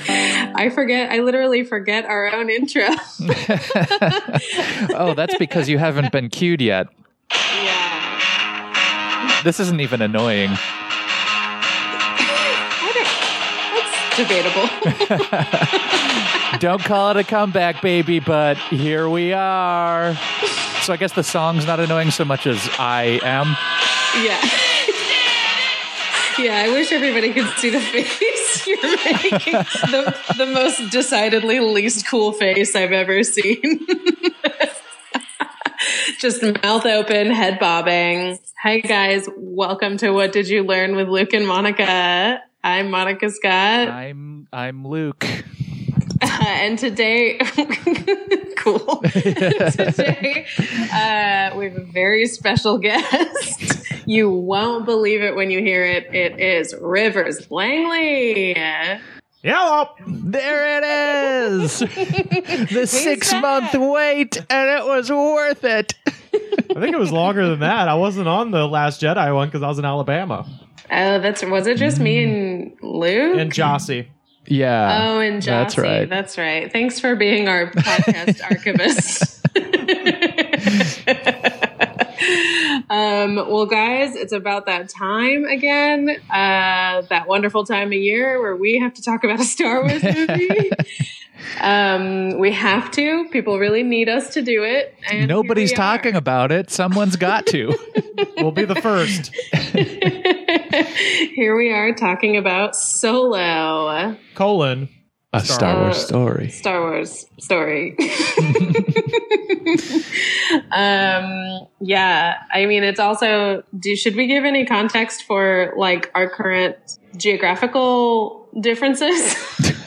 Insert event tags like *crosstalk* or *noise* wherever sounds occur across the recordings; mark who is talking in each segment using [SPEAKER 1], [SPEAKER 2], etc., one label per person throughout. [SPEAKER 1] I forget. I literally forget our own intro.
[SPEAKER 2] oh, that's because you haven't been cued yet.
[SPEAKER 1] yeah.
[SPEAKER 2] This isn't even annoying.
[SPEAKER 1] I don't, that's debatable. *laughs*
[SPEAKER 2] Don't call it a comeback, baby, but here we are. So I guess the song's not annoying so much as I am.
[SPEAKER 1] yeah. Yeah, I wish everybody could see the face *laughs* you're making. The, the most decidedly least cool face I've ever seen. *laughs* Just mouth open, head bobbing. Hi, guys. Welcome to What Did You Learn with Luke and Monica. I'm Monica Scott.
[SPEAKER 2] I'm I'm Luke.
[SPEAKER 1] Uh, *laughs* and today, *laughs* cool. today, uh, we have a very special guest. You won't believe it when you hear it. It is Rivers Langley.
[SPEAKER 3] Hello.
[SPEAKER 2] There it is. the six month
[SPEAKER 1] back.
[SPEAKER 2] wait, and it was worth it.
[SPEAKER 3] I think it was longer than that. I wasn't on the Last Jedi one because I was in Alabama.
[SPEAKER 1] Oh, that's was it just me and Luke?
[SPEAKER 3] And Jossie.
[SPEAKER 2] Yeah.
[SPEAKER 1] oh, and Jossie.
[SPEAKER 2] that's right.
[SPEAKER 1] That's right. Thanks for being our
[SPEAKER 2] *laughs*
[SPEAKER 1] podcast archivist. *laughs* um, well, guys, it's about that time again. Uh, that wonderful time of year where we have to talk about a Star Wars
[SPEAKER 2] *laughs*
[SPEAKER 1] movie. um, we have to. People really need us to do it. and here
[SPEAKER 2] Nobody's
[SPEAKER 1] we are.
[SPEAKER 2] talking about it. Someone's got to.
[SPEAKER 3] We'll be the
[SPEAKER 1] *laughs*
[SPEAKER 3] first.
[SPEAKER 1] *laughs* here we are talking about Solo.
[SPEAKER 3] Colon.
[SPEAKER 2] a Star
[SPEAKER 3] Star
[SPEAKER 2] Wars
[SPEAKER 1] Wars. *laughs*
[SPEAKER 2] story.
[SPEAKER 1] Star Wars story. *laughs* um, yeah, I mean, it's also. Do should we give any context for like our current geographical differences? *laughs*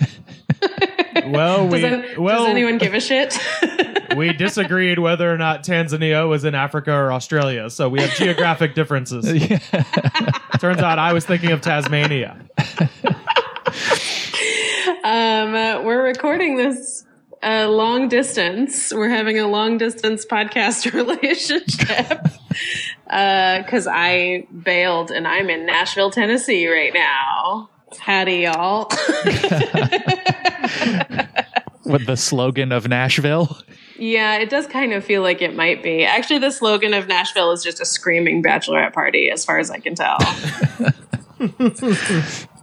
[SPEAKER 3] Well, we
[SPEAKER 1] does, an-
[SPEAKER 3] well
[SPEAKER 1] does anyone give a shit? *laughs*
[SPEAKER 3] we disagreed whether or not Tanzania was in Africa or Australia, so we have geographic
[SPEAKER 1] *laughs*
[SPEAKER 3] differences. Turns out I was thinking of Tasmania.
[SPEAKER 1] um, uh, we're recording this. uh, long distance. We're having a long distance podcast *laughs* relationship because I bailed and I'm in Nashville, Tennessee right now. Howdy, y'all. *laughs*
[SPEAKER 2] With the slogan of
[SPEAKER 1] *laughs*
[SPEAKER 2] Nashville.
[SPEAKER 1] Yeah, it does kind of feel like it might be. Actually, the slogan of Nashville is just a screaming bachelorette party, as far as I can
[SPEAKER 3] *laughs*
[SPEAKER 1] tell.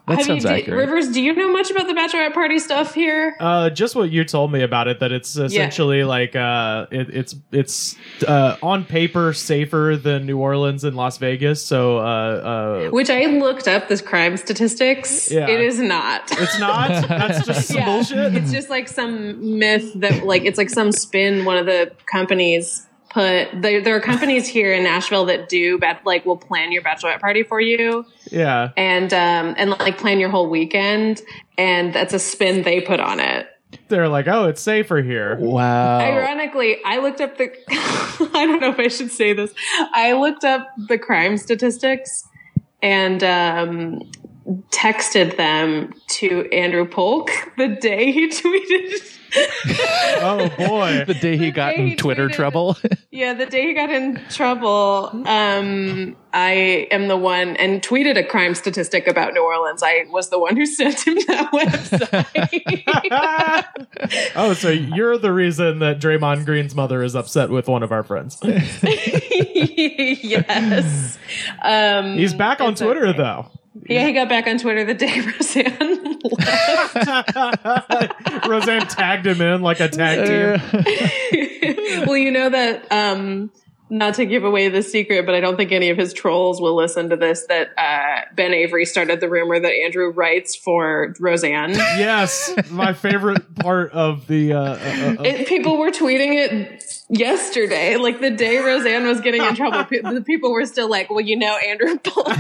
[SPEAKER 2] That
[SPEAKER 1] Have
[SPEAKER 2] sounds
[SPEAKER 1] you, do-
[SPEAKER 2] accurate.
[SPEAKER 1] Rivers, do you know much about the bachelorette party stuff here?
[SPEAKER 3] Uh, just what you told me about it—that it's essentially like uh, it, it's it's uh, on paper safer than New Orleans and Las Vegas, so uh, uh,
[SPEAKER 1] Which I looked up the crime statistics.
[SPEAKER 3] Yeah.
[SPEAKER 1] It is not.
[SPEAKER 3] it's
[SPEAKER 1] *laughs*
[SPEAKER 3] not. That's just some
[SPEAKER 1] Yeah.
[SPEAKER 3] bullshit.
[SPEAKER 1] *laughs* It's just like some myth that like it's like some spin one of the companies put there, there are companies here in Nashville that do but like will plan your bachelorette party for you
[SPEAKER 3] yeah.
[SPEAKER 1] and um and like plan your whole weekend and that's a spin they put on it.
[SPEAKER 3] they're like, oh, it's safer
[SPEAKER 1] *laughs*
[SPEAKER 3] here.
[SPEAKER 2] wow.
[SPEAKER 1] Ironically, I looked up the *laughs* I don't know if I should say this. I looked up the crime statistics and um texted them to Andrew Polk *laughs* the day he tweeted *laughs*
[SPEAKER 3] Oh boy.
[SPEAKER 2] *laughs* the day he got
[SPEAKER 1] day
[SPEAKER 2] in
[SPEAKER 1] he
[SPEAKER 2] Twitter
[SPEAKER 1] tweeted-
[SPEAKER 2] trouble.
[SPEAKER 1] *laughs* Yeah, the day he got in trouble, um, I am the one and tweeted a crime statistic about New Orleans. I was the one who sent him that *laughs* website. *laughs*
[SPEAKER 3] *laughs* oh, so you're the reason that Draymond Green's mother is upset with one of our friends.
[SPEAKER 1] yes. Um,
[SPEAKER 3] He's back on
[SPEAKER 1] it's
[SPEAKER 3] Twitter
[SPEAKER 1] okay.
[SPEAKER 3] though.
[SPEAKER 1] Yeah, he got back on Twitter the day *laughs* Roseanne left.
[SPEAKER 3] Roseanne tagged him in like a tag
[SPEAKER 1] Uh.
[SPEAKER 2] *laughs*
[SPEAKER 3] team.
[SPEAKER 1] well, you know that um not to give away the secret, but I don't think any of his trolls will listen to this that uh Ben Avery started the rumor that Andrew writes for Roseanne.
[SPEAKER 3] Yes, my favorite part of the. Uh, uh, uh,
[SPEAKER 1] It, people were tweeting it yesterday, like the day Roseanne was getting in trouble. Pe- the people were still like, "Well, you know, Andrew." *laughs* Paul."
[SPEAKER 3] *laughs*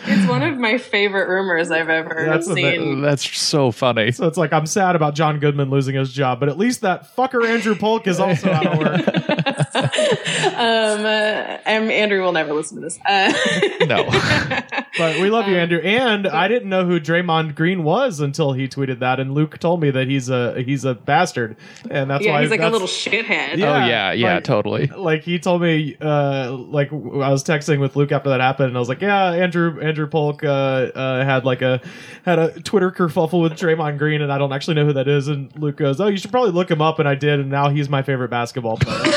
[SPEAKER 1] it's one of my favorite rumors I've ever
[SPEAKER 3] That's a bit-
[SPEAKER 1] seen.
[SPEAKER 2] That's so funny.
[SPEAKER 1] *laughs*
[SPEAKER 3] so it's like I'm sad about John Goodman losing his job, but at least that fucker Andrew Polk is also out of work.
[SPEAKER 1] *laughs* um, uh, and Andrew will never listen to this. Uh, *laughs*
[SPEAKER 2] No.
[SPEAKER 3] But we love
[SPEAKER 1] Um,
[SPEAKER 3] you, Andrew. And I didn't know who Draymond Green was until he tweeted that, and Luke told me that he's a he's a bastard, and that's
[SPEAKER 1] yeah,
[SPEAKER 3] why
[SPEAKER 1] he's like a
[SPEAKER 3] that's-
[SPEAKER 1] little shithead.
[SPEAKER 3] Yeah,
[SPEAKER 1] Yeah.
[SPEAKER 2] *laughs* oh yeah, yeah,
[SPEAKER 3] like-
[SPEAKER 2] totally.
[SPEAKER 3] *laughs* Like he told me, uh, like w- I was texting with Luke after that happened, and I was like, "Yeah, Andrew Andrew Polk uh, uh, had like a had a Twitter kerfuffle with Draymond Green, and I don't actually know who that is." And Luke goes, "Oh, you should probably look him up," and I did, and now he's my favorite basketball player.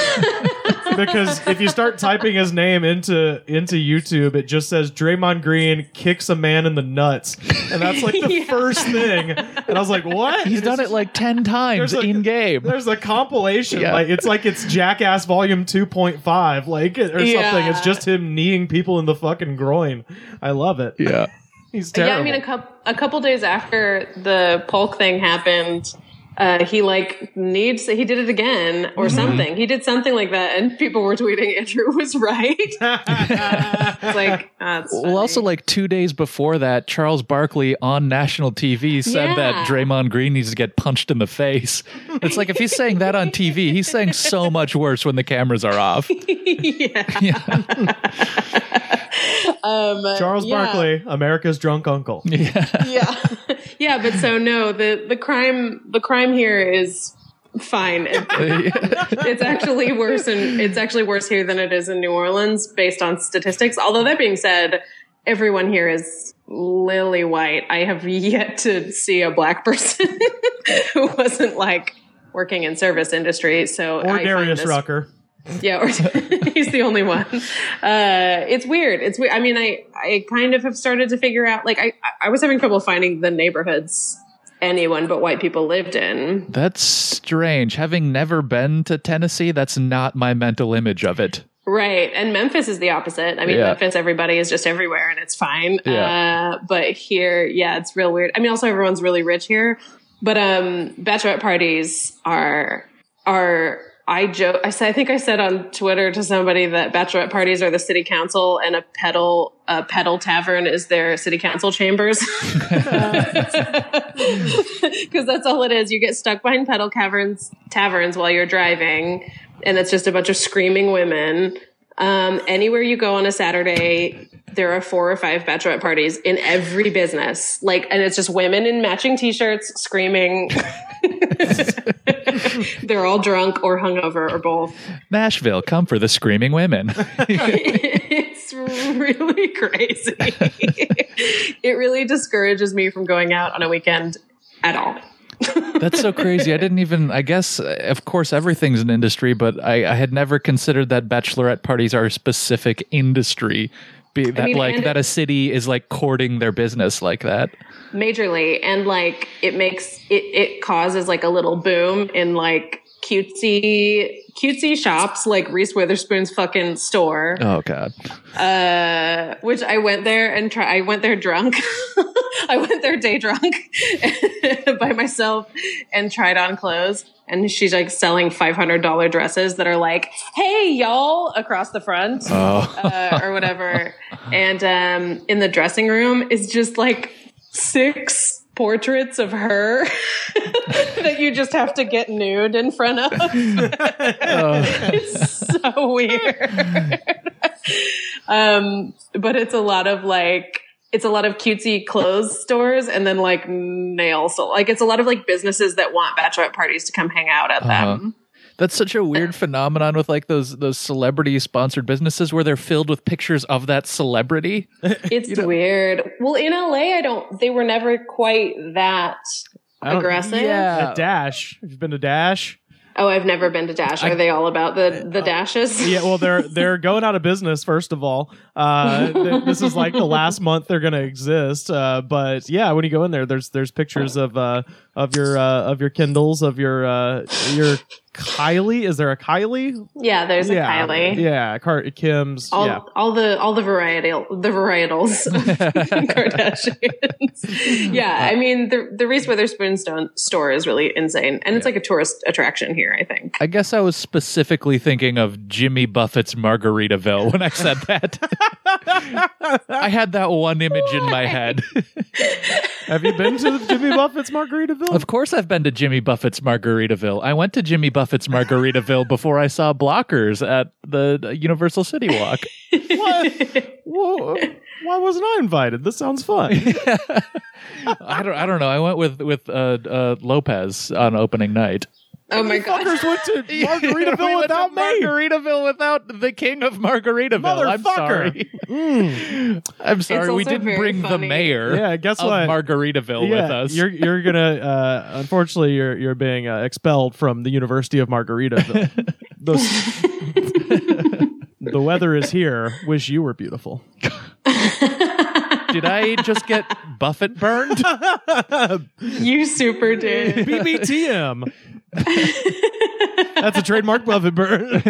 [SPEAKER 3] because if you start typing his name into into YouTube, it just says Draymond Green kicks a man in the nuts, and that's like the
[SPEAKER 1] Yeah.
[SPEAKER 3] first thing. And I was like, "What?"
[SPEAKER 2] He's
[SPEAKER 3] And it's
[SPEAKER 2] done
[SPEAKER 1] *laughs*
[SPEAKER 2] it like ten times
[SPEAKER 3] there's a-
[SPEAKER 2] in game.
[SPEAKER 3] there's a compilation.
[SPEAKER 2] Yeah.
[SPEAKER 3] Like it's like it's Jackass Volume 2.5, like or
[SPEAKER 1] Yeah.
[SPEAKER 3] something. It's just him kneeing people in the fucking groin. I love it.
[SPEAKER 2] *laughs*
[SPEAKER 1] *laughs*
[SPEAKER 2] Yeah.
[SPEAKER 3] He's terrible.
[SPEAKER 1] I mean, a couple a couple days after the Polk thing happened, uh, he like needs he did it again or
[SPEAKER 3] Mm-hmm.
[SPEAKER 1] something. He did something like that, and people were tweeting Andrew was
[SPEAKER 3] *laughs*
[SPEAKER 1] right. It's like ah, that's
[SPEAKER 2] Well, also,
[SPEAKER 1] funny.
[SPEAKER 2] like two days before that, Charles Barkley on national TV said
[SPEAKER 1] Yeah.
[SPEAKER 2] that Draymond Green needs to get punched in the face. It's like if he's saying that on TV, he's saying so much worse when the cameras are
[SPEAKER 1] *laughs*
[SPEAKER 2] off.
[SPEAKER 1] *laughs*
[SPEAKER 2] *laughs*
[SPEAKER 1] yeah. *laughs* um,
[SPEAKER 3] Charles
[SPEAKER 1] yeah.
[SPEAKER 3] Barkley, America's drunk uncle.
[SPEAKER 2] Yeah.
[SPEAKER 1] *laughs* yeah yeah but so no the the crime the crime here is
[SPEAKER 3] *laughs*
[SPEAKER 1] fine It- it's actually worse and it's actually worse here than it is in new orleans based on statistics although that being said everyone here is lily white i have yet to see a black person *laughs* who wasn't like working in service industry so I
[SPEAKER 3] Or
[SPEAKER 1] find
[SPEAKER 3] Darius
[SPEAKER 1] this-
[SPEAKER 3] Rucker.
[SPEAKER 1] yeah, or *laughs* he's the only one. Uh, it's weird. It's weird. I mean, I I kind of have started to figure out. Like, I I was having trouble finding the neighborhoods anyone but white people lived in.
[SPEAKER 2] That's strange. Having never been to Tennessee, that's not my mental image of it.
[SPEAKER 1] Right, and Memphis is the opposite. I mean,
[SPEAKER 2] Yeah.
[SPEAKER 1] Memphis, everybody is just everywhere, and it's fine.
[SPEAKER 2] Yeah.
[SPEAKER 1] Uh, but here, yeah, it's real weird. I mean, also everyone's really rich here, but um, bachelorette parties are are. I joke. I said. I think I said on Twitter to somebody that bachelorette parties are the city council, and a pedal a pedal tavern is their city council chambers. *laughs* Because Uh, that's all it is. You get stuck behind pedal caverns taverns while you're driving, and it's just a bunch of screaming women. Um, anywhere you go on a Saturday, there are four or five bachelorette parties in every business. Like, and it's just women in matching t-shirts screaming. *laughs* They're all drunk or hungover or both. *laughs*
[SPEAKER 2] Nashville, come for the screaming women. *laughs*
[SPEAKER 1] it's really crazy. *laughs* it really discourages me from going out on a weekend at all.
[SPEAKER 2] That's so crazy. I didn't even, I guess, uh, of course, everything's an industry, but I, I had never considered that bachelorette parties are a specific industry. Be, that
[SPEAKER 1] mean,
[SPEAKER 2] like
[SPEAKER 1] and-
[SPEAKER 2] that a city is like courting their business like that.
[SPEAKER 1] majorly and like it makes it it causes like a little boom in like cutesy cutesy shops like reese witherspoon's fucking store
[SPEAKER 2] Oh god.
[SPEAKER 1] uh which i went there and try i went there drunk *laughs* i went there day drunk *laughs* by myself and tried on clothes and she's like selling $500 dresses that are like hey y'all across the front *laughs*
[SPEAKER 2] Oh. *laughs*
[SPEAKER 1] uh, or whatever. And um, in the dressing room is just like six portraits of her *laughs* that you just have to get nude in front of. *laughs* it's so weird. um, but it's a lot of like, it's a lot of cutesy clothes stores and then like nail. So like it's a lot of like businesses that want bachelorette parties to come hang out at them.
[SPEAKER 2] That's such a weird phenomenon with like those those celebrity sponsored businesses where they're filled with pictures of that celebrity.
[SPEAKER 3] *laughs*
[SPEAKER 1] It's weird. Well, in LA, I don't, they were never quite that
[SPEAKER 3] I don't-
[SPEAKER 1] aggressive.
[SPEAKER 2] Yeah.
[SPEAKER 3] At Dash. Have you been to Dash?
[SPEAKER 1] Oh, I've never been to Dash. Are they all about the the dashes?
[SPEAKER 3] Uh, Yeah, well, they're they're going out of business. First of all, uh, th- this is like the last month they're going to exist. Uh, but yeah, when you go in there, there's there's pictures of uh, of your uh, of your Kindles, of your uh, your Kylie. Is there a Kylie?
[SPEAKER 1] *laughs* Yeah, there's a
[SPEAKER 3] yeah,
[SPEAKER 1] Kylie.
[SPEAKER 3] yeah, Car- Kim's.
[SPEAKER 1] All,
[SPEAKER 2] *laughs*
[SPEAKER 3] yeah,
[SPEAKER 1] all the all the varietal the
[SPEAKER 3] *laughs*
[SPEAKER 1] varietals *laughs* of Kardashians. yeah, I mean the the Reese Witherspoon stone, store is really insane, and it's like a tourist attraction here. I think.
[SPEAKER 2] I guess I was specifically thinking of Jimmy Buffett's Margaritaville when I said that. I had that one image in my head.
[SPEAKER 3] Have you been to Jimmy Buffett's Margaritaville?
[SPEAKER 2] Of course, I've been to Jimmy Buffett's Margaritaville. I went to Jimmy Buffett's Margaritaville before I saw Blockers at the the Universal City Walk.
[SPEAKER 3] What? Whoa, why wasn't I invited? This sounds fun.
[SPEAKER 2] I don't. I don't know. I went with with uh, uh, Lopez on opening night.
[SPEAKER 1] oh my god.
[SPEAKER 3] Fuckers went to
[SPEAKER 2] *laughs*
[SPEAKER 3] Margaritaville
[SPEAKER 2] We went to
[SPEAKER 3] without me.
[SPEAKER 2] Margaritaville without the king of Margaritaville. I'm
[SPEAKER 3] Motherfucker.
[SPEAKER 2] sorry.
[SPEAKER 3] Mm.
[SPEAKER 2] I'm sorry. We
[SPEAKER 1] also
[SPEAKER 2] didn't
[SPEAKER 1] very
[SPEAKER 2] bring the
[SPEAKER 1] funny.
[SPEAKER 2] mayor.
[SPEAKER 3] Yeah, guess
[SPEAKER 2] of
[SPEAKER 3] what?
[SPEAKER 2] Margaritaville
[SPEAKER 3] yeah,
[SPEAKER 2] with us.
[SPEAKER 3] You're you're gonna uh, unfortunately you're you're being uh, expelled from the University of Margaritaville. Those- *laughs* the weather is here. Wish you were beautiful.
[SPEAKER 2] Did I just get Buffett burned?
[SPEAKER 1] you super
[SPEAKER 3] *laughs*
[SPEAKER 1] did.
[SPEAKER 2] *laughs*
[SPEAKER 3] BBTM. That's a trademark Buffett burn.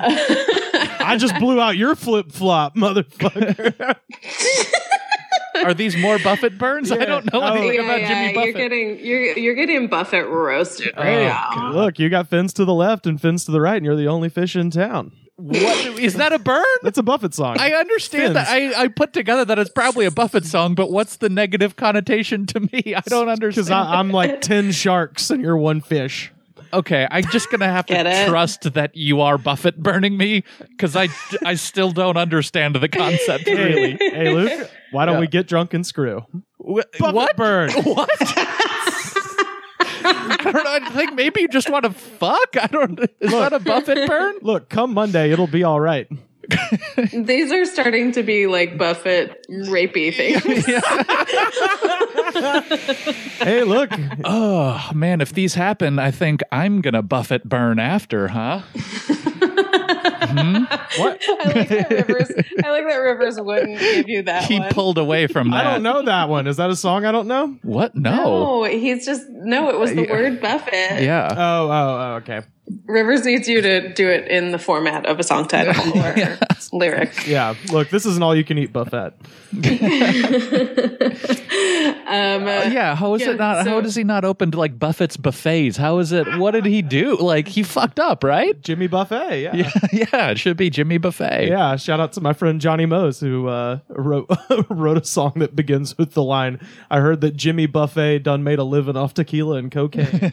[SPEAKER 3] I just blew out your flip flop, motherfucker.
[SPEAKER 2] *laughs* Are these more Buffett burns? I don't know
[SPEAKER 3] Oh.
[SPEAKER 2] anything
[SPEAKER 1] Yeah,
[SPEAKER 2] about
[SPEAKER 1] yeah,
[SPEAKER 2] Jimmy
[SPEAKER 1] You're
[SPEAKER 2] Buffett.
[SPEAKER 1] getting you're you're getting Buffett roasted
[SPEAKER 3] Oh,
[SPEAKER 1] right now.
[SPEAKER 3] Look, you got fins to the left and fins to the right, and you're the only fish in town.
[SPEAKER 2] What is that a burn?
[SPEAKER 3] That's a Buffett song.
[SPEAKER 2] I understand that. I, I put together that it's probably a Buffett song, but what's the negative connotation to me? I don't
[SPEAKER 3] Because
[SPEAKER 2] understand.
[SPEAKER 3] I'm like 10 sharks and you're one fish.
[SPEAKER 2] okay, I'm just gonna have
[SPEAKER 1] Get
[SPEAKER 2] to
[SPEAKER 1] it?
[SPEAKER 2] trust that you are Buffett burning me because I I still don't understand the concept *laughs* really.
[SPEAKER 3] Hey, hey, Luke, why don't
[SPEAKER 2] Yeah.
[SPEAKER 3] we get drunk and screw?
[SPEAKER 2] Wh-
[SPEAKER 3] Buffett
[SPEAKER 2] what?
[SPEAKER 3] burn.
[SPEAKER 2] What? I don't know. *laughs* I think maybe you just want to fuck. I don't. Is that a Buffett
[SPEAKER 3] *laughs*
[SPEAKER 2] burn?
[SPEAKER 3] Look, come Monday, it'll be all right.
[SPEAKER 1] These are starting to be like Buffett *laughs* rapey things.
[SPEAKER 2] *laughs*
[SPEAKER 3] Hey, look,
[SPEAKER 2] Oh man, if these happen, I think I'm gonna Buffett burn after, huh?
[SPEAKER 3] what?
[SPEAKER 1] I like that Rivers. I like that Rivers wouldn't give you that
[SPEAKER 2] *laughs* He
[SPEAKER 1] one.
[SPEAKER 2] pulled away from
[SPEAKER 3] *laughs* I
[SPEAKER 2] that.
[SPEAKER 3] don't know that one. Is that a song I don't know?
[SPEAKER 2] What? No.
[SPEAKER 1] no, he's just no. It was the
[SPEAKER 2] Yeah.
[SPEAKER 1] word Buffett.
[SPEAKER 2] Yeah.
[SPEAKER 3] Oh, oh, oh, okay.
[SPEAKER 1] Rivers needs you to do it in the format of a song
[SPEAKER 2] *laughs*
[SPEAKER 1] title or lyric.
[SPEAKER 3] Yeah, look, this is an all you can eat buffet.
[SPEAKER 1] Um,
[SPEAKER 2] Uh, yeah, how is
[SPEAKER 1] yeah,
[SPEAKER 2] it not? how
[SPEAKER 1] so-
[SPEAKER 2] does he not open to like Buffett's buffets? How is it? What did he do? Like he fucked up, right? *laughs*
[SPEAKER 3] Jimmy Buffet, yeah. yeah.
[SPEAKER 2] yeah, it should be Jimmy Buffet.
[SPEAKER 3] shout out to my friend Johnny Mose who uh, wrote *laughs* wrote a song that begins with the line, "I heard that Jimmy Buffet done made a living off tequila and cocaine."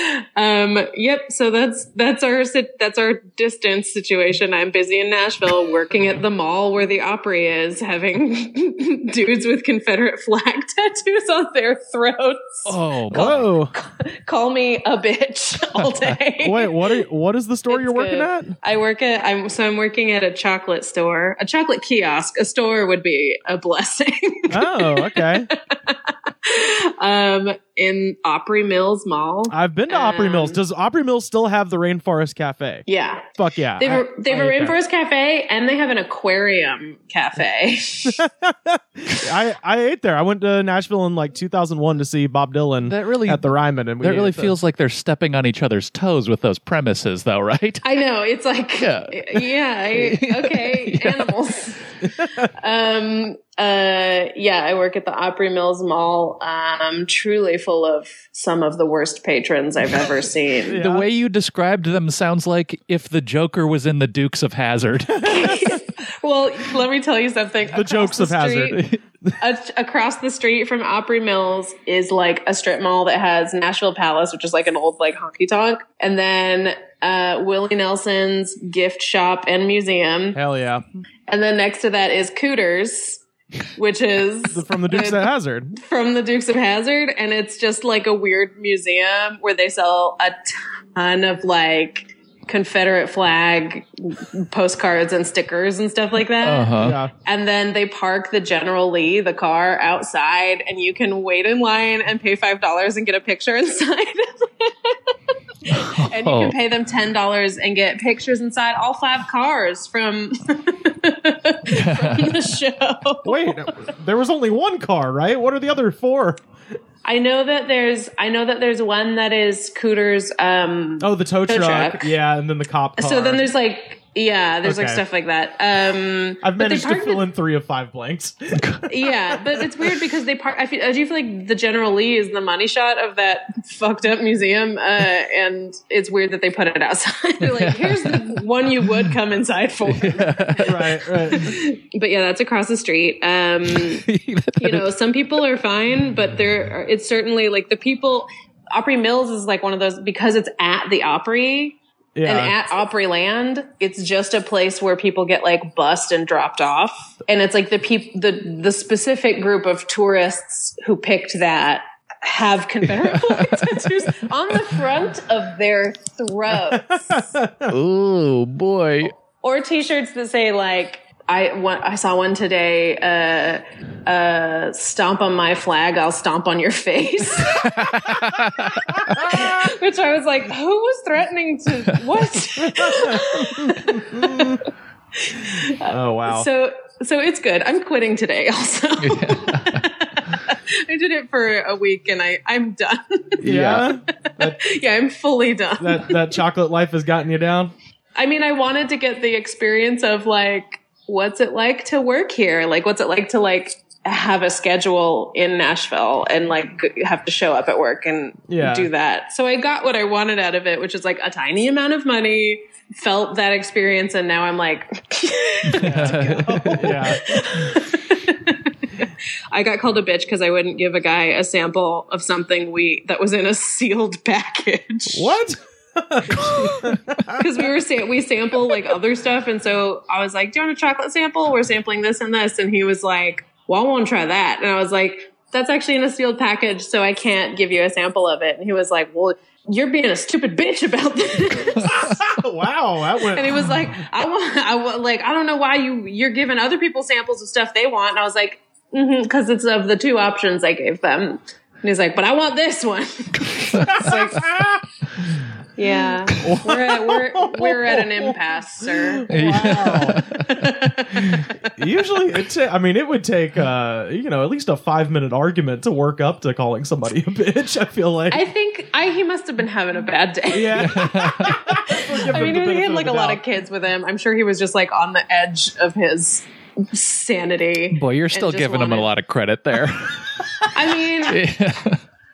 [SPEAKER 1] um, yep. So that's that's our sit- that's our distance situation. I'm busy in Nashville, working at the mall where the Opry is, having *laughs* dudes with Confederate flag *laughs* tattoos on their throats.
[SPEAKER 2] Oh, boy.
[SPEAKER 3] Whoa!
[SPEAKER 1] Call me a
[SPEAKER 3] *laughs*
[SPEAKER 1] bitch all day.
[SPEAKER 3] Wait, what? Are, what is the store
[SPEAKER 1] It's
[SPEAKER 3] you're working
[SPEAKER 1] good.
[SPEAKER 3] at?
[SPEAKER 1] I work at I'm so I'm working at a chocolate store, a chocolate kiosk. A store would be a blessing. *laughs*
[SPEAKER 3] Oh, okay.
[SPEAKER 1] um, in Opry Mills Mall.
[SPEAKER 3] I've been to Opry
[SPEAKER 1] Um,
[SPEAKER 3] Mills. Does Opry Mills still have the Rainforest Cafe?
[SPEAKER 1] yeah,
[SPEAKER 3] Fuck yeah.
[SPEAKER 1] They have,
[SPEAKER 3] I-
[SPEAKER 1] a, they have
[SPEAKER 3] I
[SPEAKER 1] a
[SPEAKER 3] hate that.
[SPEAKER 1] rainforest cafe and they have an aquarium
[SPEAKER 3] *laughs*
[SPEAKER 1] cafe.
[SPEAKER 3] I, I ate there. I went to Nashville in like 2001 to see Bob Dylan
[SPEAKER 2] That really-
[SPEAKER 3] Mm-hmm. at the Ryman, and we
[SPEAKER 2] that really
[SPEAKER 3] ate the-
[SPEAKER 2] feels like they're stepping on each other's toes with those premises, though, *laughs* right?
[SPEAKER 1] I know it's like
[SPEAKER 2] Yeah.
[SPEAKER 1] yeah, I,
[SPEAKER 3] *laughs*
[SPEAKER 1] okay, animals. um, uh, yeah, I work at the Opry Mills Mall. Um, truly full of some of the worst patrons I've
[SPEAKER 3] *laughs*
[SPEAKER 1] ever seen.
[SPEAKER 3] Yeah.
[SPEAKER 2] The way you described them sounds like if the Joker was in the Dukes of Hazard.
[SPEAKER 1] Well, let me tell you something.
[SPEAKER 3] the jokes of hazard. *laughs*
[SPEAKER 1] a- across the street from Opry Mills is like a strip mall that has Nashville Palace, which is like an old like honky tonk, and then uh, Willie Nelson's gift shop and museum,
[SPEAKER 3] Hell yeah!
[SPEAKER 1] and then next to that is Cooters, which is
[SPEAKER 3] From *laughs* the Dukes of Hazard.
[SPEAKER 1] from the Dukes of Hazard, and it's just like a weird museum where they sell a ton of like Confederate flag postcards and stickers and stuff like that.
[SPEAKER 3] Uh-huh.
[SPEAKER 2] Uh huh.
[SPEAKER 3] *laughs* Yeah.
[SPEAKER 1] And then they park the General Lee, the car, outside, and you can wait in line and pay five dollars and get a picture *laughs* inside. and you
[SPEAKER 2] Oh.
[SPEAKER 1] can pay them ten dollars and get pictures inside all five cars from, *laughs* from the show.
[SPEAKER 3] Wait, there was only one car, right? What are the other four?
[SPEAKER 1] I know that there's I know that there's one that is Cooter's um
[SPEAKER 3] Oh, the tow
[SPEAKER 1] Tow
[SPEAKER 3] truck.
[SPEAKER 1] truck.
[SPEAKER 3] Yeah, and then the cop Oh, car.
[SPEAKER 1] so then there's like Yeah, there's like
[SPEAKER 3] Okay.
[SPEAKER 1] stuff like that. Um,
[SPEAKER 3] I've
[SPEAKER 1] but they
[SPEAKER 3] managed to
[SPEAKER 1] partnered-
[SPEAKER 3] fill in three of
[SPEAKER 1] *laughs*
[SPEAKER 3] five blanks.
[SPEAKER 1] yeah, but it's weird because they part. I feel. I do feel like the General Lee is the money shot of that fucked up museum, uh, and it's weird that they put it outside. *laughs* They're like, here's the one you would come inside for.
[SPEAKER 3] right, right.
[SPEAKER 1] But yeah, that's across the street. Um,
[SPEAKER 2] *laughs*
[SPEAKER 1] you know, some people are fine, but there. Are, it's certainly like the people. Opry Mills is like one of those because it's at the Opry.
[SPEAKER 3] *laughs* Yeah.
[SPEAKER 1] And at Opryland, it's just a place where people get like bussed and dropped off, and it's like the peop the the specific group of tourists who picked that have Confederate flag tattoos on the front of their throats,
[SPEAKER 2] oh boy.
[SPEAKER 1] or T-shirts that say like I one, I saw one today, uh, uh, stomp on my flag, I'll stomp on your face, *laughs* which I was like, who was threatening to what?
[SPEAKER 3] oh wow.
[SPEAKER 1] So so it's good. I'm quitting today
[SPEAKER 3] *laughs*
[SPEAKER 1] also. I did it for a week and I I'm done. *laughs*
[SPEAKER 3] yeah. that,
[SPEAKER 1] yeah, I'm fully done.
[SPEAKER 3] that that chocolate life has gotten you
[SPEAKER 1] *laughs*
[SPEAKER 3] down.
[SPEAKER 1] I mean, I wanted to get the experience of like what's it like to work here? Like what's it like to like have a schedule in Nashville and like g- have to show up at work and
[SPEAKER 3] Yeah.
[SPEAKER 1] do that. So I got what I wanted out of it, which is like a tiny amount of money, felt that experience and now I'm like *laughs*
[SPEAKER 3] Yeah.
[SPEAKER 1] I got called a bitch because I wouldn't give a guy a sample of something we that was in a *laughs* sealed package.
[SPEAKER 3] What?
[SPEAKER 1] Because we were sa- we sample like other stuff, and so I was like, "Do you want a chocolate sample? We're sampling this and this." And he was like, "Well, I won't try that." And I was like, "That's actually in a sealed package, so I can't give you a sample of it." And he was like, "Well." You're being a stupid bitch about this.
[SPEAKER 3] *laughs*
[SPEAKER 1] *laughs*
[SPEAKER 3] wow, that went.
[SPEAKER 1] and he was like, I want, I want, like, I don't know why you, you're giving other people samples of stuff they want. And I was like, mm cause it's of the two options I gave them. And he's like, but I want this one.
[SPEAKER 3] *laughs*
[SPEAKER 1] Yeah. We're at, we're, we're at an impasse, sir.
[SPEAKER 3] Oh, wow. Usually, it ta- I mean, it would take uh, you know at least a five minute argument to work up to calling somebody a bitch. I feel like.
[SPEAKER 1] I think I, he must have been having a bad day.
[SPEAKER 3] yeah.
[SPEAKER 1] *laughs* I mean, he had like a lot of kids with him. I'm sure he was just like on the edge of his sanity.
[SPEAKER 2] *laughs* Boy, you're still
[SPEAKER 1] just
[SPEAKER 2] giving him a
[SPEAKER 1] wanted-
[SPEAKER 2] lot of credit
[SPEAKER 3] *laughs*
[SPEAKER 2] there. *laughs*
[SPEAKER 1] I mean,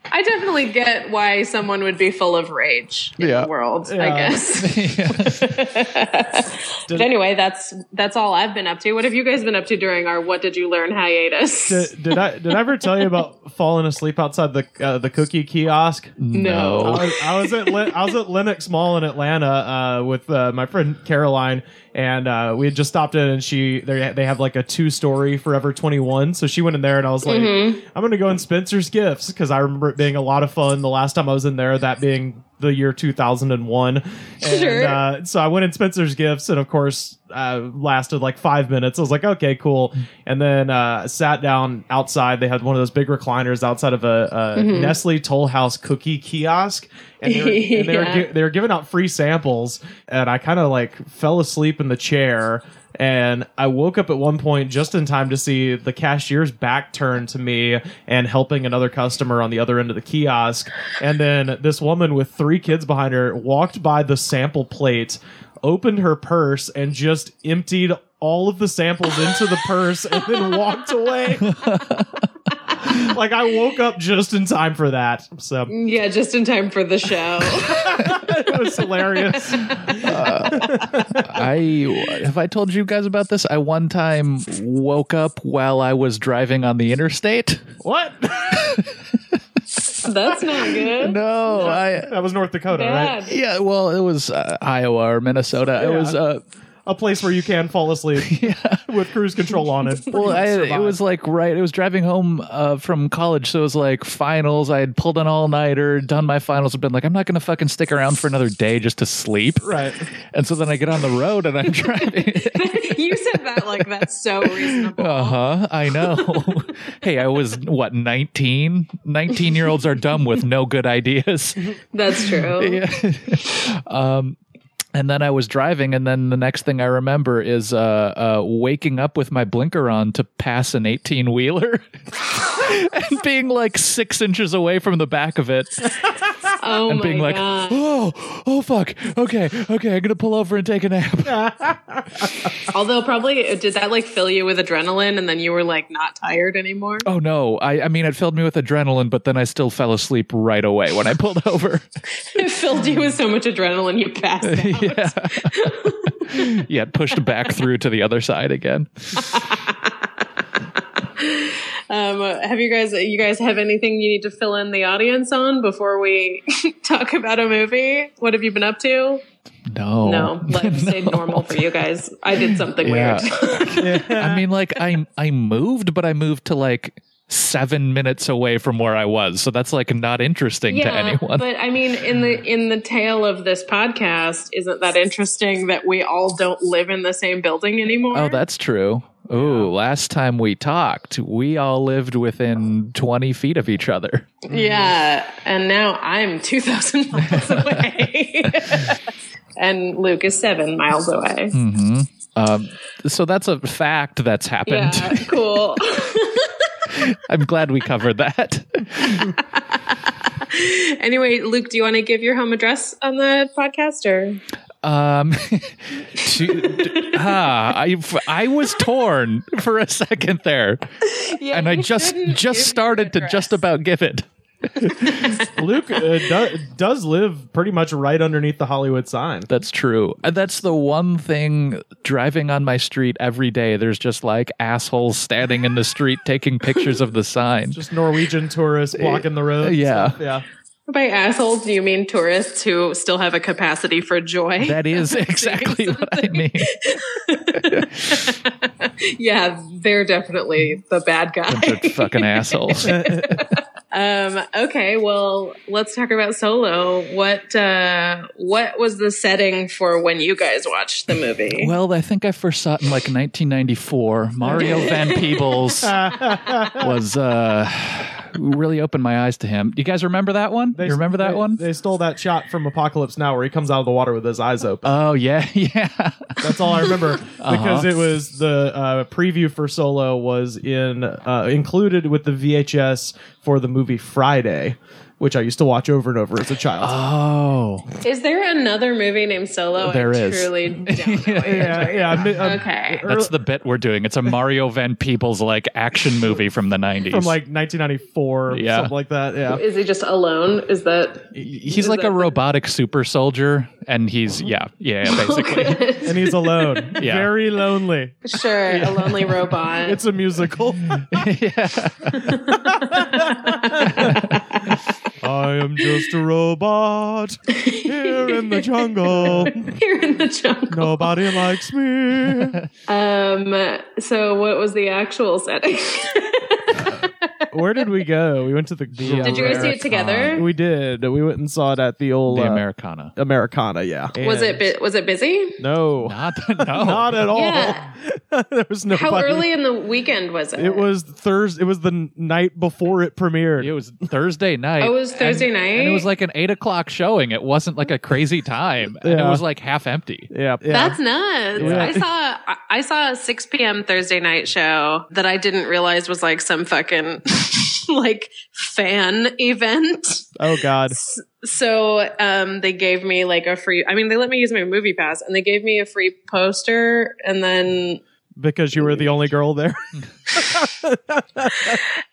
[SPEAKER 1] I definitely get why someone would be full of rage in
[SPEAKER 2] Yeah.
[SPEAKER 1] the world,
[SPEAKER 3] Yeah.
[SPEAKER 1] I guess.
[SPEAKER 2] *laughs*
[SPEAKER 1] *laughs* but anyway, that's that's all I've been up to. What have you guys been up to during our "What Did You Learn" hiatus?
[SPEAKER 3] Did, did I did I ever tell you about falling asleep outside the uh, the cookie kiosk? I
[SPEAKER 1] No.
[SPEAKER 2] no.
[SPEAKER 3] was, I was at Lin- I was at Lenox Mall in Atlanta uh, with uh, my friend Caroline, and uh, we had just stopped in, and she they they have like a two story Forever Twenty One, so she went in there, and I was like,
[SPEAKER 1] Mm-hmm.
[SPEAKER 3] I'm gonna go in Spencer's Gifts because I remember it being a lot of fun the last time I was in there, that being the year 2001. And,
[SPEAKER 1] Sure.
[SPEAKER 3] uh, so I went in Spencer's Gifts, and of course, uh, lasted like five minutes. I was like, okay, cool. And then uh, sat down outside. They had one of those big recliners outside of a, a Nestle Toll House cookie kiosk, and they were, and they,
[SPEAKER 1] Yeah.
[SPEAKER 3] were gi- they were giving out free samples. And I kind of like fell asleep in the chair. And I woke up at one point just in time to see the cashier's back turn to me and helping another customer on the other end of the kiosk. And then this woman with three kids behind her walked by the sample plate, opened her purse, and just emptied all of the samples into the purse and then walked away. like I woke up just in time for that. So
[SPEAKER 1] *laughs* Yeah, just in time for the
[SPEAKER 2] *laughs*
[SPEAKER 1] show. *laughs*
[SPEAKER 3] it was hilarious.
[SPEAKER 2] I have I told you guys about this? I one time woke up while I was driving on the interstate.
[SPEAKER 3] What?
[SPEAKER 1] that's not good.
[SPEAKER 2] No, I
[SPEAKER 3] that was North Dakota, right?
[SPEAKER 1] Bad.
[SPEAKER 2] *laughs* Yeah, well, it was uh, Iowa or Minnesota. It
[SPEAKER 3] Yeah.
[SPEAKER 2] was uh,
[SPEAKER 3] A place where you can fall
[SPEAKER 2] *laughs*
[SPEAKER 3] asleep with cruise control on it.
[SPEAKER 2] well, I, it
[SPEAKER 3] Survive.
[SPEAKER 2] was like right. It was driving home uh, from college, so it was like finals. I had pulled an all nighter, done my finals, and been like, I'm not gonna fucking stick around for another day just to sleep. *laughs*
[SPEAKER 3] right.
[SPEAKER 2] And so then I get on the road and I'm *laughs*
[SPEAKER 1] *laughs*
[SPEAKER 2] driving.
[SPEAKER 1] you said that like that's so reasonable.
[SPEAKER 2] Uh huh. I know. *laughs* hey, I was what 19. 19 year olds are dumb with no good ideas.
[SPEAKER 1] That's
[SPEAKER 2] *laughs*
[SPEAKER 1] true.
[SPEAKER 2] um, and then I was driving, and then the next thing I remember is uh, uh, waking up with my blinker on to pass an 18 *laughs* wheeler and being like six inches away from the back of it.
[SPEAKER 1] *laughs* Oh
[SPEAKER 2] and being
[SPEAKER 1] my
[SPEAKER 2] like,
[SPEAKER 1] God.
[SPEAKER 2] oh, oh fuck, okay, okay, I'm gonna pull over and take a nap.
[SPEAKER 1] Although probably did that like fill you with adrenaline and then you were like not tired anymore?
[SPEAKER 2] Oh no, I, I mean, it filled me with adrenaline, but then I still fell asleep right away when I pulled *laughs* over.
[SPEAKER 1] *laughs* it filled you with so much adrenaline you passed
[SPEAKER 2] *laughs*
[SPEAKER 1] out.
[SPEAKER 2] yeah, yeah, it pushed back through to the other side again.
[SPEAKER 1] Um, have you guys you guys have anything you need to fill in the audience on before we *laughs* talk about a movie? What have you been up to?
[SPEAKER 2] Oh. *laughs* No,
[SPEAKER 1] No, life stayed normal for you guys. I did something
[SPEAKER 2] *laughs* Yeah.
[SPEAKER 1] *laughs* weird.
[SPEAKER 2] I mean, like I I moved, but I moved to like seven minutes away from where I was, so that's like not interesting to anyone.
[SPEAKER 1] but I mean, in the in the tale of this podcast, isn't that interesting that we all don't live in the same building anymore?
[SPEAKER 2] oh, that's true. Ooh, last time we talked, we all lived within twenty feet of each other.
[SPEAKER 1] Yeah, and now I'm 2,000 *laughs*
[SPEAKER 2] *laughs*
[SPEAKER 1] miles away. *laughs* and Luke is seven miles away.
[SPEAKER 2] hmm Um, so that's a fact that's happened.
[SPEAKER 1] Yeah, cool.
[SPEAKER 2] *laughs* I'm glad we covered that.
[SPEAKER 1] anyway, Luke, do you want to give your home address on the podcast or?
[SPEAKER 2] Um, *laughs* to, d- ah, I I was torn for a second there,
[SPEAKER 1] Yeah,
[SPEAKER 2] and I
[SPEAKER 1] you
[SPEAKER 2] just
[SPEAKER 1] shouldn't *laughs* give
[SPEAKER 2] just
[SPEAKER 1] your
[SPEAKER 2] started to
[SPEAKER 1] address.
[SPEAKER 2] just about give it.
[SPEAKER 3] *laughs* Luke uh, do, does live pretty much right underneath the Hollywood sign.
[SPEAKER 2] That's true. And that's the one thing driving on my street every day. There's just like assholes standing in the street taking pictures of the
[SPEAKER 3] *laughs*
[SPEAKER 2] sign.
[SPEAKER 3] Just Norwegian tourists blocking the road. and
[SPEAKER 2] Yeah.
[SPEAKER 3] stuff. yeah.
[SPEAKER 1] By assholes, do you mean tourists who still have a capacity for joy?
[SPEAKER 2] That
[SPEAKER 3] *laughs*
[SPEAKER 2] is exactly what I mean.
[SPEAKER 1] *laughs* yeah, they're definitely the bad
[SPEAKER 2] Bunch of
[SPEAKER 1] guy.
[SPEAKER 2] fucking *laughs* assholes.
[SPEAKER 1] *laughs* Um, okay, well, let's talk about Solo. What uh, what was the setting for when you guys watched the movie?
[SPEAKER 2] Well, I think I first saw it in like 1994.
[SPEAKER 3] *laughs*
[SPEAKER 2] Mario Van Peebles was uh, really opened my eyes to him. You guys remember that one?
[SPEAKER 3] They-
[SPEAKER 2] you remember that
[SPEAKER 3] they-
[SPEAKER 2] one?
[SPEAKER 3] They stole that shot from Apocalypse Now where he comes out of the water with his eyes open.
[SPEAKER 2] oh yeah, *laughs* yeah.
[SPEAKER 3] That's all
[SPEAKER 2] *laughs*
[SPEAKER 3] I remember
[SPEAKER 2] Uh-huh.
[SPEAKER 3] because it was the uh, preview for Solo was in uh, included with the VHS for the movie Friday, which I used to watch over and over as a child.
[SPEAKER 2] Oh,
[SPEAKER 1] Is there another movie named Solo?
[SPEAKER 2] There
[SPEAKER 1] I
[SPEAKER 2] is.
[SPEAKER 1] Truly don't
[SPEAKER 2] *laughs*
[SPEAKER 1] know.
[SPEAKER 3] yeah,
[SPEAKER 1] *laughs*
[SPEAKER 3] yeah. I'm- I'm-
[SPEAKER 1] Okay.
[SPEAKER 3] early-
[SPEAKER 2] that's the bit we're doing. It's a Mario Van Peebles like action movie from the 90s.
[SPEAKER 3] from like 1994,
[SPEAKER 2] Yeah.
[SPEAKER 3] something like that. Yeah.
[SPEAKER 1] Is he just alone? Is that
[SPEAKER 2] he's like a robotic super soldier, and he's
[SPEAKER 1] Uh-huh.
[SPEAKER 2] yeah, yeah,
[SPEAKER 1] *laughs*
[SPEAKER 2] basically.
[SPEAKER 3] and he's *laughs* alone.
[SPEAKER 2] Yeah.
[SPEAKER 3] Very lonely.
[SPEAKER 1] sure a lonely robot?
[SPEAKER 3] It's a musical. *laughs*
[SPEAKER 2] yeah.
[SPEAKER 3] I am just a robot here in
[SPEAKER 1] *laughs*
[SPEAKER 3] the jungle.
[SPEAKER 1] *laughs* here in the jungle.
[SPEAKER 3] Nobody likes me.
[SPEAKER 1] Um. So, what was the actual setting? *laughs*
[SPEAKER 3] Where did we go? We went to the.
[SPEAKER 1] Did you guys see it together?
[SPEAKER 3] We did. We went and saw it at the
[SPEAKER 2] *laughs*
[SPEAKER 3] old
[SPEAKER 2] The
[SPEAKER 3] uh,
[SPEAKER 2] Americana.
[SPEAKER 3] Americana. Yeah.
[SPEAKER 1] Was it bu- was it busy?
[SPEAKER 3] No.
[SPEAKER 2] Not
[SPEAKER 1] *laughs*
[SPEAKER 2] no.
[SPEAKER 3] Not at all.
[SPEAKER 1] Yeah.
[SPEAKER 3] *laughs* there was nobody.
[SPEAKER 1] How early in the weekend was it?
[SPEAKER 3] It was Thursday. It was the n- night before it premiered.
[SPEAKER 2] It was Thursday night.
[SPEAKER 1] Oh, it was Thursday
[SPEAKER 2] and,
[SPEAKER 1] night?
[SPEAKER 2] and it was like an eight o'clock showing. It wasn't like a crazy time, and it
[SPEAKER 3] Yeah.
[SPEAKER 2] was like half empty.
[SPEAKER 3] yeah. yeah.
[SPEAKER 1] That's nuts.
[SPEAKER 3] Yeah.
[SPEAKER 1] I saw I- I saw a 6 p.m. Thursday night show that I didn't realize was like some fucking *laughs* like fan event.
[SPEAKER 3] oh God.
[SPEAKER 1] So um, they gave me like a free. I mean, they let me use my movie pass, and they gave me a free poster, and then.
[SPEAKER 3] Because you were the only
[SPEAKER 1] *laughs*
[SPEAKER 3] girl there.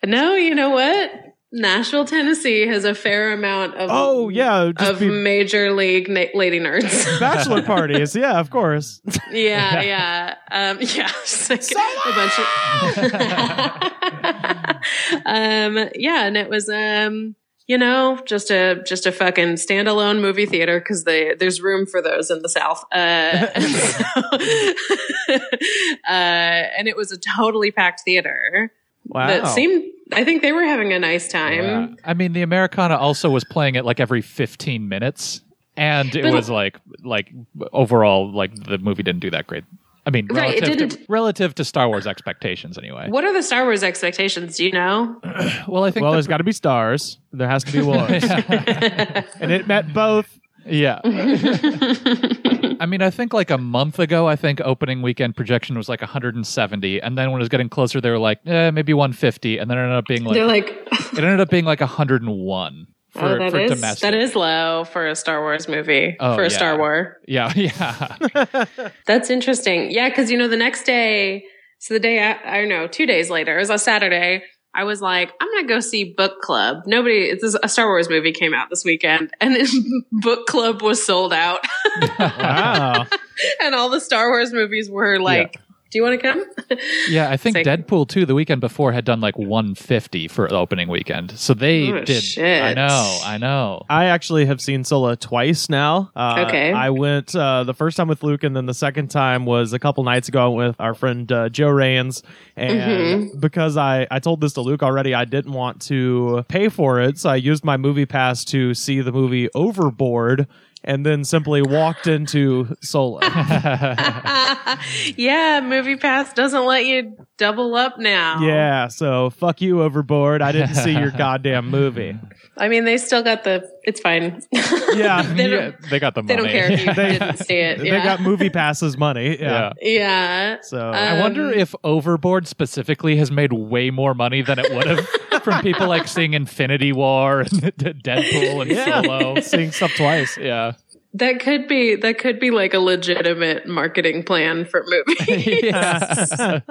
[SPEAKER 1] No, you know what? Nashville, Tennessee has a fair amount of
[SPEAKER 3] oh yeah. Just
[SPEAKER 1] of
[SPEAKER 3] be
[SPEAKER 1] *laughs* major league na- lady nerds. *laughs*
[SPEAKER 3] bachelor parties. Yeah, of course.
[SPEAKER 1] Yeah, yeah, um, *laughs* yeah. It's like a bunch of. um, yeah, and it was, um, you know, just a just a fucking standalone movie theater because they there's room for those in the South. Uh, *laughs* and, so, uh, and it was a totally packed theater
[SPEAKER 3] Wow.
[SPEAKER 1] that seemed. I think they were having a nice time.
[SPEAKER 2] Yeah. I mean, the Americana also was playing it like every 15 minutes, and it
[SPEAKER 1] But-
[SPEAKER 2] was like like overall like the movie didn't do that great. I mean,
[SPEAKER 1] Right, it
[SPEAKER 2] relative, to,
[SPEAKER 1] didn't-
[SPEAKER 2] relative to Star Wars expectations, anyway.
[SPEAKER 1] What are the Star Wars expectations? Do you know?
[SPEAKER 2] Well, I think
[SPEAKER 3] well,
[SPEAKER 2] the-
[SPEAKER 3] there's got to be stars. There has
[SPEAKER 1] *laughs*
[SPEAKER 3] to be wars,
[SPEAKER 2] *laughs*
[SPEAKER 3] and it met both.
[SPEAKER 1] *laughs*
[SPEAKER 2] Yeah. I mean, I think like a month ago, I think opening weekend projection was like 170, and then when it was getting
[SPEAKER 1] *laughs*
[SPEAKER 2] closer, they were like eh, maybe 150, and then it ended up being like,
[SPEAKER 1] They're like,
[SPEAKER 2] it ended up being like 101 for,
[SPEAKER 1] oh, that
[SPEAKER 2] for
[SPEAKER 1] is-
[SPEAKER 2] domestic.
[SPEAKER 1] that is low for a Star Wars movie.
[SPEAKER 2] Oh,
[SPEAKER 1] for a Star
[SPEAKER 2] yeah.
[SPEAKER 1] War.
[SPEAKER 2] Yeah, *laughs* yeah.
[SPEAKER 1] That's interesting. Yeah, because you know the next day, so the day I, I don't know, two days later, it was a Saturday. I was like, I'm gonna go see book club. Nobody, it's a Star Wars movie came out this weekend, *laughs* and then book club was sold out, *laughs*
[SPEAKER 3] wow.
[SPEAKER 1] and all the Star Wars movies were like, Do you want to
[SPEAKER 2] *laughs*
[SPEAKER 1] come?
[SPEAKER 2] *laughs*
[SPEAKER 1] *laughs*
[SPEAKER 2] Yeah, I think
[SPEAKER 1] It's like-
[SPEAKER 2] Deadpool 2 the weekend before had done like 150 for the opening weekend. So they
[SPEAKER 1] Oh,
[SPEAKER 2] did
[SPEAKER 1] shit.
[SPEAKER 2] I know, I
[SPEAKER 1] *laughs*
[SPEAKER 2] know. *laughs*
[SPEAKER 3] I actually have seen Sola twice now. Uh,
[SPEAKER 1] Okay.
[SPEAKER 3] I went uh, the first time with Luke, and then the second time was a couple nights ago. I went with our friend uh, Joe Rains, and
[SPEAKER 1] Mm-hmm.
[SPEAKER 3] because I I told this to Luke already, I didn't want to pay for it, so I used my movie pass to see the movie Overboard, and then simply walked into
[SPEAKER 2] *laughs*
[SPEAKER 3] Sola.
[SPEAKER 1] yeah, Movie Pass doesn't let you double up now.
[SPEAKER 3] yeah, so fuck you, Overboard. I didn't see your goddamn movie.
[SPEAKER 1] I mean they still got the. It's fine. *laughs*
[SPEAKER 3] Yeah.
[SPEAKER 1] they don't.
[SPEAKER 2] Yeah, they got the money.
[SPEAKER 1] They don't care *laughs* if you
[SPEAKER 3] They-
[SPEAKER 1] didn't see it.
[SPEAKER 3] They
[SPEAKER 1] Yeah.
[SPEAKER 3] got movie passes money. Yeah.
[SPEAKER 2] *laughs* Yeah.
[SPEAKER 1] yeah.
[SPEAKER 3] So
[SPEAKER 2] I wonder
[SPEAKER 1] Um,
[SPEAKER 2] if Overboard specifically has made way more money than it would have
[SPEAKER 1] *laughs*
[SPEAKER 2] from people like seeing Infinity War and *laughs* Deadpool and
[SPEAKER 3] Yeah.
[SPEAKER 2] Solo.
[SPEAKER 3] seeing stuff
[SPEAKER 2] *laughs*
[SPEAKER 3] twice. *laughs*
[SPEAKER 2] Yeah.
[SPEAKER 1] That could be that could be like a legitimate marketing plan for *laughs* movies.
[SPEAKER 2] *laughs* we
[SPEAKER 1] Try to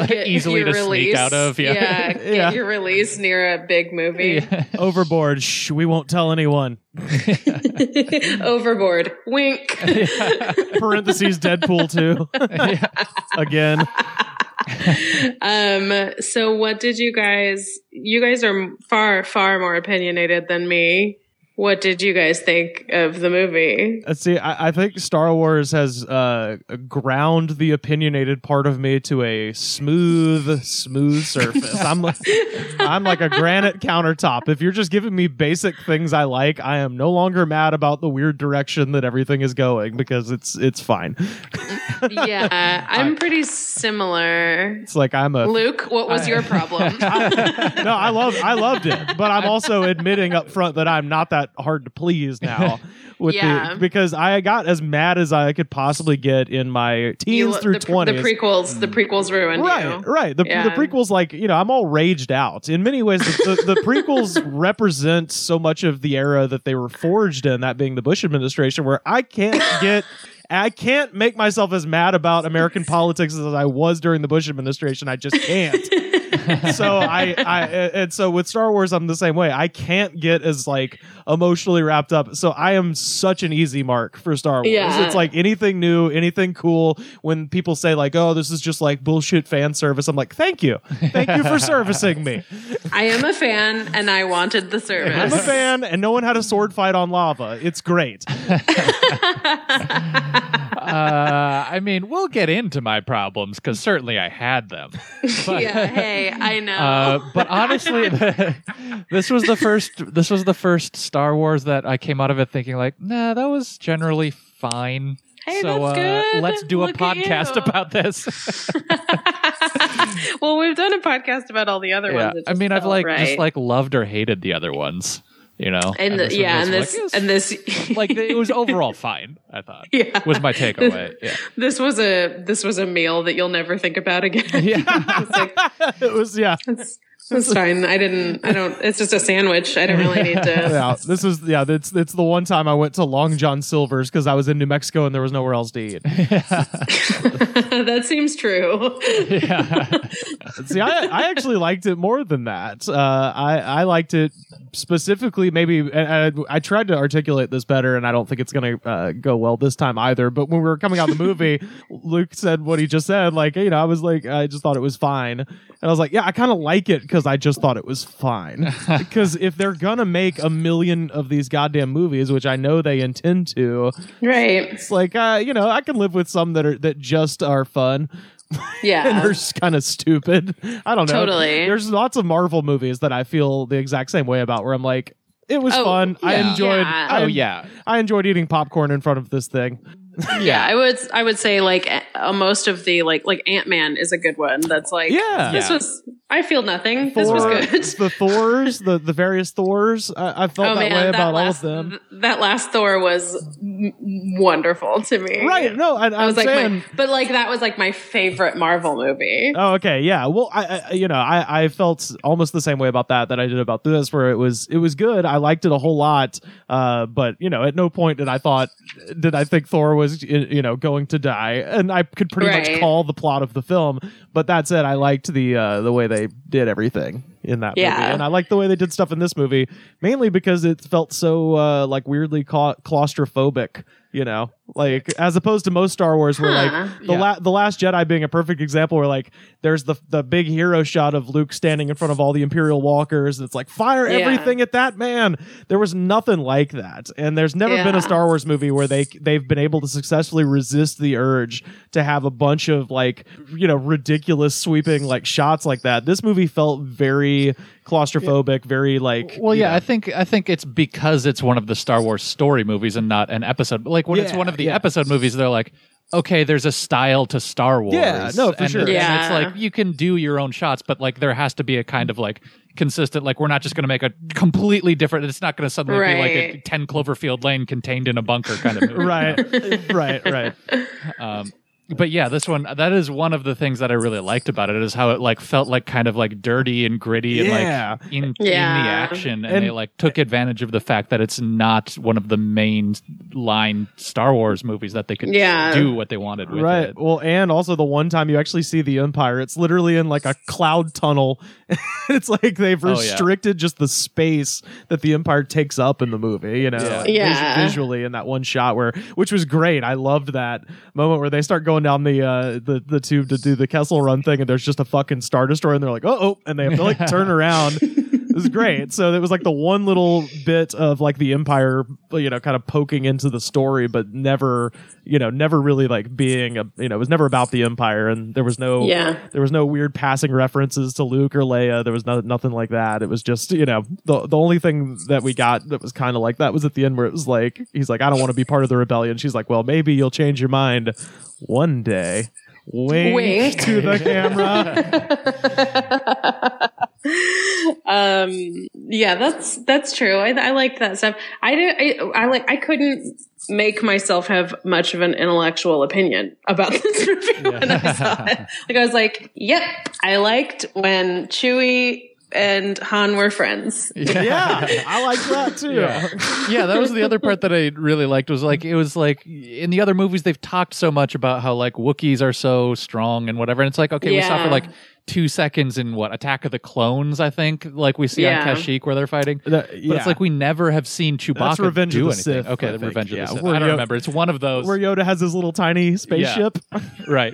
[SPEAKER 2] were
[SPEAKER 1] get
[SPEAKER 2] easily
[SPEAKER 1] your
[SPEAKER 2] to sneak
[SPEAKER 1] release-
[SPEAKER 2] out of.
[SPEAKER 1] yeah,
[SPEAKER 2] Yeah.
[SPEAKER 1] get
[SPEAKER 3] Yeah.
[SPEAKER 1] your release near a big movie.
[SPEAKER 3] Overboard. Shh, we won't tell anyone.
[SPEAKER 1] *laughs* Overboard. Wink.
[SPEAKER 3] Parentheses Deadpool too.
[SPEAKER 2] *laughs*
[SPEAKER 3] Again.
[SPEAKER 1] um so what did you guys you guys are far far more opinionated than me. What did you guys think of the movie?
[SPEAKER 3] Let's Uh, see. I, I think Star Wars has uh, ground the opinionated part of me to a smooth, smooth surface. I'm like, I'm like a granite countertop. If you're just giving me basic things I like, I am no longer mad about the weird direction that everything is going because it's it's fine.
[SPEAKER 1] Yeah, Uh, I'm pretty similar.
[SPEAKER 3] It's like I'm a
[SPEAKER 1] Luke, what was
[SPEAKER 3] I-
[SPEAKER 1] your
[SPEAKER 2] *laughs*
[SPEAKER 1] problem?
[SPEAKER 3] no, I love I loved it, but I'm also admitting up front that I'm not that hard to
[SPEAKER 1] *laughs*
[SPEAKER 3] please now with
[SPEAKER 1] Yeah.
[SPEAKER 3] the because I got as mad as I could possibly get in my
[SPEAKER 1] You-
[SPEAKER 3] teens through
[SPEAKER 1] the, pre-
[SPEAKER 3] twenties.
[SPEAKER 1] the prequels, the prequels ruined
[SPEAKER 3] Right,
[SPEAKER 1] you.
[SPEAKER 3] right. The,
[SPEAKER 1] Yeah.
[SPEAKER 3] the prequels, like you know, I'm all raged out. In many ways, the, the, the
[SPEAKER 1] *laughs*
[SPEAKER 3] prequels represent so much of the era that they were forged in, that being the Bush administration, where I can't get. I can't make myself as mad about American politics as I was during the Bush administration. I just can't. so I, I, and so with Star Wars, I'm the same way. I can't get as like emotionally wrapped up. So I am such an easy mark for Star Wars.
[SPEAKER 1] Yeah.
[SPEAKER 3] It's like anything new, anything cool. When people say like, "Oh, this is just like bullshit fan service," I'm like, "Thank you, thank you for servicing me.
[SPEAKER 1] I am a fan and I wanted the service.
[SPEAKER 3] I'm a fan, and no one had a sword fight on lava. It's great." *laughs*
[SPEAKER 2] uh, I mean, we'll get into my problems because certainly I had them.
[SPEAKER 1] *laughs*
[SPEAKER 2] But,
[SPEAKER 1] yeah, hey, I know.
[SPEAKER 2] uh, but honestly, this was the first. This was the first Star Wars that I came out of it thinking like, nah, that was generally fine.
[SPEAKER 1] Hey,
[SPEAKER 2] so
[SPEAKER 1] that's
[SPEAKER 2] uh,
[SPEAKER 1] good.
[SPEAKER 2] let's do
[SPEAKER 1] Look
[SPEAKER 2] a
[SPEAKER 1] at
[SPEAKER 2] podcast
[SPEAKER 1] you.
[SPEAKER 2] about *laughs* this.
[SPEAKER 1] *laughs* well, we've done a podcast about all the other
[SPEAKER 2] yeah,
[SPEAKER 1] ones. It
[SPEAKER 2] I
[SPEAKER 1] just
[SPEAKER 2] mean, I've
[SPEAKER 1] felt
[SPEAKER 2] like
[SPEAKER 1] right.
[SPEAKER 2] just like loved or hated the other ones, you know.
[SPEAKER 1] and the,
[SPEAKER 2] one
[SPEAKER 1] yeah,
[SPEAKER 2] was
[SPEAKER 1] and this
[SPEAKER 2] like,
[SPEAKER 1] and this *laughs*
[SPEAKER 2] like it was overall fine. I thought
[SPEAKER 1] Yeah.
[SPEAKER 2] was my takeaway. Yeah,
[SPEAKER 1] this was a this was a meal that you'll never think about again. *laughs*
[SPEAKER 2] *laughs* yeah.
[SPEAKER 1] it's like
[SPEAKER 3] it was yeah,
[SPEAKER 1] it's, it's fine. I didn't. I don't. It's just a sandwich. I don't really need
[SPEAKER 2] *laughs*
[SPEAKER 1] to.
[SPEAKER 3] yeah. This is yeah. It's it's the one time I went to Long John Silver's because I was in New Mexico and there was nowhere else to
[SPEAKER 1] *laughs*
[SPEAKER 3] eat.
[SPEAKER 1] that seems true. *laughs*
[SPEAKER 3] See, I, I actually liked it more than that. Uh, I I liked it specifically. Maybe I, I, I tried to articulate this better, and I don't think it's going to uh, go well this time either. But when we were coming out of the movie, Luke said what he just said. Like, you know, I was like, I just thought it was fine, and I was like, yeah, I kind of like it because I just thought it was fine. Because if they're gonna make a million of these goddamn movies, which I know they intend to,
[SPEAKER 1] right.
[SPEAKER 3] it's like, uh, you know, I can live with some that are that just are fun and
[SPEAKER 1] Yeah.
[SPEAKER 3] they're just kind of stupid. I don't know.
[SPEAKER 1] Totally.
[SPEAKER 3] There's lots of Marvel movies that I feel the exact same way about where I'm like, it was
[SPEAKER 1] Oh,
[SPEAKER 3] fun. I
[SPEAKER 2] yeah.
[SPEAKER 3] enjoyed
[SPEAKER 1] Yeah.
[SPEAKER 3] I,
[SPEAKER 2] Oh yeah,
[SPEAKER 3] I enjoyed eating popcorn in front of this thing.
[SPEAKER 1] yeah i would i would say like uh, most of the like like ant-man is a good one that's like
[SPEAKER 3] Yeah.
[SPEAKER 1] this
[SPEAKER 2] Yeah.
[SPEAKER 1] was i feel nothing this was
[SPEAKER 3] Thor,
[SPEAKER 1] good *laughs*
[SPEAKER 3] the Thors, the, the various Thors. I, I felt that way about all of
[SPEAKER 1] Oh, last,
[SPEAKER 3] them.
[SPEAKER 1] th- that last Thor was m- wonderful to me.
[SPEAKER 3] Right. No, I,
[SPEAKER 1] I
[SPEAKER 3] am
[SPEAKER 1] was like,
[SPEAKER 3] saying.
[SPEAKER 1] my, but like that was like my favorite Marvel movie.
[SPEAKER 3] Oh, okay, yeah. Well, I, I you know, I, I felt almost the same way about that that I did about this, where it was it was good. I liked it a whole lot, uh, but you know, at no point did I thought did I think Thor was you know going to die, and I could pretty much
[SPEAKER 1] Right.
[SPEAKER 3] call the plot of the film. But that said, I liked the uh, the way they did everything in that movie,
[SPEAKER 1] Yeah.
[SPEAKER 3] and I liked the way they did stuff in this movie mainly because it felt so uh, like weirdly cla- claustrophobic. You know, like as opposed to most Star Wars, where
[SPEAKER 1] Huh.
[SPEAKER 3] like the
[SPEAKER 2] Yeah.
[SPEAKER 3] la- the Last Jedi being a perfect example, where like there's the the big hero shot of Luke standing in front of all the Imperial walkers, and it's like fire
[SPEAKER 1] Yeah.
[SPEAKER 3] everything at that man. There was nothing like that, and there's never been
[SPEAKER 1] Yeah.
[SPEAKER 3] a Star Wars movie where they they've been able to successfully resist the urge to have a bunch of like you know ridiculous sweeping like shots like that. This movie felt very claustrophobic, very like
[SPEAKER 2] Well,
[SPEAKER 3] you
[SPEAKER 2] yeah,
[SPEAKER 3] know,
[SPEAKER 2] I think I think it's because it's one of the Star Wars story movies and not an episode. But like when it's
[SPEAKER 3] Yeah,
[SPEAKER 2] one of the
[SPEAKER 3] yeah.
[SPEAKER 2] episode movies, they're like, okay, there's a style to Star Wars.
[SPEAKER 3] Yeah, no, for
[SPEAKER 2] and,
[SPEAKER 3] sure.
[SPEAKER 2] and
[SPEAKER 1] Yeah.
[SPEAKER 2] it's like you can do your own shots, but like there has to be a kind of like consistent. Like we're not just going to make a completely different. It's not going to suddenly be like a
[SPEAKER 1] Right.
[SPEAKER 2] ten Cloverfield Lane contained in a bunker kind
[SPEAKER 3] *laughs*
[SPEAKER 2] of movie.
[SPEAKER 3] right, right, right.
[SPEAKER 2] Um, but yeah, this one that is one of the things that I really liked about it is how it like felt like kind of like dirty and gritty
[SPEAKER 3] Yeah.
[SPEAKER 2] and like in, in the
[SPEAKER 1] Yeah.
[SPEAKER 2] action, and,
[SPEAKER 3] And-
[SPEAKER 2] they like took advantage of the fact that it's not one of the main line Star Wars movies that they could
[SPEAKER 1] Yeah.
[SPEAKER 2] do what they wanted with
[SPEAKER 3] right.
[SPEAKER 2] it. *laughs*
[SPEAKER 3] Well, and also the one time you actually see the Empire, it's literally in like a cloud tunnel. *laughs* it's like they've
[SPEAKER 2] Oh, yeah.
[SPEAKER 3] restricted just the space that the Empire takes up in the movie. You know,
[SPEAKER 2] Yeah.
[SPEAKER 3] Like, vis-
[SPEAKER 1] Yeah.
[SPEAKER 3] visually in that one shot where, which was great. I loved that moment where they start going down the uh, the the tube to do the Kessel Run thing, and there's just a fucking Star Destroyer, and they're like, oh, oh, and they have to like turn around. It was great. So it was like the one little bit of like the empire, you know, kind of poking into the story, but never, you know, never really like being a, you know, it was never about the empire, and there was no,
[SPEAKER 1] Yeah.
[SPEAKER 3] there was no weird passing references to Luke or Leia. There was no, nothing like that. It was just, you know, the the only thing that we got that was kind of like that was at the end where it was like he's like, I don't want to be part of the rebellion. She's like, well, maybe you'll change your mind one day. Wink,
[SPEAKER 1] Wink.
[SPEAKER 3] to the camera.
[SPEAKER 1] um yeah that's that's true i, I like that stuff i do I, I like i couldn't make myself have much of an intellectual opinion about *laughs* this movie when i saw it like i was like yep i liked when chewie and han were friends
[SPEAKER 3] *laughs* yeah, I like that too.
[SPEAKER 2] Yeah. yeah, that was the other part that I really liked was like it was like in the other movies they've talked so much about how like Wookiees are so strong and whatever. And it's like, okay, we saw
[SPEAKER 1] Yeah.
[SPEAKER 2] for like two seconds in what, Attack of the Clones, I think, like we see on
[SPEAKER 1] Yeah.
[SPEAKER 2] Kashyyyk where they're fighting.
[SPEAKER 3] That-
[SPEAKER 2] But it's
[SPEAKER 3] yeah.
[SPEAKER 2] like we never have seen Chewbacca
[SPEAKER 3] Revenge of
[SPEAKER 2] do
[SPEAKER 3] the
[SPEAKER 2] anything.
[SPEAKER 3] Sith, I
[SPEAKER 2] okay, the
[SPEAKER 3] think.
[SPEAKER 2] Revenge
[SPEAKER 3] Yeah,
[SPEAKER 2] of the Sith.
[SPEAKER 3] where
[SPEAKER 2] I don't
[SPEAKER 3] Yo-
[SPEAKER 2] remember. It's one of those.
[SPEAKER 3] where Yoda has his little tiny spaceship.
[SPEAKER 2] right.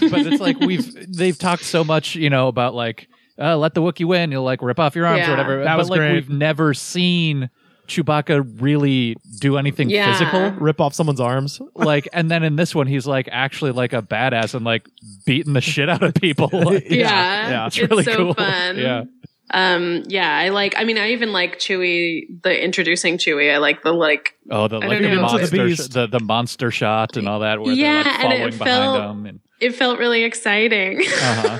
[SPEAKER 2] But it's like we've
[SPEAKER 1] *laughs*
[SPEAKER 2] they've talked so much, you know, about like uh, let the Wookiee win, you'll like rip off your arms
[SPEAKER 1] Yeah.
[SPEAKER 2] or whatever.
[SPEAKER 3] That
[SPEAKER 2] but
[SPEAKER 3] was
[SPEAKER 2] like
[SPEAKER 3] great.
[SPEAKER 2] we've never seen Chewbacca really do anything
[SPEAKER 1] Yeah. *laughs*
[SPEAKER 2] physical.
[SPEAKER 3] Rip off someone's arms. *laughs*
[SPEAKER 2] Like and then in this one he's like actually like a badass and like beating the shit out of people. *laughs* Like,
[SPEAKER 1] yeah,
[SPEAKER 3] yeah,
[SPEAKER 2] it's really
[SPEAKER 1] so
[SPEAKER 2] cool.
[SPEAKER 1] fun
[SPEAKER 2] Yeah.
[SPEAKER 1] um yeah i like i mean i even like chewie the introducing chewie i like the like
[SPEAKER 2] Oh, the
[SPEAKER 1] don't
[SPEAKER 2] like
[SPEAKER 1] know.
[SPEAKER 2] the
[SPEAKER 3] Into the
[SPEAKER 2] monster, sh-
[SPEAKER 3] beast.
[SPEAKER 2] the, the monster shot and all that, where
[SPEAKER 1] Yeah,
[SPEAKER 2] they're like
[SPEAKER 1] and it
[SPEAKER 2] following behind
[SPEAKER 1] felt-
[SPEAKER 2] them. And,
[SPEAKER 1] it felt really exciting
[SPEAKER 2] uh-huh.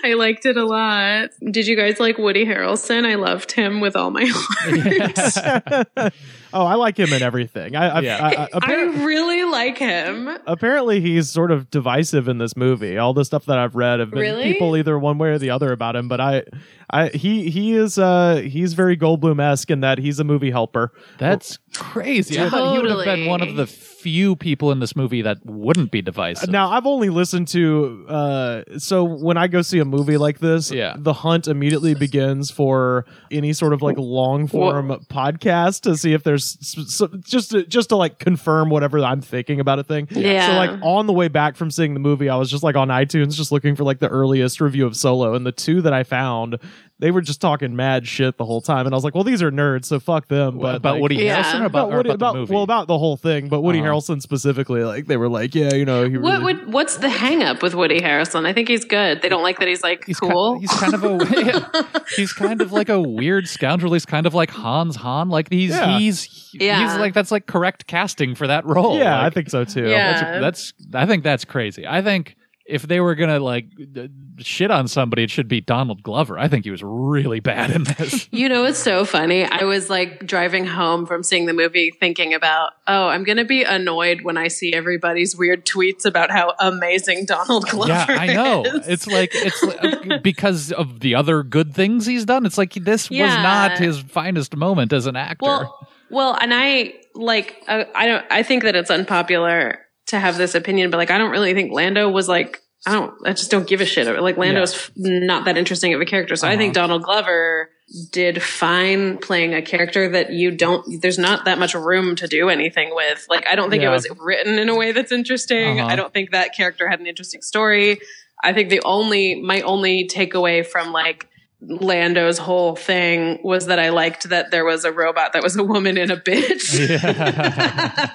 [SPEAKER 1] *laughs* I liked it a lot. Did you guys like Woody Harrelson? I loved him with all my *laughs* heart. *laughs*
[SPEAKER 2] *laughs*
[SPEAKER 3] oh, I like him in everything. I, I,
[SPEAKER 2] Yeah.
[SPEAKER 3] I, I-
[SPEAKER 1] I
[SPEAKER 3] appar-
[SPEAKER 1] really like him.
[SPEAKER 3] apparently he's sort of divisive in this movie. All the stuff that I've read have been
[SPEAKER 1] Really?
[SPEAKER 3] people either one way or the other about him. But I, I he he is uh he's very Goldblum esque in that he's a movie helper.
[SPEAKER 2] That's crazy. I thought he would have been one of
[SPEAKER 1] Totally.
[SPEAKER 2] the few people in this movie that wouldn't be divisive.
[SPEAKER 3] Uh, Now I've only listened to uh so when I go see a movie like this,
[SPEAKER 2] Yeah.
[SPEAKER 3] the hunt immediately begins for any sort of like long form podcast to see if there's s- s- just to, just to like confirm whatever I'm thinking about a thing.
[SPEAKER 1] Yeah.
[SPEAKER 3] So like on the way back from seeing the movie, I was just like on iTunes just looking for like the earliest review of Solo and the two that I found, they were just talking mad shit the whole time and I was like, well these are nerds, so fuck them, but
[SPEAKER 2] about
[SPEAKER 3] like,
[SPEAKER 2] Woody
[SPEAKER 1] Yeah.
[SPEAKER 2] Harrelson or about, or
[SPEAKER 3] Woody-
[SPEAKER 2] about the movie?
[SPEAKER 3] well about the whole thing, but Woody
[SPEAKER 2] Uh-huh.
[SPEAKER 3] Harrelson specifically, like they were like, yeah, you know, he
[SPEAKER 1] What
[SPEAKER 3] really-
[SPEAKER 1] would what's the hang up with Woody Harrelson? I think he's good. They don't like that he's like
[SPEAKER 2] he's
[SPEAKER 1] cool.
[SPEAKER 2] Kind, he's
[SPEAKER 1] *laughs*
[SPEAKER 2] kind of a he's kind of like a weird scoundrel. He's kind of like Hans Han. Like he's
[SPEAKER 3] Yeah.
[SPEAKER 2] he's
[SPEAKER 1] Yeah.
[SPEAKER 2] he's like that's like correct casting for that role.
[SPEAKER 3] Yeah, I
[SPEAKER 2] Like,
[SPEAKER 3] think so too.
[SPEAKER 1] Yeah.
[SPEAKER 2] that's, that's I think that's crazy. I think if they were gonna like d- shit on somebody, it should be Donald Glover. I think he was really bad in this.
[SPEAKER 1] You know, it's so funny. I was like driving home from seeing the movie thinking about, oh, I'm going to be annoyed when I see everybody's weird tweets about how amazing Donald Glover
[SPEAKER 2] yeah, I know.
[SPEAKER 1] is.
[SPEAKER 2] It's like
[SPEAKER 1] *laughs*
[SPEAKER 2] it's like, because of the other good things he's done. It's like this was
[SPEAKER 1] Yeah.
[SPEAKER 2] not his finest moment as an actor. *laughs*
[SPEAKER 1] Well, well, and I like I, I don't I think that it's unpopular to have this opinion, but like I don't really think Lando was like I don't I just don't give a shit. Like Lando's f not that interesting of a character, so I think
[SPEAKER 2] Uh-huh.
[SPEAKER 1] Donald Glover did fine playing a character that you don't there's not that much room to do anything with like i don't think
[SPEAKER 3] Yeah.
[SPEAKER 1] it was written in a way that's interesting
[SPEAKER 2] Uh-huh.
[SPEAKER 1] i don't think that character had an interesting story i think the only my only takeaway from like Lando's whole thing was that I liked that there was a robot that was a woman and a *laughs* bitch.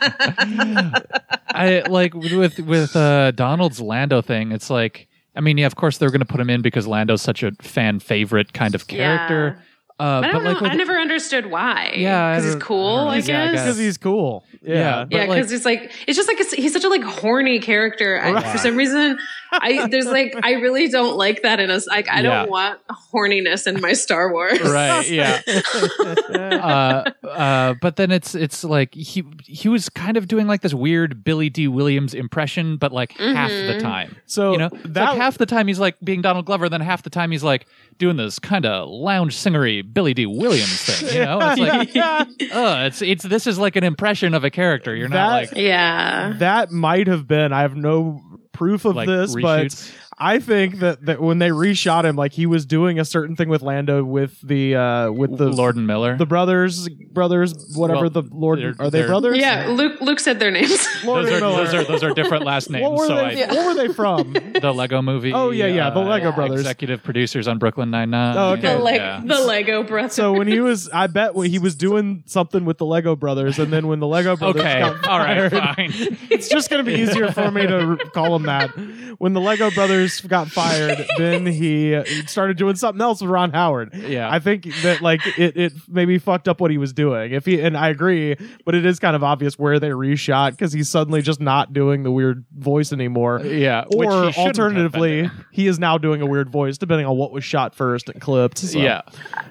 [SPEAKER 1] *laughs*
[SPEAKER 2] I like with with uh, Donald's Lando thing. It's like, I mean, yeah, of course they're going to put him in because Lando's such a fan favorite kind of character. Uh,
[SPEAKER 1] I don't
[SPEAKER 2] but
[SPEAKER 1] know.
[SPEAKER 2] like, with,
[SPEAKER 1] I never understood why.
[SPEAKER 2] Yeah, I
[SPEAKER 1] because he's
[SPEAKER 2] don't-
[SPEAKER 1] cool.
[SPEAKER 2] I don't
[SPEAKER 1] I,
[SPEAKER 2] know. Yeah, I
[SPEAKER 1] guess.
[SPEAKER 2] guess.
[SPEAKER 3] because he's cool.
[SPEAKER 2] Yeah.
[SPEAKER 1] Yeah,
[SPEAKER 2] But, like-
[SPEAKER 1] because it's like it's just like it's, he's such a like horny character. I,
[SPEAKER 2] Right.
[SPEAKER 1] For some reason, I there's like I really don't like that in us. Like I
[SPEAKER 2] Yeah.
[SPEAKER 1] don't want horniness in my Star Wars.
[SPEAKER 3] *laughs*
[SPEAKER 2] right? Yeah.
[SPEAKER 3] Yeah.
[SPEAKER 2] uh, uh, but then it's it's like he he was kind of doing like this weird Billy D. Williams impression, but like half the
[SPEAKER 1] Mhm.
[SPEAKER 2] time.
[SPEAKER 3] so
[SPEAKER 2] you know, It's
[SPEAKER 3] that
[SPEAKER 2] like half the time he's like being Donald Glover, then half the time he's like doing this kind of lounge singery Billy D. Williams thing. You know, it's like,
[SPEAKER 3] *laughs*
[SPEAKER 2] *laughs* oh, it's it's this is like an impression of a character. You're not like
[SPEAKER 3] That-
[SPEAKER 1] Yeah.
[SPEAKER 3] that might have been. I have no proof of
[SPEAKER 2] like
[SPEAKER 3] this, but
[SPEAKER 2] reshoots.
[SPEAKER 3] I think that, that when they reshot him, like he was doing a certain thing with Lando with the uh with the
[SPEAKER 2] Lord and Miller.
[SPEAKER 3] the brothers brothers whatever
[SPEAKER 2] Well,
[SPEAKER 3] the Lord
[SPEAKER 2] they're-
[SPEAKER 3] are they
[SPEAKER 2] they're-
[SPEAKER 3] brothers?
[SPEAKER 1] Yeah. Luke Luke said their names.
[SPEAKER 3] Lord
[SPEAKER 2] those,
[SPEAKER 3] and
[SPEAKER 2] are,
[SPEAKER 3] Miller.
[SPEAKER 2] those are those are different last names.
[SPEAKER 3] *laughs* what were
[SPEAKER 2] so
[SPEAKER 3] they?
[SPEAKER 2] I,
[SPEAKER 1] Yeah.
[SPEAKER 3] What were they from?
[SPEAKER 1] *laughs*
[SPEAKER 2] the Lego Movie.
[SPEAKER 3] Oh, yeah, yeah, the
[SPEAKER 2] uh,
[SPEAKER 3] Lego Brothers.
[SPEAKER 2] executive producers on Brooklyn Nine Nine.
[SPEAKER 3] Oh, okay.
[SPEAKER 1] *laughs* The, like
[SPEAKER 2] yeah.
[SPEAKER 1] the Lego brother.
[SPEAKER 3] so when he was, I bet when he was doing something with the Lego brothers, and then when the Lego brothers
[SPEAKER 2] Okay,
[SPEAKER 3] got
[SPEAKER 2] all right,
[SPEAKER 3] fired, *laughs*
[SPEAKER 2] fine.
[SPEAKER 3] it's just going to be easier for me to r- call him that. When the Lego brothers got fired, then he uh, started doing something else with Ron Howard.
[SPEAKER 2] Yeah.
[SPEAKER 3] I think that like it, it maybe fucked up what he was doing. If he and I agree, but it is kind of obvious where they reshot because he's suddenly just not doing the weird voice anymore.
[SPEAKER 2] Uh, Yeah, which he
[SPEAKER 3] Or
[SPEAKER 2] shouldn't have been
[SPEAKER 3] alternatively,
[SPEAKER 2] doing.
[SPEAKER 3] he is now doing a weird voice depending on what was shot first and clipped. so.
[SPEAKER 2] *laughs* yeah,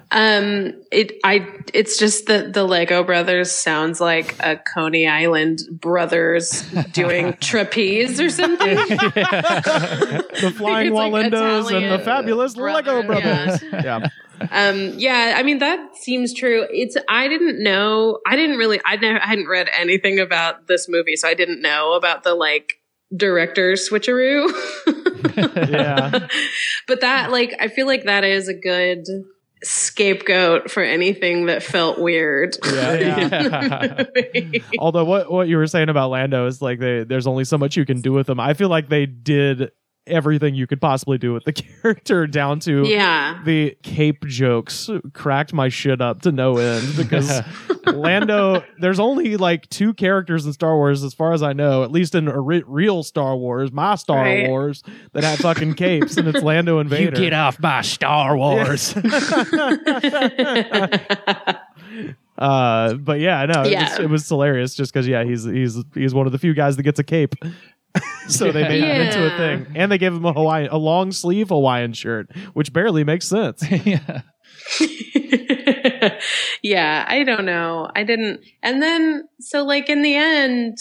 [SPEAKER 1] Um, it I it's just that the Lego Brothers sounds like a Coney Island brothers
[SPEAKER 3] *laughs*
[SPEAKER 1] doing trapeze or something.
[SPEAKER 3] the flying
[SPEAKER 1] It's like
[SPEAKER 3] Wallendos and
[SPEAKER 1] Italian
[SPEAKER 3] the fabulous Lego
[SPEAKER 1] brothers, yeah.
[SPEAKER 3] brothers.
[SPEAKER 2] *laughs*
[SPEAKER 3] Yeah.
[SPEAKER 1] um, yeah, I mean that seems true. It's I didn't know. I didn't really. I never. I hadn't read anything about this movie, so I didn't know about the like director switcheroo. *laughs*
[SPEAKER 3] yeah.
[SPEAKER 1] but that like I feel like that is a good scapegoat for anything that felt weird. *laughs*
[SPEAKER 2] *laughs* yeah.
[SPEAKER 3] Although what what you were saying about Lando is like they, there's only so much you can do with them. I feel like they did everything you could possibly do with the *laughs* character down to
[SPEAKER 1] yeah. *laughs*
[SPEAKER 3] the cape jokes cracked my shit up to no end because Lando there's only like two characters in Star Wars as far as I know, at least in a re- real Star Wars, my Star
[SPEAKER 1] Right.
[SPEAKER 3] Wars that have fucking capes and it's Lando and Vader.
[SPEAKER 2] off my Star
[SPEAKER 3] *laughs*
[SPEAKER 2] Wars.
[SPEAKER 3] Uh, but yeah, no, it,
[SPEAKER 1] Yeah.
[SPEAKER 3] Was, it was hilarious just because yeah, he's he's he's one of the few guys that gets a cape. *laughs* so they made him into a
[SPEAKER 1] Yeah.
[SPEAKER 3] thing, and they gave him a Hawaiian, a long sleeve Hawaiian shirt, which barely makes sense.
[SPEAKER 2] *laughs* yeah.
[SPEAKER 1] yeah, I don't know. I didn't. And then, so like in the end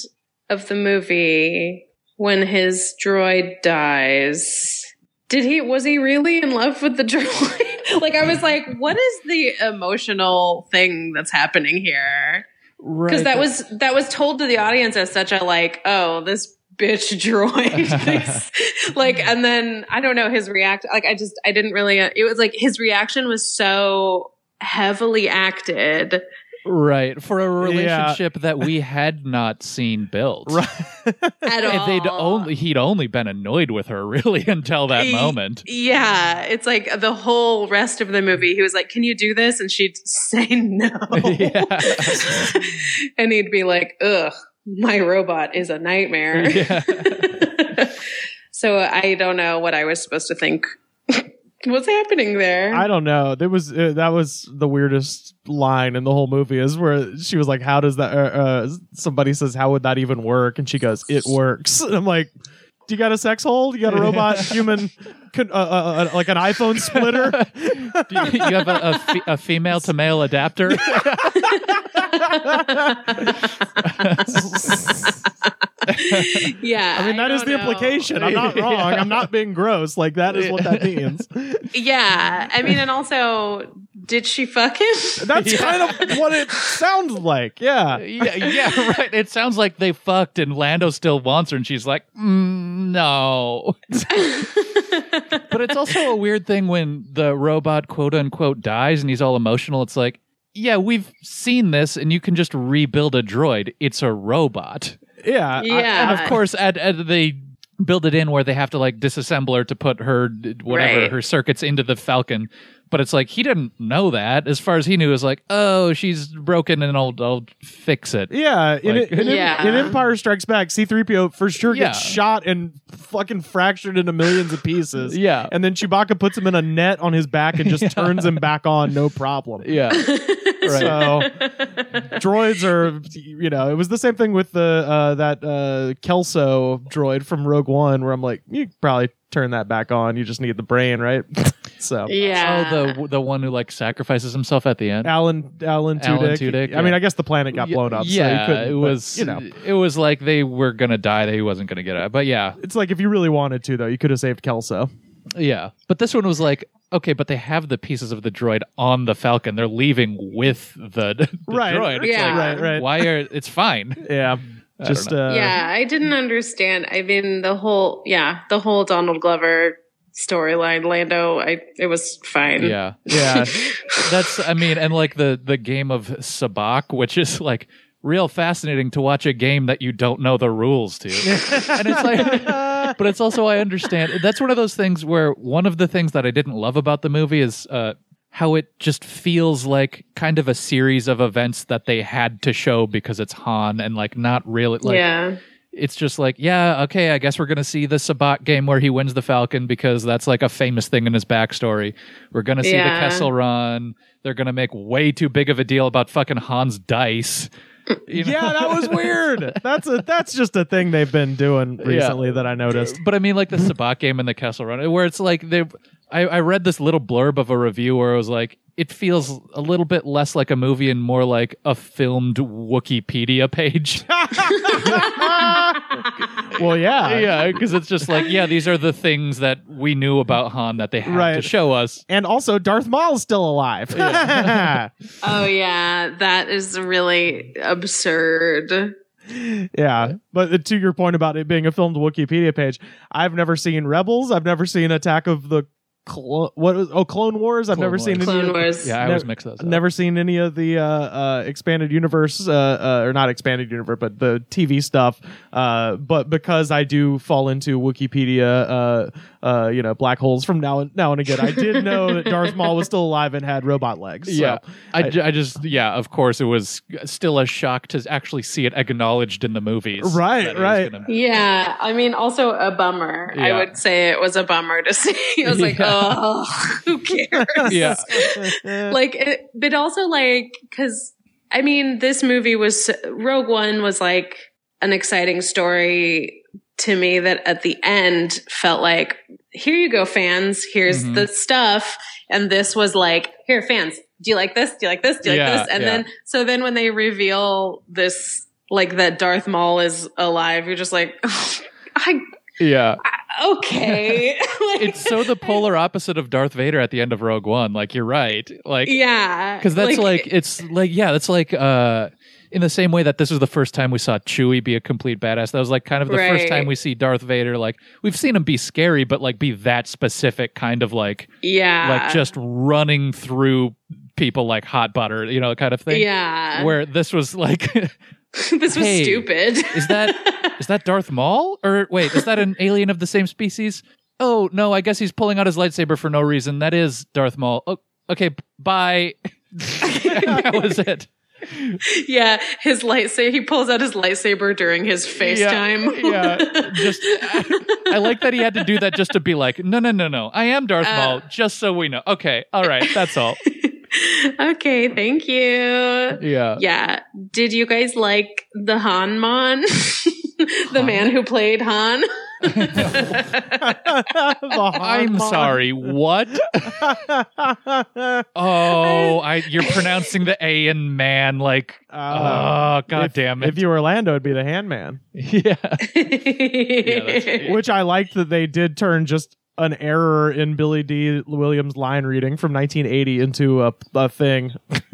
[SPEAKER 1] of the movie, when his droid dies, did he, was he really in love with the *laughs* droid? like, I was like, what is the emotional thing that's happening here? Because that was, that was told to the audience as such a like, oh, this bitch *laughs*
[SPEAKER 2] *laughs*
[SPEAKER 1] droid like and then i don't know his react like i just i didn't really uh, it was like his reaction was so heavily
[SPEAKER 2] *laughs*
[SPEAKER 1] acted
[SPEAKER 2] Right. For a
[SPEAKER 3] Yeah.
[SPEAKER 2] relationship that we had not seen built.
[SPEAKER 3] Right.
[SPEAKER 1] at
[SPEAKER 2] And
[SPEAKER 1] all
[SPEAKER 2] They'd only he'd only been annoyed with her really *laughs* until that
[SPEAKER 1] He- *laughs*
[SPEAKER 2] moment.
[SPEAKER 1] yeah it's like the whole rest of the movie he was like can you do this and she'd *laughs* say no *laughs*
[SPEAKER 2] Yeah.
[SPEAKER 1] and he'd be like ugh my robot is a
[SPEAKER 2] *laughs*
[SPEAKER 1] nightmare
[SPEAKER 2] Yeah.
[SPEAKER 1] *laughs* so i don't know what i was supposed to think *laughs* what's happening there
[SPEAKER 3] I don't know. There was uh, that was the weirdest line in the whole movie is where she was like, "How does that?" Uh, uh, somebody says, "How would that even work?" And she goes, "It works." And *laughs* I'm like, Do you got a sex hole? You got
[SPEAKER 1] *laughs*
[SPEAKER 3] a robot human, con- uh, uh, uh, like an iPhone splitter?
[SPEAKER 2] Do you, you have a, a, fe- a female to male
[SPEAKER 1] *laughs*
[SPEAKER 2] adapter?
[SPEAKER 3] *laughs*
[SPEAKER 1] yeah.
[SPEAKER 3] I mean, that is
[SPEAKER 1] don't
[SPEAKER 3] the
[SPEAKER 1] know.
[SPEAKER 3] implication. I'm
[SPEAKER 2] *laughs*
[SPEAKER 3] not wrong. I'm not being gross. Like that is what that means.
[SPEAKER 1] Yeah. I mean, and also, did she fuck
[SPEAKER 2] *laughs*
[SPEAKER 1] him?
[SPEAKER 3] That's kind of what it sounds like. Yeah.
[SPEAKER 2] yeah, yeah, *laughs* right. It sounds like they fucked, and Lando still wants her, and she's like, mm, "No." *laughs* but it's also a weird thing when the robot, quote unquote, dies, and he's all emotional. It's like, yeah, we've seen this, and you can just rebuild a droid. It's a robot,
[SPEAKER 3] Yeah. I-
[SPEAKER 1] Yeah.
[SPEAKER 2] and of course, at, at they build it in where they have to like disassemble her to put her whatever
[SPEAKER 1] Right.
[SPEAKER 2] her circuits into the Falcon. But it's like he didn't know that. As far as he knew, it was like, oh, she's broken, and I'll I'll fix it.
[SPEAKER 3] yeah, in,
[SPEAKER 2] Like-
[SPEAKER 3] in, in-
[SPEAKER 1] Yeah.
[SPEAKER 3] in Empire Strikes Back, C-3PO for sure gets
[SPEAKER 2] Yeah.
[SPEAKER 3] shot and fucking fractured into millions of pieces.
[SPEAKER 2] Yeah.
[SPEAKER 3] and then Chewbacca puts him in a net on his back and just turns him back on, no problem.
[SPEAKER 1] *laughs*
[SPEAKER 2] Yeah. right.
[SPEAKER 3] So
[SPEAKER 2] Oh.
[SPEAKER 3] droids are, you know, it was the same thing with the uh, that uh, Kelso droid from Rogue One, where I'm like, you could probably turn that back on. You just need the brain, right? *laughs* so
[SPEAKER 1] Yeah.
[SPEAKER 2] Oh, the the one who like sacrifices himself at the end.
[SPEAKER 3] Alan Alan Tudyk.
[SPEAKER 2] Alan Tudyk,
[SPEAKER 3] I mean,
[SPEAKER 2] yeah.
[SPEAKER 3] I guess the planet got blown up. so you
[SPEAKER 2] Yeah,
[SPEAKER 3] couldn't,
[SPEAKER 2] it
[SPEAKER 3] but,
[SPEAKER 2] was.
[SPEAKER 3] you know.
[SPEAKER 2] it was like they were gonna die. That he wasn't gonna get out. But yeah,
[SPEAKER 3] It's like if you really wanted to, though, you could have saved Kelso.
[SPEAKER 2] yeah. But this one was like, okay, but they have the pieces of the droid on the Falcon. They're leaving with the, *laughs* the
[SPEAKER 3] Right.
[SPEAKER 2] droid. It's
[SPEAKER 1] Yeah.
[SPEAKER 2] like,
[SPEAKER 3] Right, right.
[SPEAKER 2] Why are
[SPEAKER 1] *laughs*
[SPEAKER 2] it's fine?
[SPEAKER 3] Yeah,
[SPEAKER 2] don't
[SPEAKER 3] just uh,
[SPEAKER 1] yeah, I didn't understand. I mean, the whole yeah, the whole Donald Glover storyline, Lando. I it was fine.
[SPEAKER 2] Yeah.
[SPEAKER 3] yeah.
[SPEAKER 2] That's I mean, and like the the game of Sabak, which is like real fascinating to watch a game that you don't know the rules
[SPEAKER 3] *laughs*
[SPEAKER 2] to. and it's like but it's also I understand that's one of those things where one of the things that I didn't love about the movie is uh how it just feels like kind of a series of events that they had to show because it's Han and like not really like
[SPEAKER 1] yeah.
[SPEAKER 2] it's just like, yeah, okay, I guess we're going to see the Sabat game where he wins the Falcon because that's like a famous thing in his backstory. We're going to see
[SPEAKER 1] Yeah.
[SPEAKER 2] the Kessel run. They're going to make way too big of a deal about fucking Hans Dice. You know?
[SPEAKER 3] *laughs* yeah, that was weird. That's a that's just a thing they've been doing recently that I noticed.
[SPEAKER 2] But I mean,
[SPEAKER 3] *laughs*
[SPEAKER 2] like the Sabat game and the Kessel run, where it's like, they, I, I read this little blurb of a review where it was like, it feels a little bit less like a movie and more like a filmed Wikipedia page.
[SPEAKER 3] *laughs* Well, yeah,
[SPEAKER 2] yeah, because it's just like, yeah, these are the things that we knew about Han that they had to
[SPEAKER 3] Right.
[SPEAKER 2] show us.
[SPEAKER 3] and also Darth Maul's still alive. *laughs* Yeah,
[SPEAKER 1] Oh yeah, that is really absurd.
[SPEAKER 3] but uh, to your point about it being a filmed Wikipedia page, I've never seen Rebels. I've never seen Attack of the Clo- what was oh Clone Wars. I've
[SPEAKER 2] Clone
[SPEAKER 3] never seen
[SPEAKER 2] Wars.
[SPEAKER 3] any
[SPEAKER 1] Clone
[SPEAKER 3] of-
[SPEAKER 1] Wars.
[SPEAKER 2] Yeah, I
[SPEAKER 3] Never-
[SPEAKER 2] always mix those. Up.
[SPEAKER 3] Never seen any of the uh, uh, expanded universe, uh, uh, or not expanded universe, but the TV stuff. Uh, but because I do fall into Wikipedia, uh, uh, you know, black holes from now now and again, I did know that Darth Maul was still alive and had robot legs. so-
[SPEAKER 2] yeah, I, ju- I just yeah. Of course, it was still a shock to actually see it acknowledged in the movies.
[SPEAKER 3] Right,
[SPEAKER 2] that it was
[SPEAKER 3] right.
[SPEAKER 2] gonna-
[SPEAKER 1] Yeah, I mean, also a bummer.
[SPEAKER 2] Yeah.
[SPEAKER 1] I would say it was a bummer to see. *laughs* I was like,
[SPEAKER 2] Yeah.
[SPEAKER 1] oh, who cares?
[SPEAKER 2] *laughs* Yeah. *laughs*
[SPEAKER 1] like, it, but also like, because I mean, this movie was Rogue One was like an exciting story to me that at the end felt like, here you go, fans. Here's
[SPEAKER 2] Mhm.
[SPEAKER 1] the stuff, and this was like, here, fans. Do you like this? Do you like this? Do you
[SPEAKER 2] Yeah,
[SPEAKER 1] like this? And
[SPEAKER 2] yeah.
[SPEAKER 1] then so then when they reveal this like that Darth Maul is alive, you're just like, *laughs* I
[SPEAKER 2] yeah.
[SPEAKER 1] okay. *laughs* Like,
[SPEAKER 2] It's so the polar opposite of Darth Vader at the end of Rogue One. Like you're right. Like
[SPEAKER 1] *laughs* yeah,
[SPEAKER 2] because that's like, it's like yeah, that's like uh in the same way that this was the first time we saw Chewie be a complete badass. That was like kind of the first
[SPEAKER 1] Right.
[SPEAKER 2] time we see Darth Vader. Like we've seen him be scary, but like be that specific kind of like
[SPEAKER 1] yeah,
[SPEAKER 2] like just running through people like hot butter, you know, kind of thing.
[SPEAKER 1] yeah.
[SPEAKER 2] where this was like *laughs*
[SPEAKER 1] *laughs* this was
[SPEAKER 2] hey,
[SPEAKER 1] stupid.
[SPEAKER 2] is that is that Darth Maul or wait is that an alien of the same species? Oh no, I guess he's pulling out his lightsaber for no reason. That is Darth Maul. Oh, okay, b- bye. *laughs* that was it.
[SPEAKER 1] *laughs* yeah, his lightsaber. He pulls out his lightsaber during his FaceTime.
[SPEAKER 3] *laughs*
[SPEAKER 2] Yeah, just I, I like that he had to do that just to be like, no, no, no, no. I am Darth
[SPEAKER 1] Uh,
[SPEAKER 2] Maul, just so we know. Okay, all right, that's all.
[SPEAKER 1] *laughs* okay, thank you.
[SPEAKER 2] Yeah.
[SPEAKER 1] Yeah. Did you guys like the Han Mon? *laughs* the
[SPEAKER 2] Han? *laughs*
[SPEAKER 1] man who played Han?
[SPEAKER 2] I'm
[SPEAKER 3] *laughs*
[SPEAKER 2] sorry. What?
[SPEAKER 3] Uh,
[SPEAKER 2] Oh, I you're pronouncing the A in man like oh god
[SPEAKER 3] Uh, if,
[SPEAKER 2] damn
[SPEAKER 3] If
[SPEAKER 2] it.
[SPEAKER 3] you were Orlando, it'd be the handman, *laughs*
[SPEAKER 2] yeah.
[SPEAKER 1] *laughs*
[SPEAKER 3] which I liked that they did turn just an error in Billy D. Williams' line reading from 1980 into a, a thing.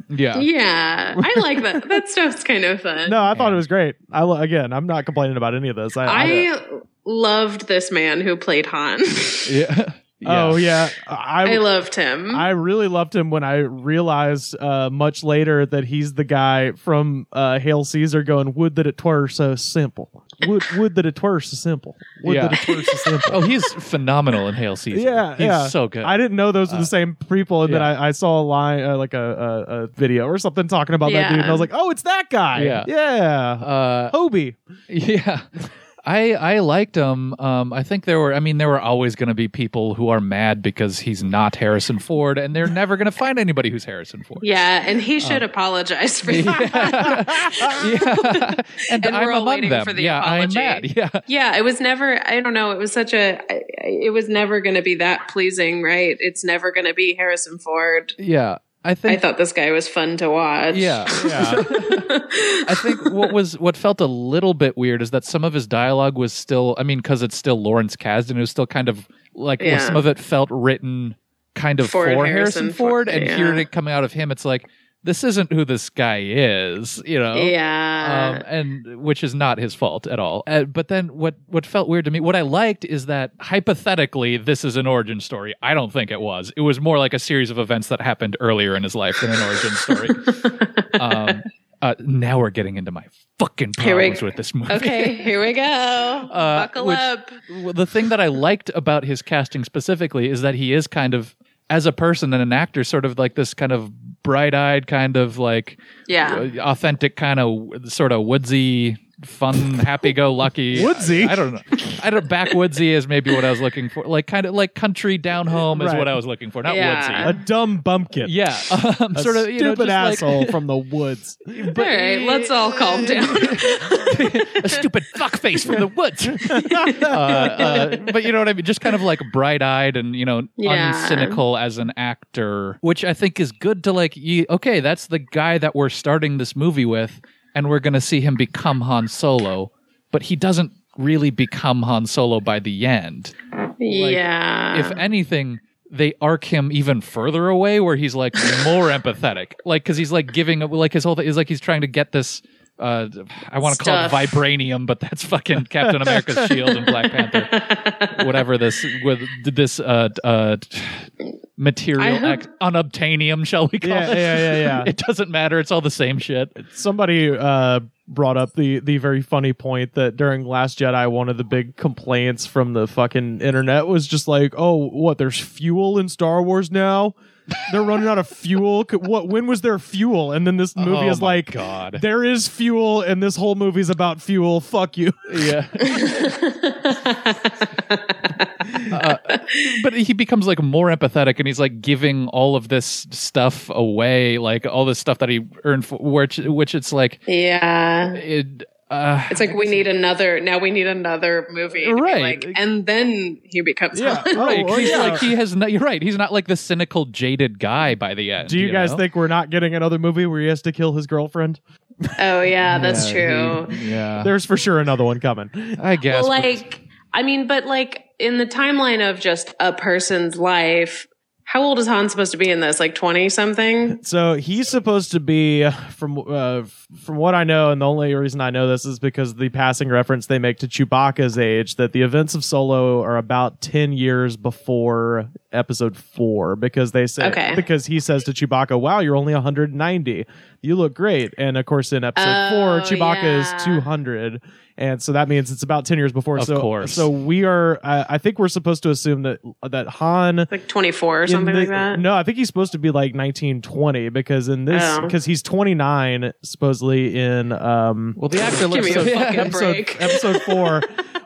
[SPEAKER 2] Yeah.
[SPEAKER 1] yeah, I like
[SPEAKER 2] *laughs*
[SPEAKER 1] that. That stuff's kind of fun.
[SPEAKER 3] No, I thought it was great. I lo- again, I'm not complaining about any of this. I, I-
[SPEAKER 1] I loved this man who played Han. *laughs*
[SPEAKER 2] Yeah.
[SPEAKER 3] oh yeah, I,
[SPEAKER 1] I loved
[SPEAKER 2] Mm-hmm.
[SPEAKER 1] him.
[SPEAKER 3] I really loved him when I realized uh, much later that he's the guy from uh, Hail Caesar going, Would that it were so simple.
[SPEAKER 2] *laughs*
[SPEAKER 3] Would, would that it were so simple. Would
[SPEAKER 2] Yeah.
[SPEAKER 3] that it were so simple.
[SPEAKER 2] Oh, he's phenomenal in Hail Caesar.
[SPEAKER 3] Yeah,
[SPEAKER 2] *laughs* he's
[SPEAKER 3] yeah.
[SPEAKER 2] so good.
[SPEAKER 3] I didn't know those were the
[SPEAKER 2] Uh,
[SPEAKER 3] same people, and
[SPEAKER 2] yeah.
[SPEAKER 3] then I, I saw a line, uh, like a, a, a video or something talking about that
[SPEAKER 1] Yeah.
[SPEAKER 3] dude, and I was like, oh, it's that guy.
[SPEAKER 2] Yeah. uh,
[SPEAKER 3] Yeah. Hobie.
[SPEAKER 2] Yeah. I I liked him. Um, I think there were. I mean, there were always going to be people who are mad because he's not Harrison Ford, and they're never going to find anybody who's
[SPEAKER 1] *laughs*
[SPEAKER 2] Harrison Ford.
[SPEAKER 1] yeah, and
[SPEAKER 2] Uh,
[SPEAKER 1] he should apologize
[SPEAKER 2] *laughs*
[SPEAKER 1] for that. *laughs*
[SPEAKER 2] Yeah. And,
[SPEAKER 1] And we're
[SPEAKER 2] I'm
[SPEAKER 1] all
[SPEAKER 2] among
[SPEAKER 1] waiting
[SPEAKER 2] them.
[SPEAKER 1] for the
[SPEAKER 2] yeah,
[SPEAKER 1] apology.
[SPEAKER 2] I'm mad. *laughs* Yeah.
[SPEAKER 1] yeah, it was never. I don't know. It was such a. I- It was never going to be that pleasing, right? It's never going to be Harrison Ford.
[SPEAKER 2] Yeah. I
[SPEAKER 1] I
[SPEAKER 2] think.
[SPEAKER 1] thought this guy was fun to watch. *laughs*
[SPEAKER 2] yeah. *laughs*
[SPEAKER 3] Yeah.
[SPEAKER 2] I think what was what felt a little bit weird is that some of his dialogue was still. I mean, because it's still Lawrence Kasdan, it was still kind of like well,
[SPEAKER 1] Yeah.
[SPEAKER 2] some of it felt written kind of
[SPEAKER 1] For
[SPEAKER 2] for, Harrison,
[SPEAKER 1] Harrison
[SPEAKER 2] Ford,
[SPEAKER 1] Ford,
[SPEAKER 2] and
[SPEAKER 1] yeah.
[SPEAKER 2] hearing it coming out of him, it's like this isn't who this guy is, you know.
[SPEAKER 1] yeah.
[SPEAKER 2] Um, *laughs* and which is not his fault at all. Uh, but then what what felt weird to me, what I liked is that hypothetically this is an origin story. I don't think it was. It was more like a series of events that happened earlier in his life than an origin
[SPEAKER 1] *laughs*
[SPEAKER 2] story. um, uh, now we're getting into my fucking
[SPEAKER 1] Here we-
[SPEAKER 2] problems with this movie.
[SPEAKER 1] okay, here we go.
[SPEAKER 2] Uh,
[SPEAKER 1] Buckle
[SPEAKER 2] which-
[SPEAKER 1] up.
[SPEAKER 2] *laughs* Well, the thing that I liked about his casting specifically is that he is kind of, as a person and an actor, sort of like this kind of bright-eyed, kind of like
[SPEAKER 1] Yeah.
[SPEAKER 2] uh, authentic, kind of sort of woodsy, fun, happy-go-lucky.
[SPEAKER 3] *laughs* Woodsy?
[SPEAKER 2] I, I don't know. I don't. Backwoodsy is maybe what I was looking for. Like kind of like country down home is
[SPEAKER 3] Right.
[SPEAKER 2] what I was looking for, not
[SPEAKER 1] Yeah.
[SPEAKER 2] woodsy.
[SPEAKER 3] *laughs* A dumb bumpkin.
[SPEAKER 2] Yeah, *laughs* um,
[SPEAKER 3] A
[SPEAKER 2] sort of
[SPEAKER 3] stupid
[SPEAKER 2] you know, just like-
[SPEAKER 3] asshole from *laughs* the woods.
[SPEAKER 1] all right, let's all
[SPEAKER 2] *laughs*
[SPEAKER 1] calm down.
[SPEAKER 2] a stupid fuckface from the
[SPEAKER 3] *laughs*
[SPEAKER 2] woods. uh, *laughs* uh, but you know what I mean? Just kind of like bright eyed and, you know,
[SPEAKER 1] Yeah.
[SPEAKER 2] uncynical as an actor, which I think is good to like, you, okay, that's the guy that we're starting this movie with, and we're going to see him become Han Solo, but he doesn't really become Han Solo by the end.
[SPEAKER 1] yeah.
[SPEAKER 2] If anything, they arc him even further away where he's like
[SPEAKER 1] *laughs*
[SPEAKER 2] more empathetic. Like, cause he's like giving up, like his whole thing is like he's trying to get this, uh, I want to call it
[SPEAKER 1] Stuff.
[SPEAKER 2] vibranium, but that's fucking Captain America's shield and Black Panther, whatever this, with this, uh, uh,
[SPEAKER 1] I
[SPEAKER 2] material
[SPEAKER 1] hope-
[SPEAKER 2] ex- unobtainium, shall we call
[SPEAKER 3] Yeah,
[SPEAKER 2] it?
[SPEAKER 3] yeah, yeah, yeah.
[SPEAKER 2] *laughs* It doesn't matter. It's all the same shit.
[SPEAKER 3] somebody uh brought up the the very funny point that during last jedi one of the big complaints from the fucking internet was just like oh what there's fuel in star wars now they're running out of fuel Could- what when was there fuel and then this movie
[SPEAKER 2] Oh
[SPEAKER 3] is
[SPEAKER 2] my
[SPEAKER 3] like
[SPEAKER 2] God.
[SPEAKER 3] *laughs* there is fuel and this whole movie's about fuel fuck you
[SPEAKER 2] Yeah. *laughs* Uh, but he becomes like more empathetic and he's like giving all of this stuff away, like all this stuff that he earned for which which it's like
[SPEAKER 1] *laughs* yeah.
[SPEAKER 2] it uh
[SPEAKER 1] It's like we need another. Now we need another movie, to be
[SPEAKER 2] Right.
[SPEAKER 1] like, and then he becomes.
[SPEAKER 3] *laughs* Yeah.
[SPEAKER 1] Han.
[SPEAKER 2] Right,
[SPEAKER 3] Oh,
[SPEAKER 2] he's
[SPEAKER 3] yeah.
[SPEAKER 2] like he has. No, you're right. He's not like the cynical, jaded guy by the end.
[SPEAKER 3] do you, guys
[SPEAKER 2] know?
[SPEAKER 3] think we're not getting another movie where he has to kill his girlfriend
[SPEAKER 1] *laughs* oh yeah, that's
[SPEAKER 2] Yeah,
[SPEAKER 1] true.
[SPEAKER 2] he- yeah,
[SPEAKER 3] there's for sure another one coming
[SPEAKER 2] I guess.
[SPEAKER 1] Well,
[SPEAKER 2] but-
[SPEAKER 1] like I mean, but like in the timeline of just a person's life, how old is Han supposed to be in this? Like twenty something.
[SPEAKER 3] So he's supposed to be from uh, from what I know, and the only reason I know this is because of the passing reference they make to Chewbacca's age. That the events of Solo are about ten years before Episode Four, because they say
[SPEAKER 1] Okay.
[SPEAKER 3] because he says to Chewbacca, "Wow, you're only 190. You look great." And of course, in Episode
[SPEAKER 1] Oh,
[SPEAKER 3] Four, Chewbacca
[SPEAKER 1] yeah.
[SPEAKER 3] is 200, and so that means it's about ten years before.
[SPEAKER 2] Of
[SPEAKER 3] so,
[SPEAKER 2] course.
[SPEAKER 3] so we are. I, I think we're supposed to assume that that Han
[SPEAKER 1] Like twenty four or
[SPEAKER 3] in
[SPEAKER 1] something
[SPEAKER 3] the-
[SPEAKER 1] like that.
[SPEAKER 3] No, I think he's supposed to be like 1920 because in this
[SPEAKER 1] Oh.
[SPEAKER 3] because he's 29 supposedly in um
[SPEAKER 2] well, the actor
[SPEAKER 1] *laughs* Give
[SPEAKER 2] looks
[SPEAKER 1] me
[SPEAKER 2] so
[SPEAKER 1] a fucking
[SPEAKER 3] episode,
[SPEAKER 1] break. *laughs*
[SPEAKER 3] episode 4.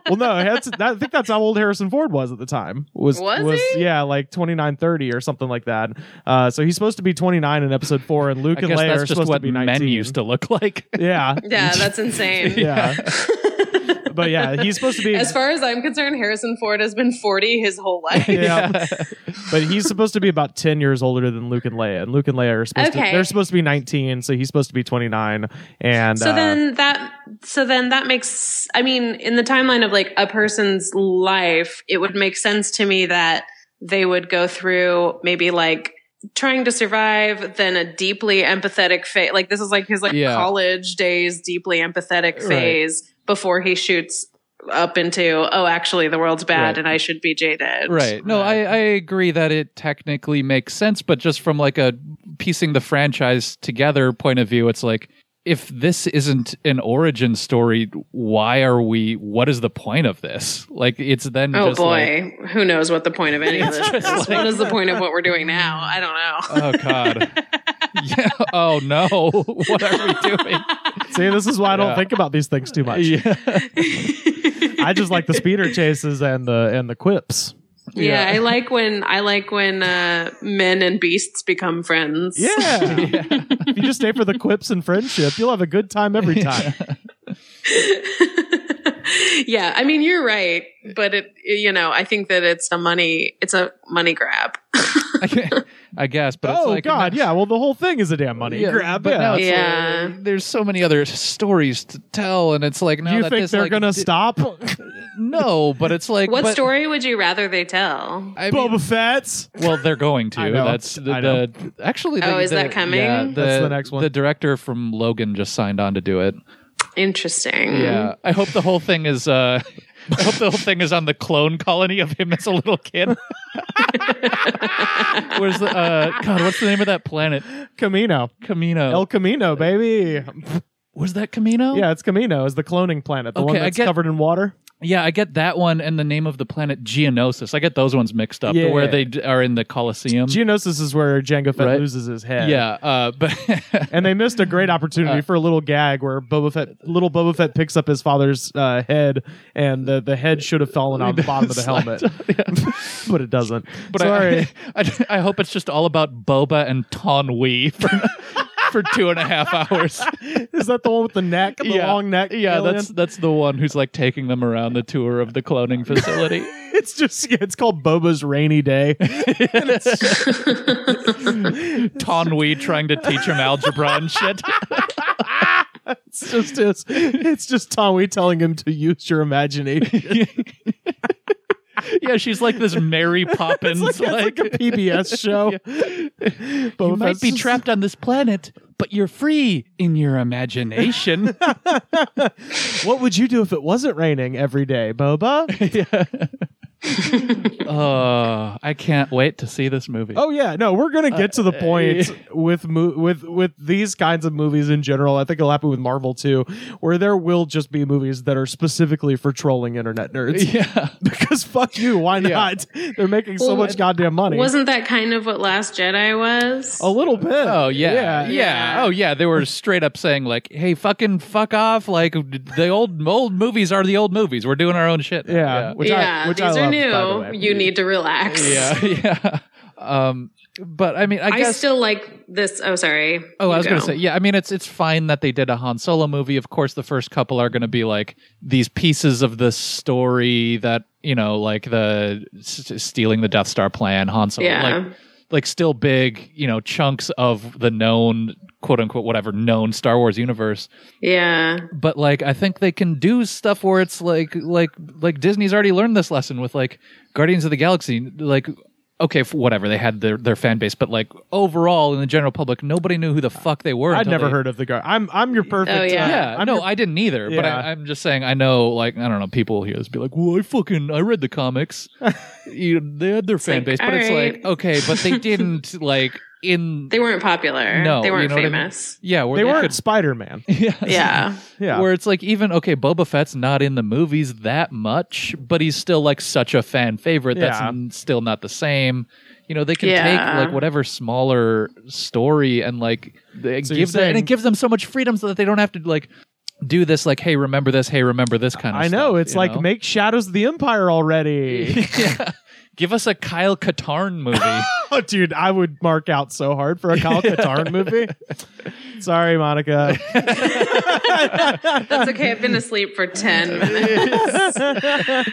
[SPEAKER 3] well, no, that's, that, I think that's how old Harrison Ford was at the time. Was
[SPEAKER 1] Was he?
[SPEAKER 3] yeah, like 29 30 or something like that. Uh so he's supposed to be 29 in episode 4 and Luke
[SPEAKER 2] I
[SPEAKER 3] and
[SPEAKER 2] guess
[SPEAKER 3] Leia are
[SPEAKER 2] that's just
[SPEAKER 3] supposed
[SPEAKER 2] *laughs*
[SPEAKER 3] to
[SPEAKER 2] what
[SPEAKER 3] be
[SPEAKER 1] *laughs*
[SPEAKER 3] 19.
[SPEAKER 2] men used to look like.
[SPEAKER 3] *laughs* Yeah.
[SPEAKER 1] Yeah, that's insane.
[SPEAKER 3] Yeah. but yeah, he's supposed to be
[SPEAKER 1] As far as I'm concerned, Harrison Ford has been 40 his whole life.
[SPEAKER 2] *laughs*
[SPEAKER 3] *laughs* yeah. but he's supposed to be about 10 years older than Luke and Leia. And Luke and Leia are supposed to
[SPEAKER 1] Okay.
[SPEAKER 3] they're supposed to be 19, so he's supposed to be 29 and
[SPEAKER 1] So
[SPEAKER 3] uh,
[SPEAKER 1] then that so then that makes I mean in the timeline of like a person's life it would make sense to me that they would go through maybe like trying to survive then a deeply empathetic phase like this is like his like
[SPEAKER 2] Yeah.
[SPEAKER 1] college days deeply empathetic
[SPEAKER 3] Right.
[SPEAKER 1] phase before he shoots up into oh actually the world's bad
[SPEAKER 2] Right.
[SPEAKER 1] and I should be jaded.
[SPEAKER 2] Right. No, I, I agree that it technically makes sense, but just from like a piecing the franchise together point of view, it's like if this isn't an origin story, why are we what is the point of this? Like it's then
[SPEAKER 1] Oh
[SPEAKER 2] just like,
[SPEAKER 1] boy, who knows what the point of any of
[SPEAKER 2] It's
[SPEAKER 1] this is.
[SPEAKER 2] *laughs* just like-
[SPEAKER 1] what is the point of what we're doing now? I don't know.
[SPEAKER 2] Oh god.
[SPEAKER 1] *laughs*
[SPEAKER 2] yeah. Oh no. *laughs* what are we doing?
[SPEAKER 3] see this is why I don't
[SPEAKER 2] Yeah.
[SPEAKER 3] think about these things too much.
[SPEAKER 2] Yeah. Uh,
[SPEAKER 3] I just like the speeder chases and the and the quips.
[SPEAKER 1] Yeah,
[SPEAKER 2] Yeah.
[SPEAKER 1] I like when I like when uh, men and beasts become friends.
[SPEAKER 3] *laughs* Yeah. if you just stay for the quips and friendship, you'll have a good time every time.
[SPEAKER 1] *laughs* yeah. I mean, you're right, but it you know I think that it's a money it's a money grab.
[SPEAKER 2] I, can't- I guess, but it's
[SPEAKER 3] oh
[SPEAKER 2] like
[SPEAKER 3] god, yeah. Well, the whole thing is a damn money
[SPEAKER 2] Yeah,
[SPEAKER 3] grab.
[SPEAKER 2] but
[SPEAKER 3] yeah.
[SPEAKER 2] now it's
[SPEAKER 1] Yeah.
[SPEAKER 2] like, there's so many other stories to tell, and it's like now
[SPEAKER 3] you
[SPEAKER 2] that
[SPEAKER 3] think
[SPEAKER 2] this,
[SPEAKER 3] they're
[SPEAKER 2] like,
[SPEAKER 3] gonna
[SPEAKER 2] di-
[SPEAKER 3] *laughs* stop?
[SPEAKER 2] No, but it's like
[SPEAKER 1] What
[SPEAKER 2] but-
[SPEAKER 1] story would you rather they tell?
[SPEAKER 2] I mean,
[SPEAKER 3] Boba Fett's.
[SPEAKER 2] Well, they're going to.
[SPEAKER 3] *laughs* I know.
[SPEAKER 2] That's the,
[SPEAKER 3] I know.
[SPEAKER 2] the- actually.
[SPEAKER 1] Oh,
[SPEAKER 2] the-
[SPEAKER 1] is
[SPEAKER 2] the-
[SPEAKER 1] that coming?
[SPEAKER 2] yeah, the,
[SPEAKER 3] That's the next one. Mm-hmm.
[SPEAKER 2] The director from Logan just signed on to do it.
[SPEAKER 1] Interesting.
[SPEAKER 2] Yeah, I hope the whole thing is. Uh, *laughs* I hope the whole thing is on the clone colony of him as a little kid. *laughs* Where's the uh, God? What's the name of that planet?
[SPEAKER 3] Camino.
[SPEAKER 2] Camino.
[SPEAKER 3] El Camino, baby.
[SPEAKER 2] Was that Camino?
[SPEAKER 3] Yeah, it's Camino. Is the cloning planet the one
[SPEAKER 2] Okay, I
[SPEAKER 3] that's
[SPEAKER 2] get-
[SPEAKER 3] covered in water?
[SPEAKER 2] yeah. I get that one and the name of the planet Geonosis. I get those ones mixed up.
[SPEAKER 3] Yeah.
[SPEAKER 2] where they d- are in the Colosseum.
[SPEAKER 3] Geonosis is where Jango Fett
[SPEAKER 2] Right.
[SPEAKER 3] loses his head.
[SPEAKER 2] yeah, uh, but *laughs*
[SPEAKER 3] And they missed a great opportunity for a little gag where Boba Fett, little Boba Fett, picks up his father's uh, head, and the, the head should have fallen on the bottom of the helmet, *laughs* but it doesn't.
[SPEAKER 2] But
[SPEAKER 3] Sorry,
[SPEAKER 2] *laughs* I, I, I hope it's just all about Boba and Ton Wee for, for *laughs* two and a half hours.
[SPEAKER 3] is that the one with the neck, *laughs* the
[SPEAKER 2] Yeah.
[SPEAKER 3] long neck?
[SPEAKER 2] Yeah,
[SPEAKER 3] alien?
[SPEAKER 2] that's that's the one who's like taking them around the tour of the cloning facility.
[SPEAKER 3] *laughs* it's just yeah, it's called Boba's
[SPEAKER 2] *laughs*
[SPEAKER 3] rainy day.
[SPEAKER 2] Ton Wee trying to teach him algebra and
[SPEAKER 3] *laughs*
[SPEAKER 2] shit.
[SPEAKER 3] *laughs* It's just it's, it's just Tommy telling him to use your imagination.
[SPEAKER 2] *laughs* Yeah, she's like this Mary Poppins.
[SPEAKER 3] *laughs* It's like, it's like a
[SPEAKER 2] *laughs*
[SPEAKER 3] PBS show. Boba
[SPEAKER 2] you might
[SPEAKER 3] Fett's
[SPEAKER 2] be
[SPEAKER 3] just-
[SPEAKER 2] trapped on this planet, but you're free in your
[SPEAKER 3] *laughs*
[SPEAKER 2] imagination.
[SPEAKER 3] What would you do if it wasn't raining every day, Boba?
[SPEAKER 2] *laughs* oh, I can't wait to see this movie.
[SPEAKER 3] Oh yeah, no, we're gonna get to the
[SPEAKER 2] *laughs*
[SPEAKER 3] point
[SPEAKER 2] uh,
[SPEAKER 3] with mo- with with these kinds of movies in general. I think it'll happen with Marvel too, where there will just be movies that are specifically for trolling
[SPEAKER 2] *laughs*
[SPEAKER 3] internet nerds.
[SPEAKER 2] *laughs*
[SPEAKER 3] *laughs*
[SPEAKER 2] Yeah.
[SPEAKER 3] because fuck you, why
[SPEAKER 2] Yeah.
[SPEAKER 3] not? *laughs* They're making so
[SPEAKER 1] Well,
[SPEAKER 3] much goddamn money.
[SPEAKER 1] Wasn't that kind of what Last Jedi was?
[SPEAKER 3] a little bit.
[SPEAKER 2] Oh yeah. yeah,
[SPEAKER 1] yeah.
[SPEAKER 2] Oh yeah, they were straight up saying like, "Hey, fucking fuck off!" Like the old old movies are the old movies. We're doing our own shit. now.
[SPEAKER 3] Yeah, which
[SPEAKER 1] yeah,
[SPEAKER 3] I, which
[SPEAKER 1] these
[SPEAKER 3] I
[SPEAKER 1] are
[SPEAKER 3] love,
[SPEAKER 1] new.
[SPEAKER 3] By the way.
[SPEAKER 1] You need to relax.
[SPEAKER 2] yeah, *laughs* yeah, yeah. Um, but I mean,
[SPEAKER 1] *laughs*
[SPEAKER 2] I
[SPEAKER 1] I,
[SPEAKER 2] guess.
[SPEAKER 1] still like this. Oh, sorry.
[SPEAKER 2] oh,
[SPEAKER 1] You
[SPEAKER 2] I was gonna
[SPEAKER 1] go.
[SPEAKER 2] say, yeah. I mean, it's it's fine that they did a Han Solo movie. Of course, the first couple are gonna be like these pieces of the story that you know, like the s- stealing the Death Star plan, Han Solo,
[SPEAKER 1] Yeah.
[SPEAKER 2] like like still big, you know, chunks of the known quote unquote whatever known Star Wars universe.
[SPEAKER 1] Yeah.
[SPEAKER 2] but like I think they can do stuff where it's like like like Disney's already learned this lesson with like Guardians of the Galaxy like okay f whatever they had their their fan base but like overall in the general public nobody knew who the fuck they were
[SPEAKER 3] I'd
[SPEAKER 2] until
[SPEAKER 3] never
[SPEAKER 2] they-
[SPEAKER 3] heard of the guy. I'm I'm your perfect.
[SPEAKER 1] Oh, yeah.
[SPEAKER 3] uh,
[SPEAKER 2] yeah,
[SPEAKER 3] I'm
[SPEAKER 2] no,
[SPEAKER 3] your-
[SPEAKER 2] I didn't either. But
[SPEAKER 3] Yeah.
[SPEAKER 2] I, I'm just saying, I know, like, I don't know, people here just be like, "Well, I fucking, I read the
[SPEAKER 3] *laughs*
[SPEAKER 2] comics." you, they had their fan
[SPEAKER 1] like,
[SPEAKER 2] base, but
[SPEAKER 1] all
[SPEAKER 2] it's like,
[SPEAKER 1] right.
[SPEAKER 2] okay, but
[SPEAKER 1] *laughs*
[SPEAKER 2] they didn't like in,
[SPEAKER 1] They weren't popular.
[SPEAKER 2] No,
[SPEAKER 1] they
[SPEAKER 2] you
[SPEAKER 1] weren't
[SPEAKER 2] know what I mean?
[SPEAKER 1] famous.
[SPEAKER 2] yeah, where
[SPEAKER 3] they
[SPEAKER 2] they
[SPEAKER 3] weren't
[SPEAKER 2] could- *laughs*
[SPEAKER 3] Spider Man.
[SPEAKER 1] Yeah.
[SPEAKER 3] Yeah.
[SPEAKER 2] Where it's like even okay, Boba Fett's not in the movies that much, but he's still like such a fan favorite that's
[SPEAKER 3] Yeah.
[SPEAKER 2] n- still not the same. You know, they can
[SPEAKER 1] Yeah.
[SPEAKER 2] take like whatever smaller story and like they
[SPEAKER 3] So you're
[SPEAKER 2] give them, and
[SPEAKER 3] saying-
[SPEAKER 2] it gives them so much freedom so that they don't have to like do this like hey remember this hey remember this kind of
[SPEAKER 3] I know.
[SPEAKER 2] stuff,
[SPEAKER 3] It's
[SPEAKER 2] you
[SPEAKER 3] like
[SPEAKER 2] know?
[SPEAKER 3] make Shadows of the Empire already.
[SPEAKER 2] *laughs* yeah. Give us a Kyle Katarn
[SPEAKER 3] *laughs*
[SPEAKER 2] movie.
[SPEAKER 3] Oh, dude, I would mark out so hard for a Kyle *laughs* Katarn movie. Sorry, Monica. *laughs*
[SPEAKER 1] That's okay. I've been asleep for 10 minutes.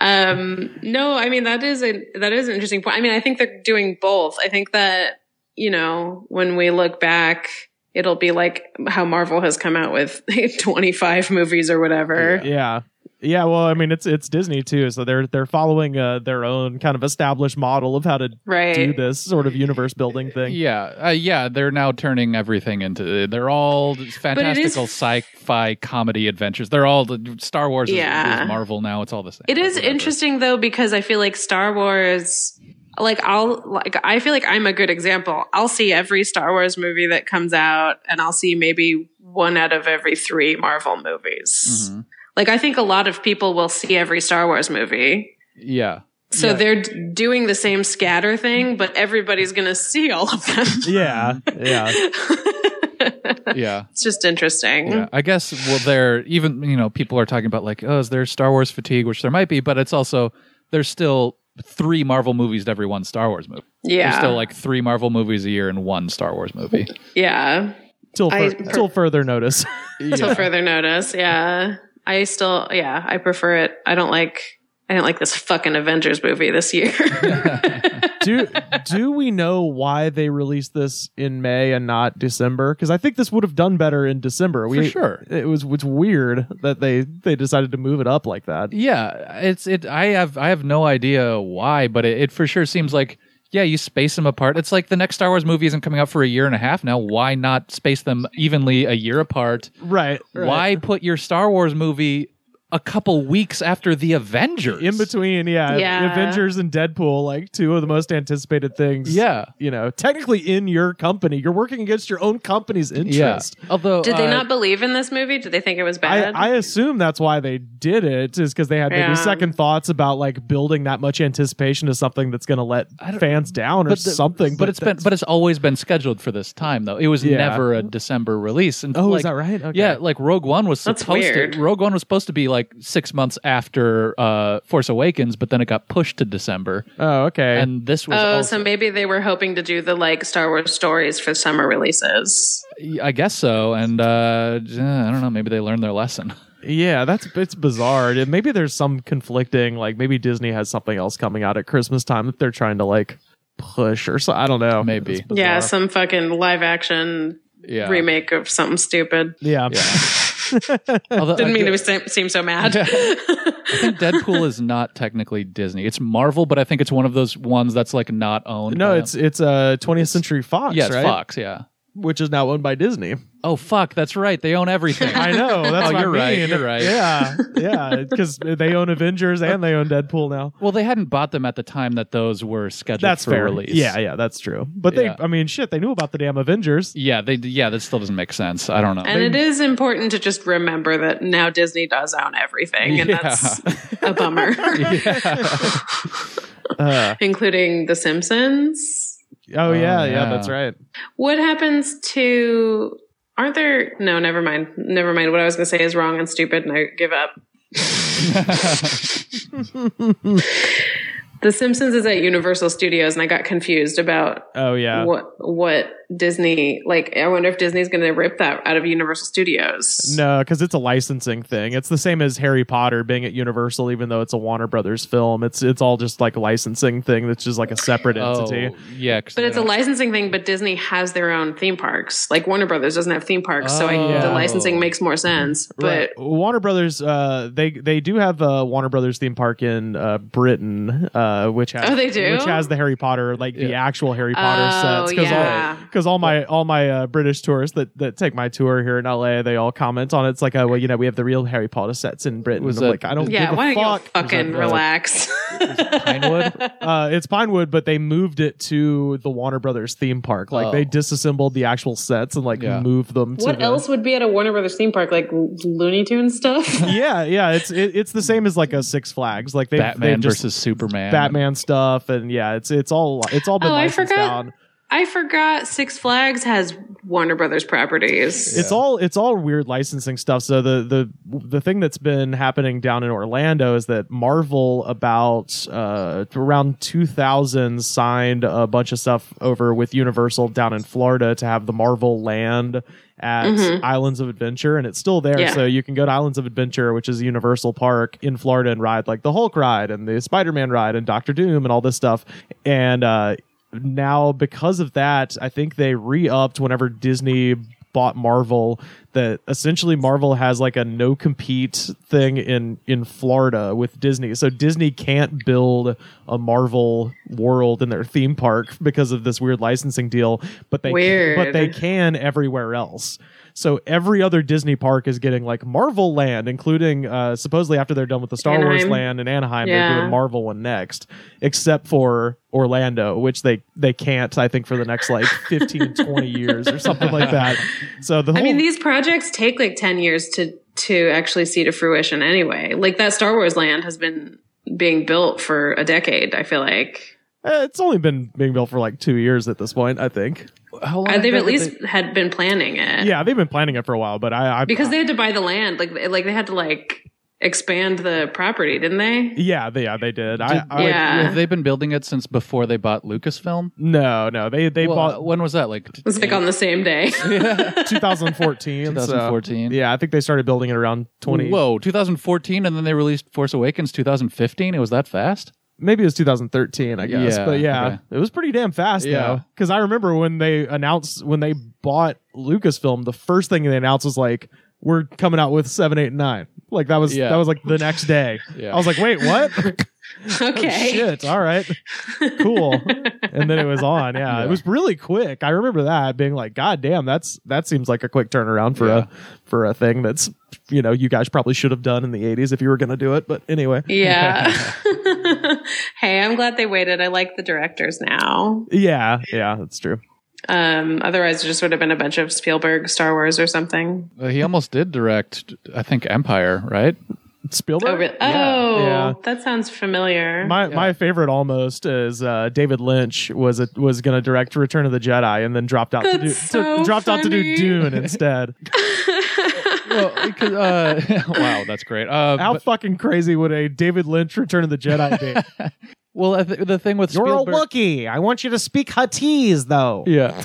[SPEAKER 1] um, no, I mean, that is a, that is an interesting point. I mean, I think they're doing both. I think that, you know, when we look back, it'll be like how Marvel has come out with 25 movies or whatever.
[SPEAKER 3] yeah. Yeah, well, I mean, it's it's Disney too, so they're they're following uh, their own kind of established model of how to
[SPEAKER 1] Right.
[SPEAKER 3] do this sort of universe building thing.
[SPEAKER 2] yeah, uh, yeah. They're now turning everything into. They're all fantastical sci-fi comedy adventures. They're all the Star Wars. Is,
[SPEAKER 1] Yeah.
[SPEAKER 2] is Marvel now. It's all the same.
[SPEAKER 1] It is
[SPEAKER 2] Whatever.
[SPEAKER 1] interesting though because I feel like Star Wars like I'll like I feel like I'm a good example. I'll see every Star Wars movie that comes out and I'll see maybe one out of every 3 Marvel movies.
[SPEAKER 2] Mhm.
[SPEAKER 1] Like I think a lot of people will see every Star Wars movie.
[SPEAKER 2] Yeah.
[SPEAKER 1] So
[SPEAKER 3] Yeah.
[SPEAKER 1] they're d- doing the same scatter thing, but everybody's going to see all of them. *laughs*
[SPEAKER 3] Yeah, yeah.
[SPEAKER 1] *laughs*
[SPEAKER 2] Yeah.
[SPEAKER 1] it's just interesting.
[SPEAKER 2] Yeah, I guess well, there even you know people are talking about like, oh, is there Star Wars fatigue? Which there might be, but it's also there's still three Marvel movies to every one Star Wars movie. There's
[SPEAKER 1] Yeah.
[SPEAKER 2] still like three Marvel movies a year and one Star
[SPEAKER 1] *laughs*
[SPEAKER 2] Wars movie.
[SPEAKER 1] yeah.
[SPEAKER 3] Till fur-
[SPEAKER 1] I-
[SPEAKER 3] till further notice.
[SPEAKER 1] Till further notice. Yeah. I still, yeah, I prefer it. I don't like, I didn't like this fucking Avengers movie this year. *laughs*
[SPEAKER 3] do do we know why they released this in May and not December? Because I think this would have done better in December. We,
[SPEAKER 2] sure.
[SPEAKER 3] It was it's weird that they they decided to move it up like that.
[SPEAKER 2] Yeah, it's it. I have I have no idea why, but it, it for sure seems like yeah, you space them apart. It's like the next Star Wars movie isn't coming out for a year and a half now. Why not space them evenly a year apart?
[SPEAKER 3] Right.
[SPEAKER 2] Why put your Star Wars movie a couple weeks after the Avengers?
[SPEAKER 3] In between, yeah,
[SPEAKER 1] Yeah.
[SPEAKER 3] Avengers and Deadpool, like two of the most anticipated things.
[SPEAKER 2] Yeah.
[SPEAKER 3] You know, technically in your company, you're working against your own company's interest.
[SPEAKER 2] Yeah. Although
[SPEAKER 1] Did they
[SPEAKER 2] uh,
[SPEAKER 1] not believe in this movie? Did they think it was
[SPEAKER 3] I,
[SPEAKER 1] bad?
[SPEAKER 3] I assume that's why they did it is because they had maybe
[SPEAKER 1] Yeah.
[SPEAKER 3] second thoughts about like building that much anticipation to something that's going to let fans down or
[SPEAKER 2] but the-
[SPEAKER 3] something.
[SPEAKER 2] But, it's been
[SPEAKER 3] that's-
[SPEAKER 2] but it's always been scheduled for this time though. It was
[SPEAKER 3] Yeah.
[SPEAKER 2] never a December release. And
[SPEAKER 3] Oh, is
[SPEAKER 2] like,
[SPEAKER 3] that right? Okay.
[SPEAKER 2] Yeah, like Rogue One was
[SPEAKER 1] That's
[SPEAKER 2] supposed
[SPEAKER 1] weird.
[SPEAKER 2] to Rogue One was supposed to be like six months after uh, Force Awakens, but then it got pushed to December.
[SPEAKER 3] Oh, okay.
[SPEAKER 2] And this was
[SPEAKER 1] oh,
[SPEAKER 2] also,
[SPEAKER 1] so maybe they were hoping to do the like Star Wars stories for summer releases.
[SPEAKER 2] I guess so. And uh, j- I don't know, maybe they learned their lesson. *laughs*
[SPEAKER 3] yeah, that's it's bizarre. And Maybe there's some conflicting, like maybe Disney has something else coming out at Christmas time that they're trying to like push or so. I don't know.
[SPEAKER 2] Maybe.
[SPEAKER 3] It's bizarre.
[SPEAKER 1] Yeah, some fucking live action
[SPEAKER 2] Yeah.
[SPEAKER 1] remake of something stupid.
[SPEAKER 3] Yeah.
[SPEAKER 2] Although,
[SPEAKER 1] Didn't
[SPEAKER 2] I
[SPEAKER 1] mean
[SPEAKER 2] do- *laughs*
[SPEAKER 1] to seem, seem so mad.
[SPEAKER 2] I
[SPEAKER 1] *laughs*
[SPEAKER 2] think Deadpool is not technically Disney. It's Marvel, but I think it's one of those ones that's like not owned.
[SPEAKER 3] No,
[SPEAKER 2] by-
[SPEAKER 3] it's it's uh 20th Century Fox,
[SPEAKER 2] yeah, it's
[SPEAKER 3] right?
[SPEAKER 2] Fox. Yeah.
[SPEAKER 3] Which is now owned by Disney.
[SPEAKER 2] Oh fuck, that's right. They own everything.
[SPEAKER 3] *laughs* I know. That's
[SPEAKER 2] *laughs* Oh,
[SPEAKER 3] what I
[SPEAKER 2] you're right,
[SPEAKER 3] mean.
[SPEAKER 2] you're right.
[SPEAKER 3] Yeah,
[SPEAKER 2] *laughs*
[SPEAKER 3] yeah. Because they own Avengers and they own Deadpool now.
[SPEAKER 2] well, they hadn't bought them at the time that those were scheduled
[SPEAKER 3] That's
[SPEAKER 2] for
[SPEAKER 3] fair.
[SPEAKER 2] release.
[SPEAKER 3] Yeah, yeah. That's true. But they,
[SPEAKER 2] Yeah.
[SPEAKER 3] I mean, shit. They knew about the
[SPEAKER 2] *laughs*
[SPEAKER 3] damn Avengers.
[SPEAKER 2] yeah, they yeah. That still doesn't make sense. I don't know.
[SPEAKER 1] and it is important to just remember that now Disney does own everything, and
[SPEAKER 2] Yeah.
[SPEAKER 1] that's a bummer, *laughs*
[SPEAKER 3] Uh,
[SPEAKER 1] including The Simpsons.
[SPEAKER 3] oh yeah, yeah,
[SPEAKER 2] yeah.
[SPEAKER 3] That's right.
[SPEAKER 1] What happens to? Aren't there? No, never mind. Never mind. What I was going to say is wrong and stupid, and I give up. the Simpsons is at Universal Studios, and I got confused about
[SPEAKER 3] Oh yeah.
[SPEAKER 1] what what Disney. Like, I wonder if Disney's going to rip that out of Universal Studios.
[SPEAKER 3] No, because it's a licensing thing. It's the same as Harry Potter being at Universal, even though it's a Warner Brothers film. It's it's all just like licensing thing. That's just like a separate
[SPEAKER 2] *laughs* oh
[SPEAKER 3] entity.
[SPEAKER 2] yeah, 'cause
[SPEAKER 1] But
[SPEAKER 2] they
[SPEAKER 1] it's a
[SPEAKER 2] don't-
[SPEAKER 1] licensing thing, but Disney has their own theme parks. Like Warner Brothers doesn't have theme parks, so I, the
[SPEAKER 2] Oh.
[SPEAKER 1] licensing makes more sense. But
[SPEAKER 3] Right. Warner Brothers, uh, they they do have a Warner Brothers theme park in uh, Britain, uh, which has
[SPEAKER 1] Oh, they do?
[SPEAKER 3] which has the Harry Potter, like the actual Harry Potter
[SPEAKER 1] Oh,
[SPEAKER 3] sets, because
[SPEAKER 1] yeah.
[SPEAKER 3] all because all my all my uh, British tourists that, that take my tour here in LA, they all comment on it. It's like, oh well, you know, we have the real Harry Potter sets in Britain.
[SPEAKER 2] Was
[SPEAKER 3] I'm
[SPEAKER 2] that-
[SPEAKER 3] like, I don't
[SPEAKER 1] yeah,
[SPEAKER 3] give
[SPEAKER 1] why
[SPEAKER 3] a
[SPEAKER 1] don't
[SPEAKER 3] fuck.
[SPEAKER 1] you fucking
[SPEAKER 2] that-
[SPEAKER 1] relax? *laughs*
[SPEAKER 2] Pinewood.
[SPEAKER 3] Uh, it's Pinewood, but they moved it to the Warner Brothers theme park. Like
[SPEAKER 2] Oh.
[SPEAKER 3] they disassembled the actual sets and like
[SPEAKER 2] Yeah.
[SPEAKER 3] moved them. to
[SPEAKER 1] what
[SPEAKER 3] the-
[SPEAKER 1] else would be at a Warner Brothers theme park? Like Looney Tunes stuff?
[SPEAKER 3] Yeah, yeah. It's it, it's the same as like a Six Flags. Like *laughs* they
[SPEAKER 2] Batman
[SPEAKER 3] they just,
[SPEAKER 2] versus Superman.
[SPEAKER 3] Batman stuff, and yeah, it's it's all it's all been
[SPEAKER 1] Oh, I
[SPEAKER 3] licensed
[SPEAKER 1] forgot.
[SPEAKER 3] down.
[SPEAKER 1] I forgot Six Flags has Warner Brothers properties.
[SPEAKER 3] It's all it's all weird licensing stuff. So the the the thing that's been happening down in Orlando is that Marvel about uh, around 2000 signed a bunch of stuff over with Universal down in Florida to have the Marvel Land at
[SPEAKER 1] Mhm.
[SPEAKER 3] Islands of Adventure, and it's still there.
[SPEAKER 1] Yeah.
[SPEAKER 3] So you can go to Islands of Adventure, which is a Universal Park in Florida, and ride like the Hulk ride and the Spider Man ride and Doctor Doom and all this stuff. And uh, now, because of that, I think they re upped whenever Disney bought Marvel that essentially Marvel has like a no compete thing in in Florida with Disney. So Disney can't build a Marvel world in their theme park because of this weird licensing deal, but they
[SPEAKER 1] Weird.
[SPEAKER 3] but they can everywhere else. So every other Disney park is getting like Marvel Land, including uh, supposedly after they're done with the Star Wars
[SPEAKER 1] Anaheim.
[SPEAKER 3] Land in Anaheim, they're
[SPEAKER 1] Yeah.
[SPEAKER 3] doing Marvel one next, except for Orlando, which they they can't, I think, for the
[SPEAKER 1] *laughs*
[SPEAKER 3] next like 15, 20 years or something like that. So the whole
[SPEAKER 1] I mean, these projects take like 10 years to to actually see to fruition anyway. Like that Star Wars land has been being built for a decade, I feel like.
[SPEAKER 3] eh, it's only been being built for like two years at this point, I think.
[SPEAKER 2] How long
[SPEAKER 1] Uh, they've
[SPEAKER 2] ago
[SPEAKER 1] at
[SPEAKER 2] did
[SPEAKER 1] least had been planning it.
[SPEAKER 3] Yeah, they've been planning it for a while, but I, I
[SPEAKER 1] Eh. Because they had to buy the land. Like they- like they had to like expand the property, didn't they?
[SPEAKER 3] yeah, they, yeah, they did.
[SPEAKER 2] Did-
[SPEAKER 3] I, I
[SPEAKER 1] Yeah.
[SPEAKER 2] Have they been building it since before they bought Lucasfilm?
[SPEAKER 3] no, no, they they
[SPEAKER 2] Well,
[SPEAKER 3] bought
[SPEAKER 2] when was that? Like
[SPEAKER 1] It was
[SPEAKER 2] *laughs*
[SPEAKER 1] like on the same
[SPEAKER 3] *laughs*
[SPEAKER 1] day.
[SPEAKER 3] 2014. so-
[SPEAKER 2] 2014.
[SPEAKER 3] yeah, I think they started building it around 20.
[SPEAKER 2] Whoa, 2014, and then they released Force Awakens 2015. It was that fast.
[SPEAKER 3] maybe it was 2013 i guess
[SPEAKER 2] Yeah,
[SPEAKER 3] but yeah
[SPEAKER 2] okay.
[SPEAKER 3] it was pretty damn fast
[SPEAKER 2] Yeah.
[SPEAKER 3] though because i remember when they announced when they bought lucasfilm the first thing they announced was like we're coming out with 789 like that was
[SPEAKER 2] Yeah.
[SPEAKER 3] that was like the next day
[SPEAKER 2] Yeah.
[SPEAKER 3] i was like wait
[SPEAKER 1] *laughs*
[SPEAKER 3] what
[SPEAKER 1] okay.
[SPEAKER 3] Oh, shit
[SPEAKER 1] *laughs*
[SPEAKER 3] all right cool and then it was on yeah.
[SPEAKER 2] Yeah.
[SPEAKER 3] it was really quick i remember that being like god damn that's that seems like a quick turnaround for
[SPEAKER 2] Yeah.
[SPEAKER 3] a for a thing that's you know you guys probably should have done in the 80s if you were gonna do it but anyway *laughs*
[SPEAKER 1] Yeah. *laughs* hey, I'm glad they waited. I like the directors now.
[SPEAKER 3] yeah yeah that's true
[SPEAKER 1] Um, otherwise, it just would have been a bunch of Spielberg Star Wars or something.
[SPEAKER 2] Uh, he almost did direct, I think, Empire, right?
[SPEAKER 3] spielberg
[SPEAKER 1] Oh, really?
[SPEAKER 2] Yeah.
[SPEAKER 1] oh
[SPEAKER 3] Yeah.
[SPEAKER 1] that sounds familiar.
[SPEAKER 3] My my favorite almost is uh, David Lynch was a, was going to direct Return of the Jedi and then dropped out to
[SPEAKER 1] That's
[SPEAKER 3] do
[SPEAKER 1] so
[SPEAKER 3] to, dropped out to do
[SPEAKER 1] funny.
[SPEAKER 3] Dune *laughs* instead.
[SPEAKER 2] well, 'cause, uh, *laughs* wow, that's great. Uh,
[SPEAKER 3] How
[SPEAKER 2] but-
[SPEAKER 3] fucking crazy would a David Lynch Return of the Jedi *laughs* be?
[SPEAKER 2] well, I th- the thing with Spielberg,
[SPEAKER 3] Wookiee. I want you to speak Huttese though.
[SPEAKER 2] *laughs* yeah.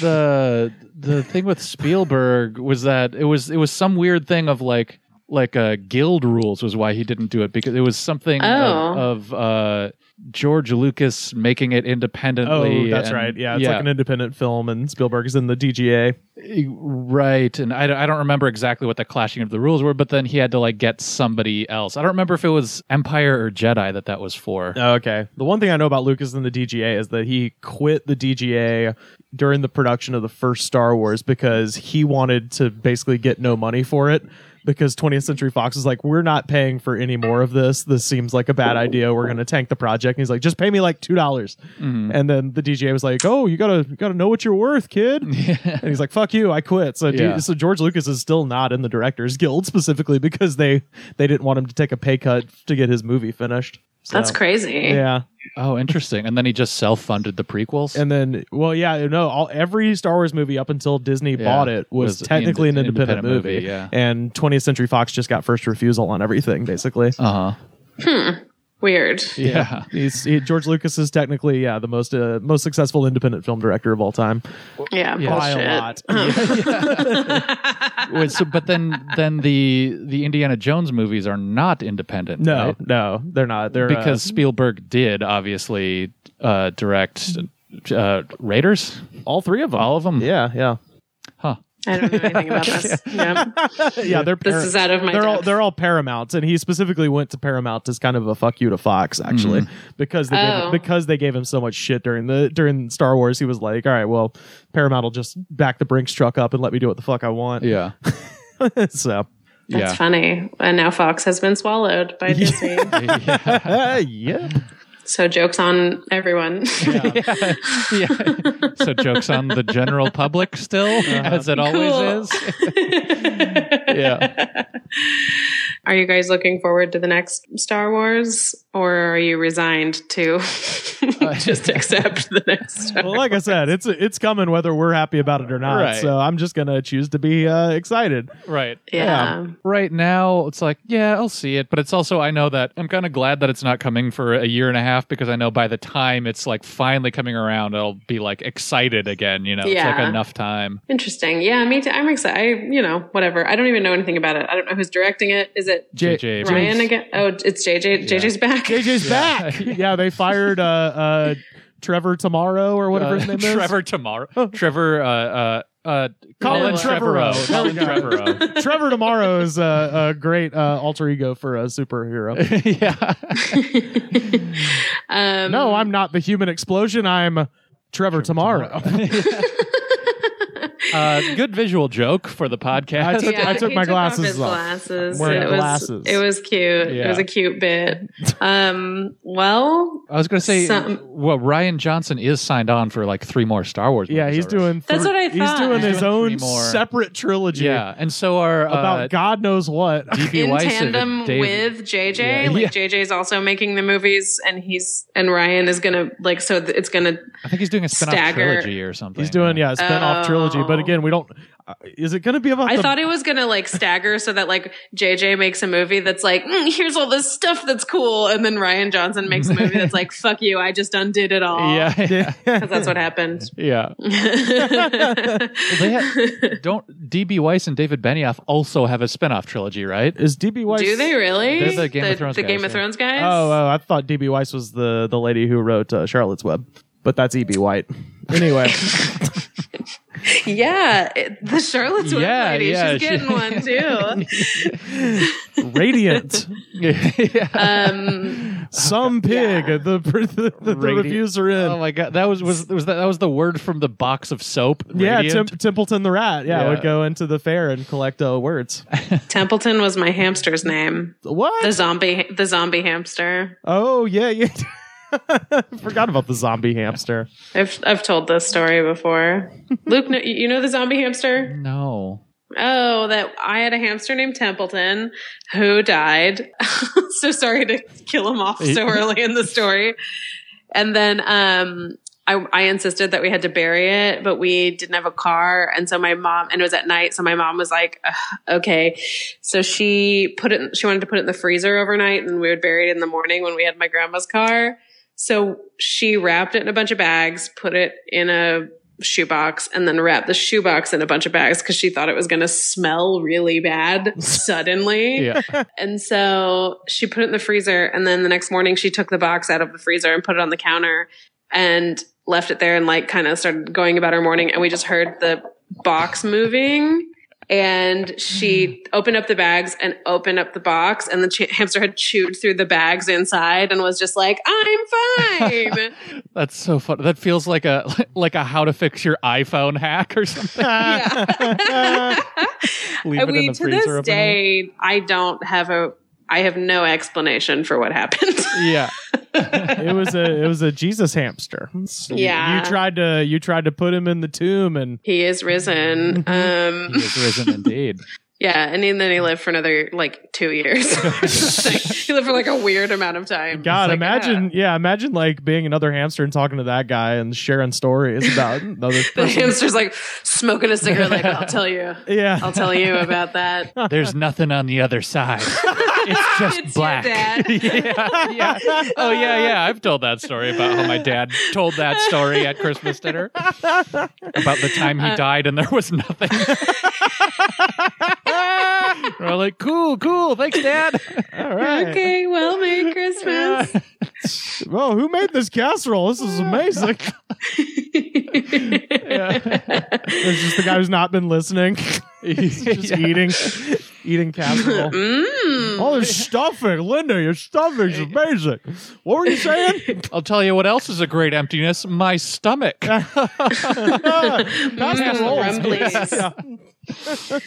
[SPEAKER 2] The the thing with Spielberg was that it was it was some weird thing of like like uh, guild rules was why he didn't do it because it was something
[SPEAKER 1] Oh.
[SPEAKER 2] of, of uh, George Lucas making it independently.
[SPEAKER 3] Oh, that's
[SPEAKER 2] and-
[SPEAKER 3] right. Yeah, it's like an independent film, and Spielberg's in the DGA.
[SPEAKER 2] e, Right, and I, don't- I don't remember exactly what the clashing of the rules were, but then he had to like get somebody else. I don't remember if it was Empire or Jedi that that was for.
[SPEAKER 3] Oh, Okay. The one thing I know about Lucas and the DGA is that he quit the DGA during the production of the first Star Wars because he wanted to basically get no money for it because 20th Century Fox is like, we're not paying for any more of this. This seems like a bad idea. We're going to tank the project. And he's like, just pay me like $2. dollars And then the DGA was like, oh, you got to you gotta know what you're worth, kid.
[SPEAKER 2] Mm.
[SPEAKER 3] and he's like, fuck you, I quit. So,
[SPEAKER 2] Yeah.
[SPEAKER 3] D- so George Lucas is still not in the Directors Guild specifically because they, they didn't want him to take a pay cut to get his movie finished. So,
[SPEAKER 1] That's crazy.
[SPEAKER 3] Yeah.
[SPEAKER 2] *laughs* Oh, interesting. And then he just self-funded the prequels.
[SPEAKER 3] And then, well, yeah, no, all, every Star Wars movie up until Disney
[SPEAKER 2] Yeah,
[SPEAKER 3] bought it was,
[SPEAKER 2] was
[SPEAKER 3] technically
[SPEAKER 2] ind-
[SPEAKER 3] an independent,
[SPEAKER 2] independent
[SPEAKER 3] movie.
[SPEAKER 2] movie, yeah.
[SPEAKER 3] And 20th Century Fox just got first refusal on everything, basically.
[SPEAKER 2] uh huh.
[SPEAKER 1] Weird.
[SPEAKER 2] Yeah.
[SPEAKER 3] He's, he, George Lucas is technically, yeah, the most uh, most successful independent film director of all time
[SPEAKER 1] Yeah,
[SPEAKER 3] by
[SPEAKER 1] bullshit.
[SPEAKER 3] a lot.
[SPEAKER 2] Wait, so, but then then the the Indiana Jones movies are not independent.
[SPEAKER 3] No,
[SPEAKER 2] right?
[SPEAKER 3] no, they're not. They're uh,
[SPEAKER 2] because Spielberg did obviously uh, direct uh, Raiders,
[SPEAKER 3] all three of them.
[SPEAKER 2] all of them.
[SPEAKER 3] yeah, yeah,
[SPEAKER 2] Huh.
[SPEAKER 1] I don't know anything about this.
[SPEAKER 3] *laughs*
[SPEAKER 1] Yeah.
[SPEAKER 3] yeah. They're
[SPEAKER 1] This is out of my
[SPEAKER 3] they're all
[SPEAKER 1] depth.
[SPEAKER 3] they're all Paramount, and he specifically went to Paramount as kind of a fuck you to Fox, actually,
[SPEAKER 2] Mm-hmm.
[SPEAKER 3] because they gave,
[SPEAKER 1] Oh.
[SPEAKER 3] because they gave him so much shit during the during Star Wars. He was like, all right, well, Paramount will just back the Brinks truck up and let me do what the fuck I want.
[SPEAKER 2] Yeah.
[SPEAKER 3] *laughs*
[SPEAKER 1] That's
[SPEAKER 3] so
[SPEAKER 2] yeah.
[SPEAKER 1] funny. And now Fox has been swallowed by Disney.
[SPEAKER 2] yeah. *laughs*
[SPEAKER 3] uh, yeah,
[SPEAKER 1] so jokes on everyone.
[SPEAKER 2] *laughs* yeah. So jokes on the general public still,
[SPEAKER 3] Uh-huh.
[SPEAKER 2] as it always
[SPEAKER 1] Cool.
[SPEAKER 2] is. yeah.
[SPEAKER 1] *laughs* Are you guys looking forward to *laughs* the next Star Wars, or are you resigned to just accept the next
[SPEAKER 3] well, like I said, it's it's coming whether we're happy about it or not.
[SPEAKER 2] Right.
[SPEAKER 3] So I'm just gonna choose to be uh, excited.
[SPEAKER 2] *laughs* Right.
[SPEAKER 1] yeah.
[SPEAKER 2] Right now, it's like, yeah, I'll see it. But it's also, I know that I'm kind of glad that it's not coming for a year and a half because I know by the time it's like finally coming around, I'll be like excited again. You know, it's like
[SPEAKER 1] Yeah.
[SPEAKER 2] enough time.
[SPEAKER 1] Interesting. Yeah, me too. I'm excited. I, you know, whatever. I don't even know anything about it. I don't know who's directing it. Is it
[SPEAKER 2] J-
[SPEAKER 3] JJ.
[SPEAKER 2] J-
[SPEAKER 1] Ryan again? Oh, it's JJ. JJ's back.
[SPEAKER 3] JJ's back. *laughs* yeah, they fired uh, uh, Trevor tomorrow or whatever
[SPEAKER 2] uh,
[SPEAKER 3] his name is. Oh.
[SPEAKER 2] Trevor tomorrow. Trevor, uh, uh, uh, Colin
[SPEAKER 3] Colin
[SPEAKER 2] Trevorrow.
[SPEAKER 3] Trevorrow.
[SPEAKER 2] Colin
[SPEAKER 3] There we
[SPEAKER 2] Trevorrow.
[SPEAKER 3] Trevor tomorrow is uh, a great uh, alter ego for a superhero.
[SPEAKER 2] *laughs* yeah.
[SPEAKER 1] *laughs* um,
[SPEAKER 3] No, I'm not the human explosion. I'm Trevor, tomorrow.
[SPEAKER 2] *laughs* Uh, good visual joke for the
[SPEAKER 3] I
[SPEAKER 2] podcast.
[SPEAKER 3] took- I took
[SPEAKER 1] he
[SPEAKER 3] my
[SPEAKER 1] off
[SPEAKER 3] glasses
[SPEAKER 1] his
[SPEAKER 3] off.
[SPEAKER 1] Glasses.
[SPEAKER 3] I'm wearing
[SPEAKER 1] it was,
[SPEAKER 3] glasses.
[SPEAKER 1] It was cute. It was
[SPEAKER 2] Yeah.
[SPEAKER 1] a cute *laughs* bit. Um, well,
[SPEAKER 2] I was going to say,
[SPEAKER 1] Some-
[SPEAKER 2] well, Ryan Johnson is signed on for like three more Star Wars.
[SPEAKER 3] Yeah,
[SPEAKER 2] movies
[SPEAKER 3] he's
[SPEAKER 2] already.
[SPEAKER 3] doing.
[SPEAKER 1] That's what I
[SPEAKER 3] He's
[SPEAKER 1] thought.
[SPEAKER 3] doing
[SPEAKER 1] He's
[SPEAKER 3] his
[SPEAKER 2] doing three
[SPEAKER 3] own
[SPEAKER 2] more.
[SPEAKER 3] separate trilogy
[SPEAKER 2] Yeah, and so are
[SPEAKER 3] about
[SPEAKER 2] uh,
[SPEAKER 3] God knows what.
[SPEAKER 2] *laughs* DB
[SPEAKER 1] in
[SPEAKER 2] Weiss
[SPEAKER 1] tandem
[SPEAKER 2] and Dave-
[SPEAKER 1] with JJ,
[SPEAKER 2] Yeah.
[SPEAKER 1] like
[SPEAKER 2] Yeah.
[SPEAKER 1] JJ's also making the movies, and he's and Ryan is gonna like so th- it's gonna
[SPEAKER 2] I think he's doing a spin-off
[SPEAKER 1] Stagger.
[SPEAKER 2] trilogy or something.
[SPEAKER 3] He's doing yeah, a spin-off
[SPEAKER 1] Oh.
[SPEAKER 3] trilogy. But again, we don't. Uh, is it going to be about?
[SPEAKER 1] I
[SPEAKER 3] the,
[SPEAKER 1] thought it was gonna like stagger so that like JJ makes a movie that's like "Mm, here's all this stuff that's cool, and then Ryan Johnson makes a movie that's
[SPEAKER 2] *laughs*
[SPEAKER 1] like fuck you, I just undid it all.
[SPEAKER 2] Yeah, *laughs*
[SPEAKER 1] *laughs* because that's what happened.
[SPEAKER 2] yeah. They
[SPEAKER 1] *laughs*
[SPEAKER 2] ha- don't DB Weiss and David Benioff also have a spin-off
[SPEAKER 1] *laughs*
[SPEAKER 2] trilogy, right?
[SPEAKER 3] is DB Weiss?
[SPEAKER 1] Do they really?
[SPEAKER 2] They're the Game of Thrones
[SPEAKER 1] the
[SPEAKER 2] guys,
[SPEAKER 1] Game of
[SPEAKER 2] yeah. uh,
[SPEAKER 1] Thrones guys?
[SPEAKER 3] Oh, oh, I thought DB Weiss was the the lady who wrote uh, Charlotte's Web, but that's EB
[SPEAKER 2] *laughs*
[SPEAKER 3] White. Anyway,
[SPEAKER 1] yeah, it- the Charlotte's Web
[SPEAKER 2] Yeah,
[SPEAKER 1] lady.
[SPEAKER 2] yeah,
[SPEAKER 1] She's
[SPEAKER 2] she-
[SPEAKER 1] getting
[SPEAKER 2] *laughs*
[SPEAKER 1] one too.
[SPEAKER 3] Radiant,
[SPEAKER 2] Oh, yeah.
[SPEAKER 1] Um,
[SPEAKER 3] some pig.
[SPEAKER 1] Yeah.
[SPEAKER 3] The, *laughs* the, the, the
[SPEAKER 2] Radiant.
[SPEAKER 3] reviews are in.
[SPEAKER 2] Oh my god, *laughs* that was was was that, that was the word from the box of soap.
[SPEAKER 3] yeah, Tim-
[SPEAKER 2] Radiant?
[SPEAKER 3] Templeton the rat. Yeah,
[SPEAKER 2] Yeah.
[SPEAKER 3] would go into the fair and collect uh, words.
[SPEAKER 1] Templeton was my hamster's name.
[SPEAKER 3] What?
[SPEAKER 1] The zombie, the zombie hamster.
[SPEAKER 3] oh yeah, yeah. *laughs* Forgot about the zombie *laughs* hamster.
[SPEAKER 1] I've I've told this story before. Luke, kn- you know the zombie hamster?
[SPEAKER 2] No.
[SPEAKER 1] Oh, that I had a hamster named Templeton who died. *laughs* so sorry to kill him off so early in the story. And then um I, I insisted that we had to bury it, but we didn't have a car. And so my mom, and it was at night. So my mom was like, "Ugh, okay. So she put it, in- she wanted to put it in the freezer overnight and we would bury it in the morning when we had my grandma's car. So she wrapped it in a bunch of bags, put it in a shoebox, and then wrapped the shoebox in a bunch of bags because she thought it was going to smell really bad suddenly.
[SPEAKER 2] Yeah.
[SPEAKER 1] And so she put it in the freezer. And then the next morning, she took the box out of the freezer and put it on the counter and left it there and like kind of started going about her morning. And we just heard the box moving. And
[SPEAKER 3] Mm.
[SPEAKER 1] she opened up the bags and opened up the box, and the ch- hamster had chewed through the bags inside and was just like, "I'm fine."
[SPEAKER 3] *laughs*
[SPEAKER 2] That's so fun. That feels like a *laughs* like a how to fix your iPhone hack or something.
[SPEAKER 1] Yeah.
[SPEAKER 3] Leave
[SPEAKER 1] And
[SPEAKER 3] it in
[SPEAKER 1] we
[SPEAKER 3] the
[SPEAKER 1] to
[SPEAKER 3] freezer
[SPEAKER 1] this
[SPEAKER 3] overnight.
[SPEAKER 1] day, I don't have a, I have no explanation for what happened. *laughs*
[SPEAKER 2] yeah.
[SPEAKER 3] it was a it was a Jesus hamster.
[SPEAKER 1] Yeah.
[SPEAKER 3] you tried to you tried to put him in the tomb, and
[SPEAKER 1] he is risen. Um,
[SPEAKER 3] Mm-hmm.
[SPEAKER 2] He is risen indeed.
[SPEAKER 1] yeah, and then he lived for another like two
[SPEAKER 3] *laughs*
[SPEAKER 1] years. he lived for like a weird amount of time.
[SPEAKER 3] God,
[SPEAKER 1] It's like, ah.
[SPEAKER 3] imagine yeah. imagine like being another hamster and talking to that guy and sharing stories
[SPEAKER 1] *laughs*
[SPEAKER 3] about another
[SPEAKER 1] yeah. the
[SPEAKER 3] person.
[SPEAKER 1] hamster's like smoking a cigarette. Like I'll tell you,
[SPEAKER 3] Yeah,
[SPEAKER 1] I'll tell you about
[SPEAKER 3] *laughs*
[SPEAKER 1] that.
[SPEAKER 2] There's nothing on the other
[SPEAKER 1] *laughs*
[SPEAKER 2] side. It's just
[SPEAKER 1] It's your
[SPEAKER 2] black.
[SPEAKER 3] *laughs*
[SPEAKER 1] dad.
[SPEAKER 2] yeah, yeah. Oh yeah, yeah. I've told that story about how my dad told that story at Christmas dinner about the time
[SPEAKER 1] Uh,
[SPEAKER 2] he died and there was nothing. We're like, cool, cool. Thanks, Dad.
[SPEAKER 3] all right.
[SPEAKER 1] Okay, well, Merry
[SPEAKER 3] *laughs*
[SPEAKER 1] Christmas. *laughs*
[SPEAKER 3] Well, who made this casserole? This is amazing. *laughs* It's just the guy who's not been listening. He's just
[SPEAKER 2] Yeah.
[SPEAKER 3] eating, eating casserole.
[SPEAKER 1] *laughs* Mm.
[SPEAKER 3] All this stuffing, Linda, your stuffing's amazing. What were you saying?
[SPEAKER 2] *laughs*
[SPEAKER 3] *laughs*
[SPEAKER 2] I'll tell you what else is a great emptiness. My stomach.
[SPEAKER 1] Uh,
[SPEAKER 3] Pasta
[SPEAKER 1] Mm,
[SPEAKER 3] Ah, rolls. *laughs*
[SPEAKER 1] rumblies.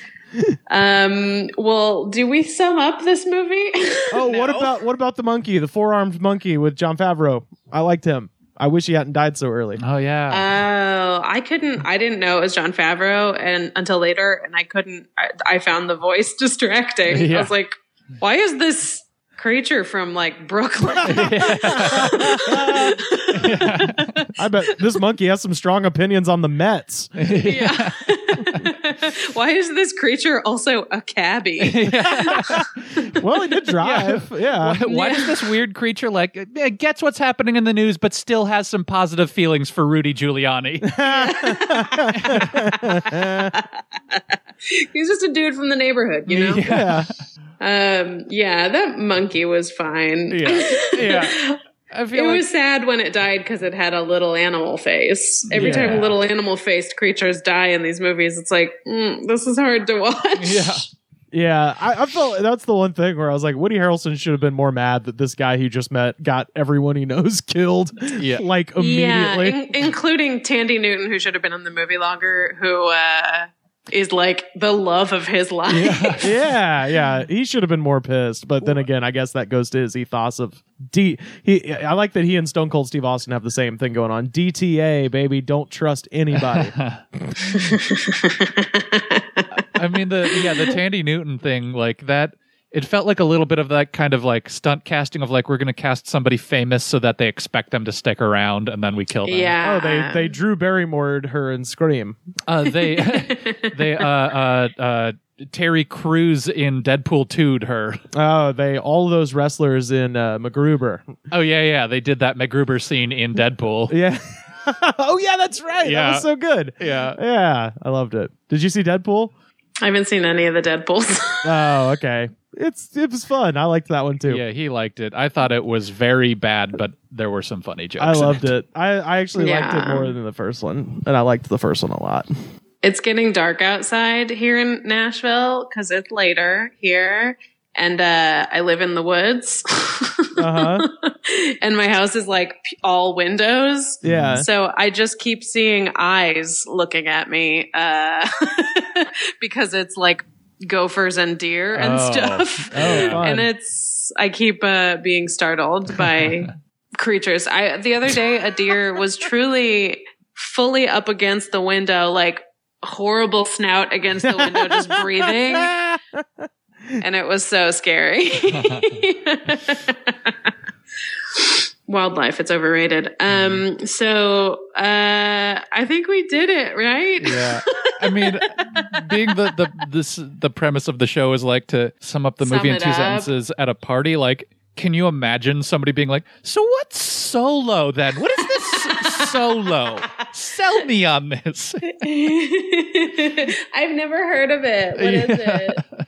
[SPEAKER 1] Um, well, do we sum up this
[SPEAKER 3] *laughs*
[SPEAKER 1] movie?
[SPEAKER 3] Oh, what
[SPEAKER 1] No.
[SPEAKER 3] about what about the monkey, the four armed monkey with John Favreau? I liked him. I wish he hadn't died so early.
[SPEAKER 2] Oh yeah. *laughs*
[SPEAKER 1] Oh, I couldn't. I didn't know it was John Favreau, and until later, and I couldn't. I, I found the voice *laughs* distracting. I
[SPEAKER 2] Yeah.
[SPEAKER 1] was like, "Why is this creature from like Brooklyn.
[SPEAKER 2] *laughs*
[SPEAKER 3] I bet this monkey has some strong opinions on the Mets.
[SPEAKER 1] *laughs* yeah. *laughs* Why is this creature also a
[SPEAKER 2] *laughs*
[SPEAKER 1] cabbie?
[SPEAKER 3] Well, he did drive. Yeah.
[SPEAKER 2] Why does this weird creature like eh, gets what's happening in the news, but still has some positive feelings for Rudy Giuliani? *laughs*
[SPEAKER 1] He's just a dude from the neighborhood, you know?
[SPEAKER 3] *laughs* Yeah.
[SPEAKER 1] Um, yeah, that monkey was fine.
[SPEAKER 2] yeah,
[SPEAKER 1] *laughs*
[SPEAKER 2] yeah. I
[SPEAKER 1] It
[SPEAKER 2] feel like
[SPEAKER 1] was sad when it died because it had a little animal face. Every
[SPEAKER 2] Yeah.
[SPEAKER 1] time little animal faced creatures die in these movies, it's like, mm, this is hard to watch.
[SPEAKER 2] yeah.
[SPEAKER 3] *laughs* Yeah, I, I felt that's the one thing where I was like, Woody Harrelson should have been more mad that this guy he just met got everyone he knows *laughs* killed,
[SPEAKER 2] Yeah.
[SPEAKER 3] like
[SPEAKER 1] Yeah, *laughs*
[SPEAKER 3] immediately.
[SPEAKER 1] in- including Tandy Newton, who should have been in the movie longer, who uh, is like the love of his life.
[SPEAKER 3] Yeah. yeah, he should have been more pissed. But then again, I guess that goes to his ethos of D. He, I like that he and Stone Cold Steve Austin have the same thing going on. DTA, baby, don't trust
[SPEAKER 2] *laughs*
[SPEAKER 3] anybody.
[SPEAKER 2] I mean the yeah the Tandy Newton thing like that. It felt like a little bit of that kind of like stunt casting of like we're going to cast somebody famous so that they expect them to stick around and then we kill them.
[SPEAKER 1] *laughs* yeah.
[SPEAKER 3] oh, they they Drew Barrymore'd her and Scream.
[SPEAKER 2] Uh, they they uh, uh, uh, Terry Crews in Deadpool 2'd her.
[SPEAKER 3] Oh, they all those wrestlers in uh, MacGruber.
[SPEAKER 2] Oh yeah yeah they did that MacGruber scene in Deadpool.
[SPEAKER 3] Yeah. *laughs* oh yeah, that's right. That
[SPEAKER 2] Yeah.
[SPEAKER 3] was so good.
[SPEAKER 2] Yeah.
[SPEAKER 3] Yeah, I loved it. Did you see Deadpool?
[SPEAKER 1] I haven't seen any of the Deadpools. *laughs*
[SPEAKER 3] Oh, okay. It's it was fun. I liked that one too.
[SPEAKER 2] Yeah, he liked it. I thought it was very bad, but there were some funny jokes.
[SPEAKER 3] I
[SPEAKER 2] in
[SPEAKER 3] loved it. I, I actually liked it
[SPEAKER 1] Yeah.
[SPEAKER 3] more than the first one, and I liked the first one a lot.
[SPEAKER 1] it's getting dark outside here in Nashville because it's later here. And uh, I live in the woods.
[SPEAKER 3] Uh huh.
[SPEAKER 1] *laughs* and my house is like p- all windows.
[SPEAKER 3] Yeah.
[SPEAKER 1] So I just keep seeing eyes looking at me uh, *laughs* because it's like gophers and deer and
[SPEAKER 2] Oh.
[SPEAKER 1] stuff.
[SPEAKER 3] Oh, fun.
[SPEAKER 1] and it's I keep uh, being startled
[SPEAKER 3] *laughs*
[SPEAKER 1] by creatures. I the other day a deer was truly fully up against the window, like horrible snout against the window,
[SPEAKER 3] *laughs*
[SPEAKER 1] just breathing, and it was so
[SPEAKER 2] *laughs*
[SPEAKER 1] scary. Wildlife, it's overrated.
[SPEAKER 2] Mm-hmm.
[SPEAKER 1] Um, so uh, I think we did it, right?
[SPEAKER 3] yeah.
[SPEAKER 2] I mean, being the the this the premise of the show is like to sum up the
[SPEAKER 1] Sum
[SPEAKER 2] movie in
[SPEAKER 1] it
[SPEAKER 2] two
[SPEAKER 1] up.
[SPEAKER 2] sentences at a party. Like, can you imagine somebody being like, "So what's solo then? What
[SPEAKER 1] *laughs*
[SPEAKER 2] is this solo? Sell me on
[SPEAKER 1] *laughs*
[SPEAKER 2] this."
[SPEAKER 1] I've never heard of it. What is
[SPEAKER 2] Yeah.
[SPEAKER 1] it? Uh,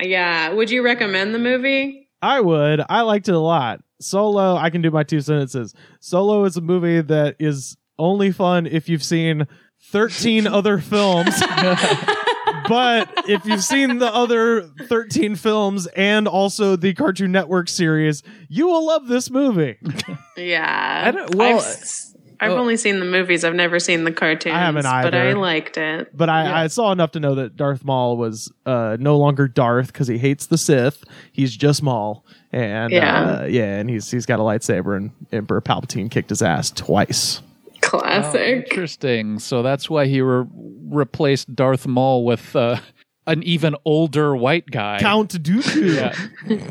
[SPEAKER 1] Yeah. Would you recommend the
[SPEAKER 2] *laughs*
[SPEAKER 1] movie?
[SPEAKER 3] I would. I liked it a lot. Solo, I can do my two sentences. Solo is a movie that is only fun if you've seen
[SPEAKER 1] *laughs*
[SPEAKER 3] 13 other films. but if you've seen the other 13 films and also the Cartoon Network series, you will love this movie.
[SPEAKER 1] Yeah.
[SPEAKER 2] I don't- well,
[SPEAKER 1] I've, s- I've
[SPEAKER 2] well-
[SPEAKER 1] only seen the movies. I've never seen the cartoons.
[SPEAKER 3] I haven't
[SPEAKER 1] But I
[SPEAKER 3] either.
[SPEAKER 1] liked it.
[SPEAKER 3] But I,
[SPEAKER 2] Yeah.
[SPEAKER 3] I saw enough to know that Darth Maul was uh, no longer Darth because he hates the Sith. He's just Maul, and yeah,
[SPEAKER 1] Yeah.
[SPEAKER 3] uh, yeah, and he's he's got a lightsaber, and Emperor Palpatine kicked his ass twice.
[SPEAKER 2] Oh,
[SPEAKER 1] Classic.
[SPEAKER 2] Interesting. So that's why he re- replaced Darth Maul with uh, an even older white guy.
[SPEAKER 3] Count Dooku.
[SPEAKER 2] Yeah.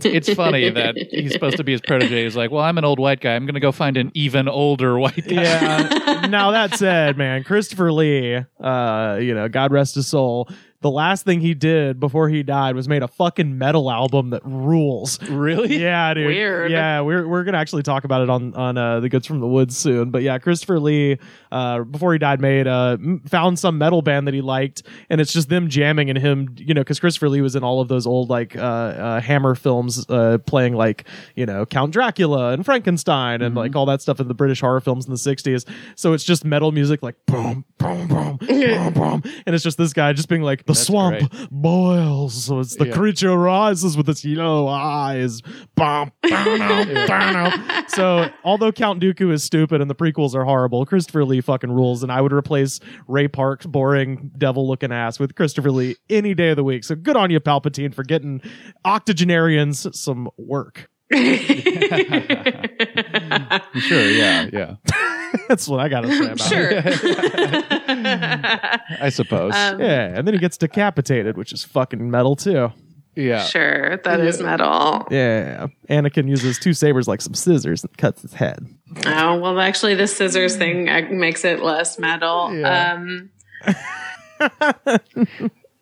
[SPEAKER 2] It's funny that
[SPEAKER 1] *laughs*
[SPEAKER 2] he's supposed to be his protege. He's like, well, I'm an old white guy. I'm going to go find an even older white guy.
[SPEAKER 3] *laughs* yeah. Now that said, man, Christopher Lee, uh, you know, God rest his soul. The last thing he did before he died was made a fucking metal album that rules.
[SPEAKER 2] *laughs* Really?
[SPEAKER 3] Yeah, dude.
[SPEAKER 1] Weird.
[SPEAKER 3] Yeah, we're we're gonna actually talk about it on on uh, the Goods from the Woods soon. But yeah, Christopher Lee, uh, before he died, made uh, m- found some metal band that he liked, and it's just them jamming and him, you know, because Christopher Lee was in all of those old like uh, uh, Hammer films, uh, playing like you know Count Dracula and Frankenstein and like all that stuff in the British horror films in the '60s. So it's just metal music like boom, boom, boom, boom, boom, and it's just this guy just being like the swamp boils. So it's the
[SPEAKER 2] Yeah.
[SPEAKER 3] creature rises with its yellow eyes. Bom, bow-no, bow-no. so, although Count Dooku is stupid and the prequels are horrible, Christopher Lee fucking rules, and I would replace Ray Park's boring devil looking ass with Christopher Lee any day of the week. So, good on you, Palpatine, for getting octogenarians some work. *laughs*
[SPEAKER 2] *laughs* Sure. Yeah. Yeah.
[SPEAKER 3] That's what I gotta say about *laughs* it.
[SPEAKER 1] sure. *laughs*
[SPEAKER 2] I suppose.
[SPEAKER 1] Um,
[SPEAKER 3] Um, Yeah, and then he gets decapitated, which is fucking metal too.
[SPEAKER 2] Yeah.
[SPEAKER 1] Sure, that is metal.
[SPEAKER 3] Yeah, Anakin uses two sabers like some scissors and cuts his head.
[SPEAKER 1] Oh well, actually, the scissors thing uh, makes it less metal.
[SPEAKER 3] Yeah.
[SPEAKER 1] Um, *laughs*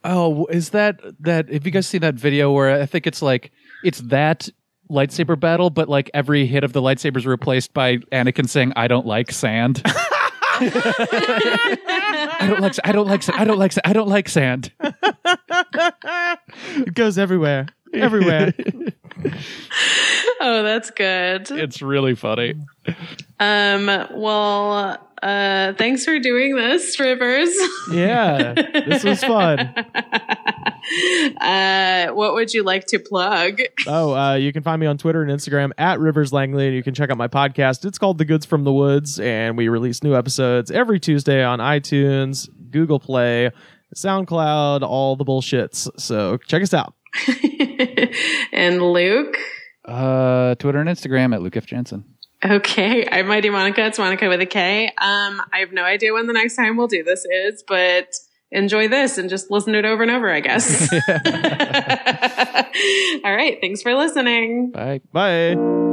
[SPEAKER 2] Oh, is that that? Have you guys seen that video where I think it's like it's that lightsaber battle, but like every hit of the lightsaber is replaced by Anakin saying, "I don't like sand." I don't like. I don't like. I don't like. I don't like sand.
[SPEAKER 3] It goes everywhere, everywhere.
[SPEAKER 1] oh, that's good.
[SPEAKER 2] It's really funny.
[SPEAKER 1] Um, well, uh, thanks for doing this, Rivers.
[SPEAKER 3] yeah, this was
[SPEAKER 1] *laughs*
[SPEAKER 3] fun.
[SPEAKER 1] uh, what would you like to plug? *laughs*
[SPEAKER 3] Oh, uh, you can find me on Twitter and Instagram at Rivers Langley. and You can check out my podcast. It's called The Goods from the Woods, and we release new episodes every Tuesday on iTunes, Google Play, SoundCloud, all the bullshits. So check us out.
[SPEAKER 1] and Luke.
[SPEAKER 2] Uh, Twitter and Instagram at Luke F Jansen.
[SPEAKER 1] Okay, I'm Mighty Monica. It's Monica with a K. Um, I have no idea when the next time we'll do this is, but enjoy this and just listen to it over and over, I *laughs*
[SPEAKER 2] *laughs*
[SPEAKER 1] guess. All right, thanks for listening.
[SPEAKER 2] Bye.
[SPEAKER 3] Bye.